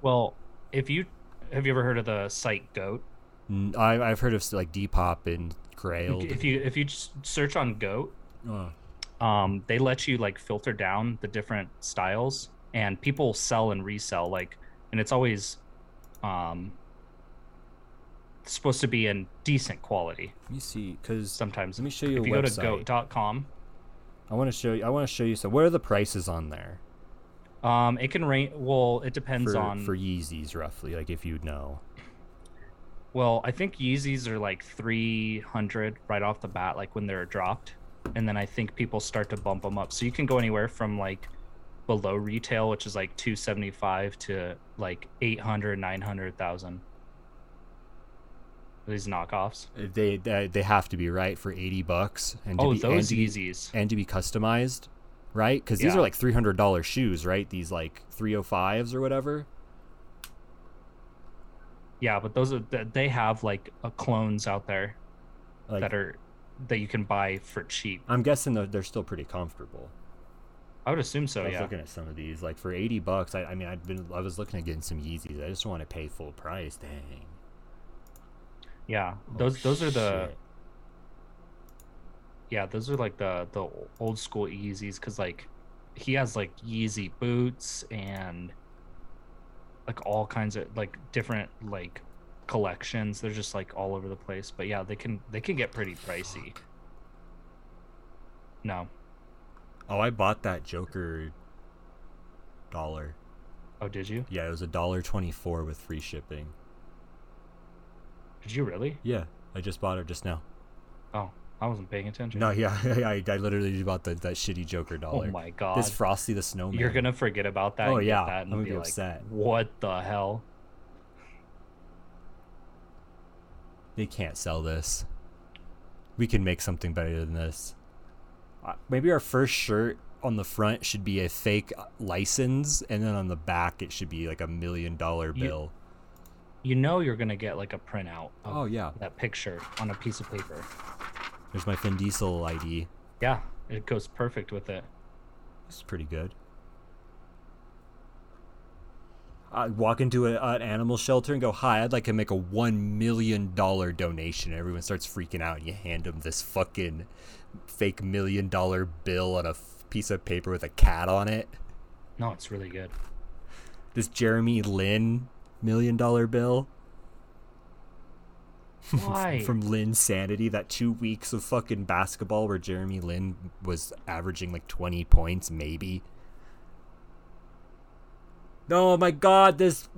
well, if you have you ever heard of the site Goat? N- I, I've heard of like Depop and Grailed. If you if you just search on Goat, Uh, um, they let you like filter down the different styles and people sell and resell like and it's always um supposed to be in decent quality let me see, because sometimes Let me show you if a you website. go to goat.com I want to show you. I want to show you. So, what are the prices on there um it can range well it depends for, on for Yeezys roughly? Like if you know. well i think yeezys are like 300 right off the bat like when they're dropped and then i think people start to bump them up so you can go anywhere from like below retail which is like 275 to like 800 900,000 these knockoffs Uh, They, they they have to be right for eighty bucks. And to oh be, and those to be- yeezys and to be customized, right? Because these Yeah. are like three hundred dollar shoes, right? These like three oh fives or whatever. yeah but those are th- they have like uh clones out there Like, that are that you can buy for cheap I'm guessing that they're still pretty comfortable. i would assume I so was yeah looking at some of these, like for eighty bucks. I, I mean, I've been I was looking at getting some Yeezys. I just want to pay full price. Dang. yeah Oh, those those are the shit. Yeah, those are like the the old school Yeezys because like he has like Yeezy boots and like all kinds of like different like collections. They're just like all over the place. But yeah, they can they can get pretty pricey. No, Oh, I bought that Joker dollar. oh did you? Yeah, it was a dollar twenty four with free shipping. Did you really? Yeah, I just bought it just now. Oh, I wasn't paying attention. No, yeah, I, I literally just bought the, that shitty Joker Oh dollar. my god, This Frosty the Snowman. you're gonna forget about that. Oh, and get yeah, that and I'm gonna be, be like, upset. What the hell? They can't sell this. We can make something better than this. Uh, Maybe our first shirt on the front should be a fake uh, license, and then on the back it should be like a million dollar You- bill. You know you're gonna get like a printout. Of Oh yeah, That picture on a piece of paper. there's my Vin Diesel ID. Yeah, it goes perfect with it. This is pretty good. I walk into a, an animal shelter and go, "Hi, I'd like to make a one million dollar donation." Everyone starts freaking out, and you hand them this fucking fake million dollar bill on a f- piece of paper with a cat on it. No, it's really good. This Jeremy Lin million dollar bill Why? from Lin Sanity. That two weeks of fucking basketball where Jeremy Lin was averaging like twenty points, maybe. Oh my god, this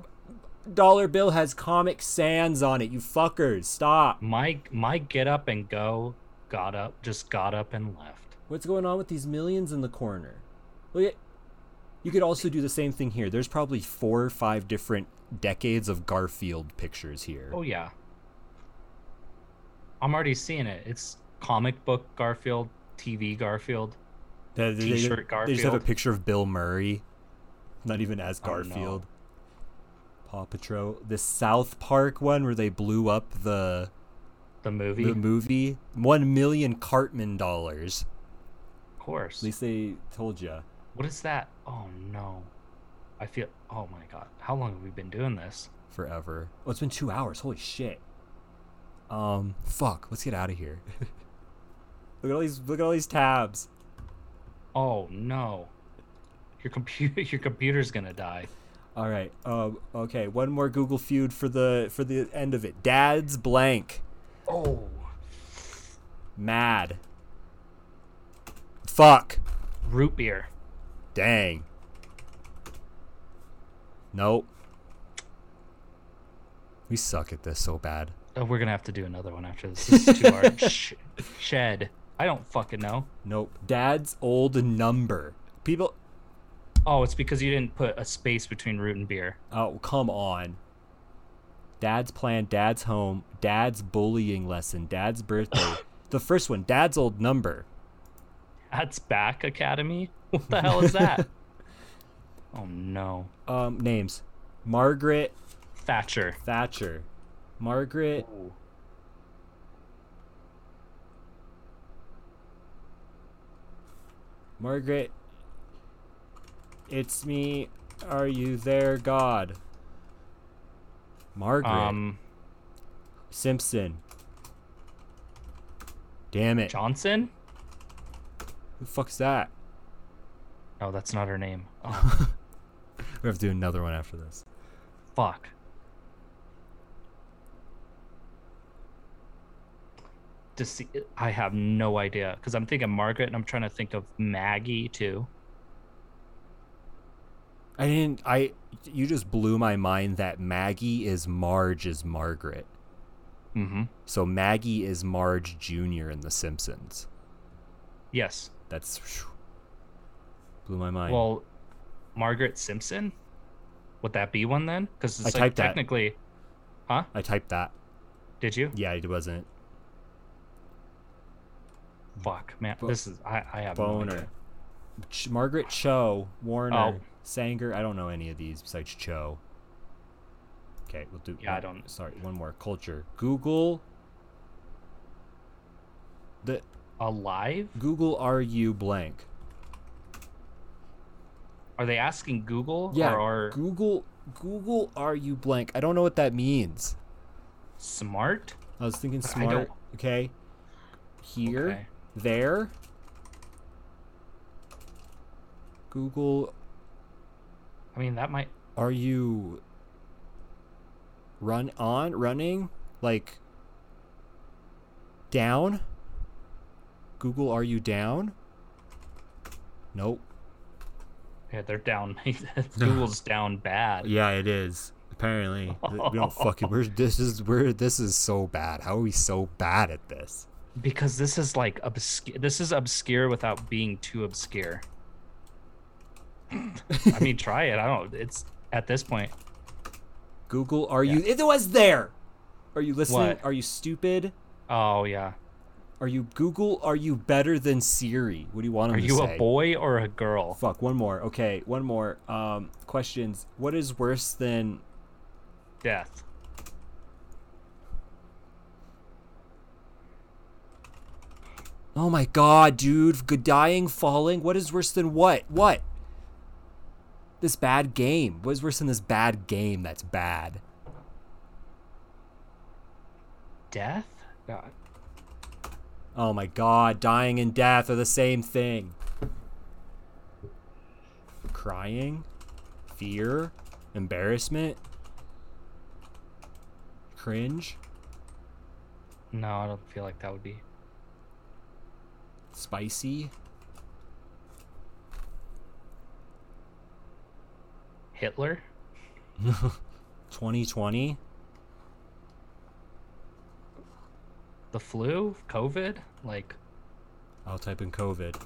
dollar bill has Comic Sans on it. You fuckers, stop. my my get up and go got up, just got up and left. What's going on with these millions in the corner? Look at. You could also do the same thing here. There's probably four or five different decades of Garfield pictures here. Oh yeah. I'm already seeing it. It's comic book Garfield, TV Garfield. They, they- they- T-shirt They just have a Garfield. picture of Bill Murray, not even as Oh, no. Garfield. Paw Patrol. The South Park one where they blew up the The movie, the movie. One million Cartman dollars. of course. At least they told you. What is that? Oh no, I feel. Oh my god, how long have we been doing this? forever. Oh, it's been two hours. Holy shit. Um, fuck. Let's get out of here. look at all these. Look at all these tabs. Oh no, your computer, your computer's gonna die. All right. Um. Okay. One more Google feud for the for the end of it. Dad's blank. Oh, Mad. Fuck. root beer. Dang. Nope. We suck at this so bad. Oh, we're gonna have to do another one after this. This is too hard. Sh- shed. I don't fucking know. Nope. Dad's old number. People. Oh, it's because you didn't put a space between root and beer. Oh, come on. Dad's plan, dad's home, dad's bullying lesson, dad's birthday. the first one, dad's old number. That's back academy. What the hell is that? oh no, Um, names Margaret Thatcher. Thatcher. Margaret. Margaret. It's me. Are you there, God? Margaret. Um, Simpson. Damn it. Johnson. Who the fuck's that? Oh, that's not her name. Oh, We have to do another one after this. fuck. Dece- I have no idea because I'm thinking Margaret and I'm trying to think of Maggie too. I didn't. I you just blew my mind that Maggie is Marge is Margaret. Mm-hmm. So Maggie is Marge Junior in The Simpsons. Yes. That's phew, blew my mind. Well, Margaret Simpson. Would that be one then? Because I it's like typed that. technically. Huh? I typed that. Did you? Yeah, it wasn't Fuck, man. Bo- this is I. I have no boner. idea. Ch- Margaret Cho Warner Oh. Sanger. I don't know any of these besides Cho. Okay, we'll do. Yeah, I one- don't- Sorry, one more culture. Google. The Alive? Google are you blank? Are they asking Google? Yeah, Or are Google Google are you blank? I don't know what that means. smart? I was thinking I- I don't- smart. Okay. Here, Okay. there. Google I mean, that might. are you run on running like down? Google are you down? Nope. Yeah, they're down. Google's down bad. Yeah, it is. Apparently, we don't fucking. We're this is we're this is so bad. How are we so bad at this? because this is like obscure this is obscure without being too obscure i mean try it i don't it's at this point Google, are you? It was there. Are you listening? What? Are you stupid? oh yeah Are you Google? Are you better than Siri? What do you want him are to you say? a boy or a girl Fuck. One more. Okay, one more. Um, questions. What is worse than? death Oh my god, dude! Good dying, falling. What is worse than what? What? This bad game. What is worse than this bad game? That's bad. death God. Oh my god, dying and death are the same thing. Crying, fear, embarrassment, cringe, no i don't feel like that would be spicy, hitler 2020, the flu covid like I'll type in COVID.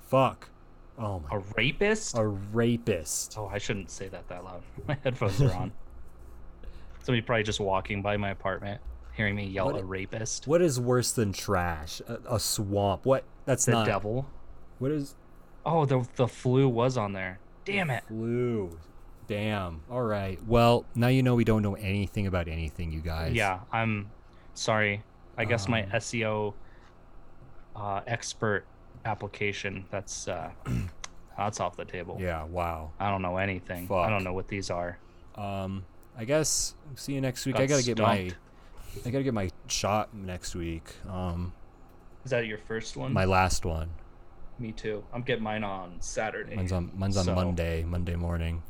Fuck. Oh my. a rapist A rapist. oh i shouldn't say that that loud my headphones are on somebody probably just walking by my apartment hearing me yell What- a rapist What is worse than trash? A, a swamp. What? That's the not. devil What is Oh, the the flu was on there. Damn it. flu? Damn. All right. Well, now you know we don't know anything about anything, you guys. Yeah, I'm sorry. I guess my Um, SEO uh, expert application that's uh, that's off the table. Yeah. Wow. I don't know anything. I Fuck. don't know what these are. Um, I guess see you next week. Got I gotta get stumped. my, I gotta get my shot next week. Um, Is that your first one? my last one. Me too. I'm getting mine on Saturday. Mine's on mine's on So- Monday, Monday morning.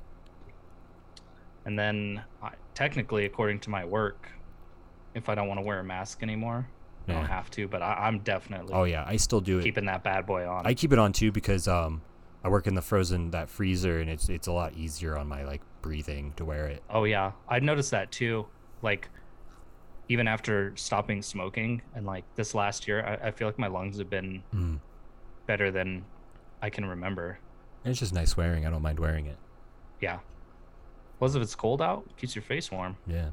And then, I, technically, according to my work, if I don't want to wear a mask anymore, I Yeah. don't have to. But I, I'm definitely Oh yeah, I still do it. keeping that bad boy on. I keep it on too because um, I work in the frozen that freezer and it's it's a lot easier on my like breathing to wear it. Oh yeah, I noticed that too. Like, even after stopping smoking and like this last year, I, I feel like my lungs have been Mm. better than I can remember. And it's just nice wearing. I don't mind wearing it. Yeah. Plus, if it's cold out, keeps your face warm. Yeah.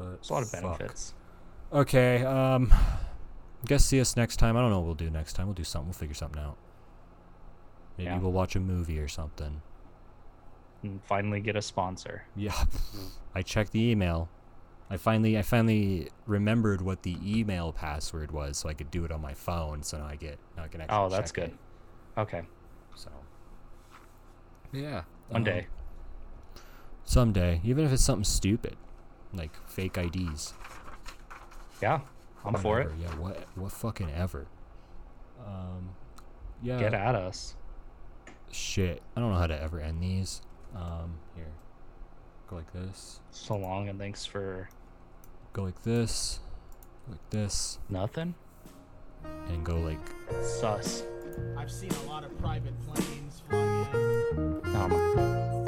There's a lot of benefits. Okay. Um, guess see us next time. I don't know what we'll do next time. We'll do something. We'll figure something out. Maybe Yeah. we'll watch a movie or something. And finally, get a sponsor. Yeah. Mm. I checked the email. I finally I finally remembered what the email password was so I could do it on my phone so now I get now I can actually Oh, that's check good. it, Okay, so Yeah. one um, day. Someday. Even if it's something stupid. Like fake IDs. Yeah, I'm for it. whatever. Yeah, what what fucking ever. Um yeah. Get at us. Shit. I don't know how to ever end these. Um here. Go like this. So long, and thanks for Go like this. Go Like this. nothing. And go like Sus. I've seen a lot of private planes flying in. Um,